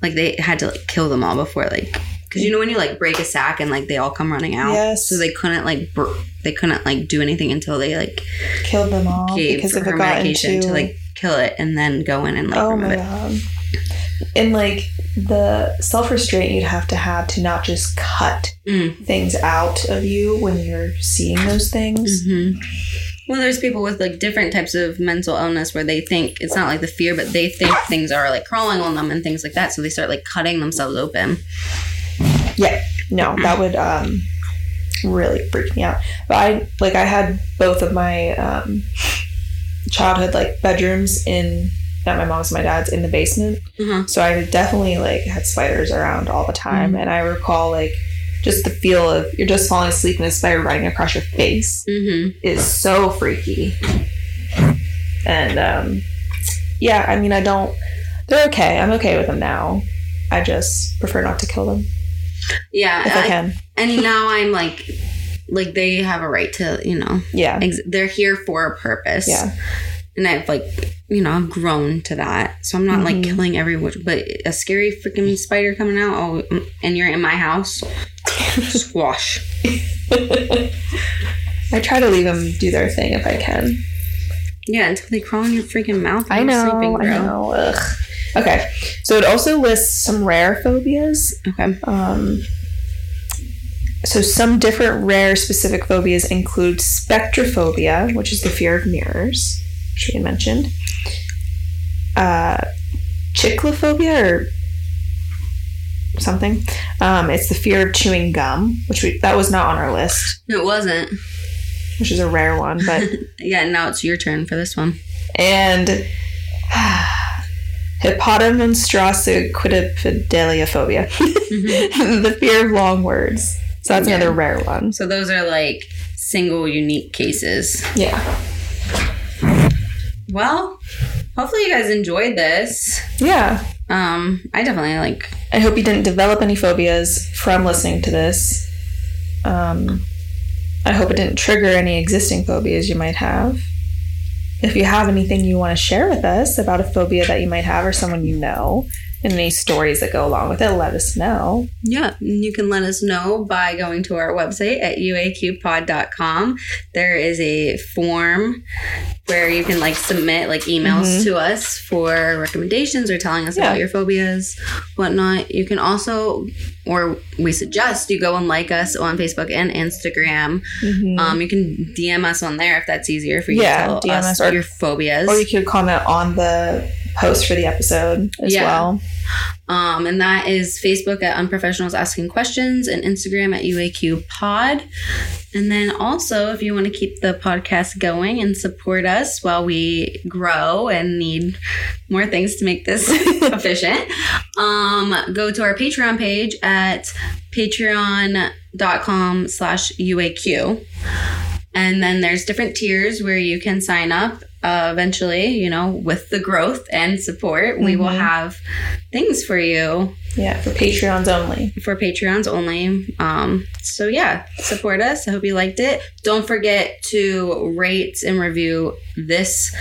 [SPEAKER 2] like they had to like kill them all before like because you know when you like break a sack and like they all come running out.
[SPEAKER 1] Yes.
[SPEAKER 2] So they couldn't like br- they couldn't like do anything until they like
[SPEAKER 1] Killed them all
[SPEAKER 2] gave
[SPEAKER 1] because if
[SPEAKER 2] her
[SPEAKER 1] it got
[SPEAKER 2] medication
[SPEAKER 1] into
[SPEAKER 2] to like kill it and then go in and like
[SPEAKER 1] Oh
[SPEAKER 2] remove
[SPEAKER 1] my
[SPEAKER 2] it.
[SPEAKER 1] god. And like the self restraint you'd have to have to not just cut
[SPEAKER 2] Mm.
[SPEAKER 1] things out of you when you're seeing those things.
[SPEAKER 2] hmm Well, there's people with like different types of mental illness where they think it's not like the fear, but they think things are like crawling on them and things like that. So they start like cutting themselves open.
[SPEAKER 1] Yeah, no, that would um, really freak me out. But I like I had both of my um, childhood like bedrooms in not my mom's, my dad's in the basement.
[SPEAKER 2] Uh-huh.
[SPEAKER 1] So I definitely like had spiders around all the time,
[SPEAKER 2] Mhm.
[SPEAKER 1] and I recall like just the feel of you're just falling asleep and a spider running across your face
[SPEAKER 2] hmm
[SPEAKER 1] is so freaky. And um, yeah, I mean I don't. They're okay. I'm okay with them now. I just prefer not to kill them
[SPEAKER 2] Yeah.
[SPEAKER 1] if I can.
[SPEAKER 2] and now I'm like, like they have a right to, you know,
[SPEAKER 1] Yeah.
[SPEAKER 2] ex- they're here for a purpose.
[SPEAKER 1] Yeah.
[SPEAKER 2] And I've like, you know, I've grown to that. So I'm not like
[SPEAKER 1] Mhm.
[SPEAKER 2] killing every which, but a scary freaking spider coming out. Oh, mm, and you're in my house. Squash.
[SPEAKER 1] I try to leave them do their thing if I can.
[SPEAKER 2] Yeah, until they crawl in your freaking mouth.
[SPEAKER 1] I
[SPEAKER 2] when you're
[SPEAKER 1] know. I know. Ugh. Okay. So it also lists some rare phobias.
[SPEAKER 2] Okay.
[SPEAKER 1] Um, so some different rare specific phobias include spectrophobia, which is the fear of mirrors, which we had mentioned. Uh, chiclophobia or something. Um, it's the fear of chewing gum, which we, that was not on our list,
[SPEAKER 2] It wasn't.
[SPEAKER 1] which is a rare one, but
[SPEAKER 2] Yeah, now it's your turn for this one.
[SPEAKER 1] and hippopotamonstrasa quidipedaliophobia,
[SPEAKER 2] Mhm.
[SPEAKER 1] the fear of long words. So that's
[SPEAKER 2] Yeah.
[SPEAKER 1] another rare one.
[SPEAKER 2] so those are like single unique cases.
[SPEAKER 1] Yeah,
[SPEAKER 2] Well, hopefully you guys enjoyed this.
[SPEAKER 1] yeah.
[SPEAKER 2] Um, I definitely like
[SPEAKER 1] I hope you didn't develop any phobias from listening to this. Um, I hope it didn't trigger any existing phobias you might have. If you have anything you want to share with us about a phobia that you might have or someone you know, and any stories that go along with it, let us know.
[SPEAKER 2] Yeah, and you can let us know by going to our website at uaqpod.com. There is a form where you can like submit like emails
[SPEAKER 1] Mhm.
[SPEAKER 2] to us for recommendations or telling us about
[SPEAKER 1] Yeah.
[SPEAKER 2] your phobias, whatnot. You can also, or we suggest you go and like us on Facebook and Instagram. Um, you can DM us on there if that's easier for you
[SPEAKER 1] Mm-hmm. Yeah,
[SPEAKER 2] to tell
[SPEAKER 1] DM
[SPEAKER 2] us
[SPEAKER 1] us or-
[SPEAKER 2] your phobias.
[SPEAKER 1] or you could comment on the post for the episode as
[SPEAKER 2] Yeah.
[SPEAKER 1] well.
[SPEAKER 2] Um, and that is Facebook at Unprofessionals Asking Questions and Instagram at UAQ Pod. And then also, if you want to keep the podcast going and support us while we grow and need more things to make this efficient, um, go to our Patreon page at patreon.com slash UAQ. And then there's different tiers where you can sign up. Uh, eventually, you know, with the growth and support, we will
[SPEAKER 1] Mhm.
[SPEAKER 2] have things for you
[SPEAKER 1] Yeah, for Patreons only.
[SPEAKER 2] for Patreons only. Um, so yeah, support us. I hope you liked it. Don't forget to rate and review this,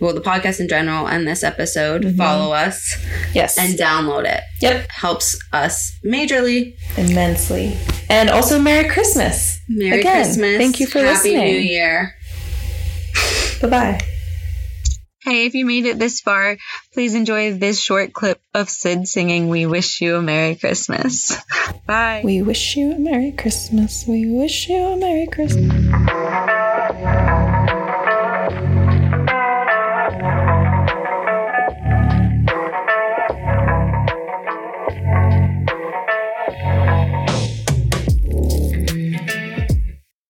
[SPEAKER 2] well, the podcast in general and this episode.
[SPEAKER 1] Mhm.
[SPEAKER 2] Follow us
[SPEAKER 1] Yes.
[SPEAKER 2] and download it.
[SPEAKER 1] yep.
[SPEAKER 2] Helps us majorly.
[SPEAKER 1] Immensely. And also Merry Christmas.
[SPEAKER 2] Merry
[SPEAKER 1] Again,
[SPEAKER 2] Christmas.
[SPEAKER 1] thank you for
[SPEAKER 2] Happy
[SPEAKER 1] listening.
[SPEAKER 2] New Year.
[SPEAKER 1] Bye bye.
[SPEAKER 5] Hey, if you made it this far, please enjoy this short clip of Sid singing We Wish You a Merry Christmas. Bye.
[SPEAKER 1] We wish you a Merry Christmas. We wish you a Merry Christmas.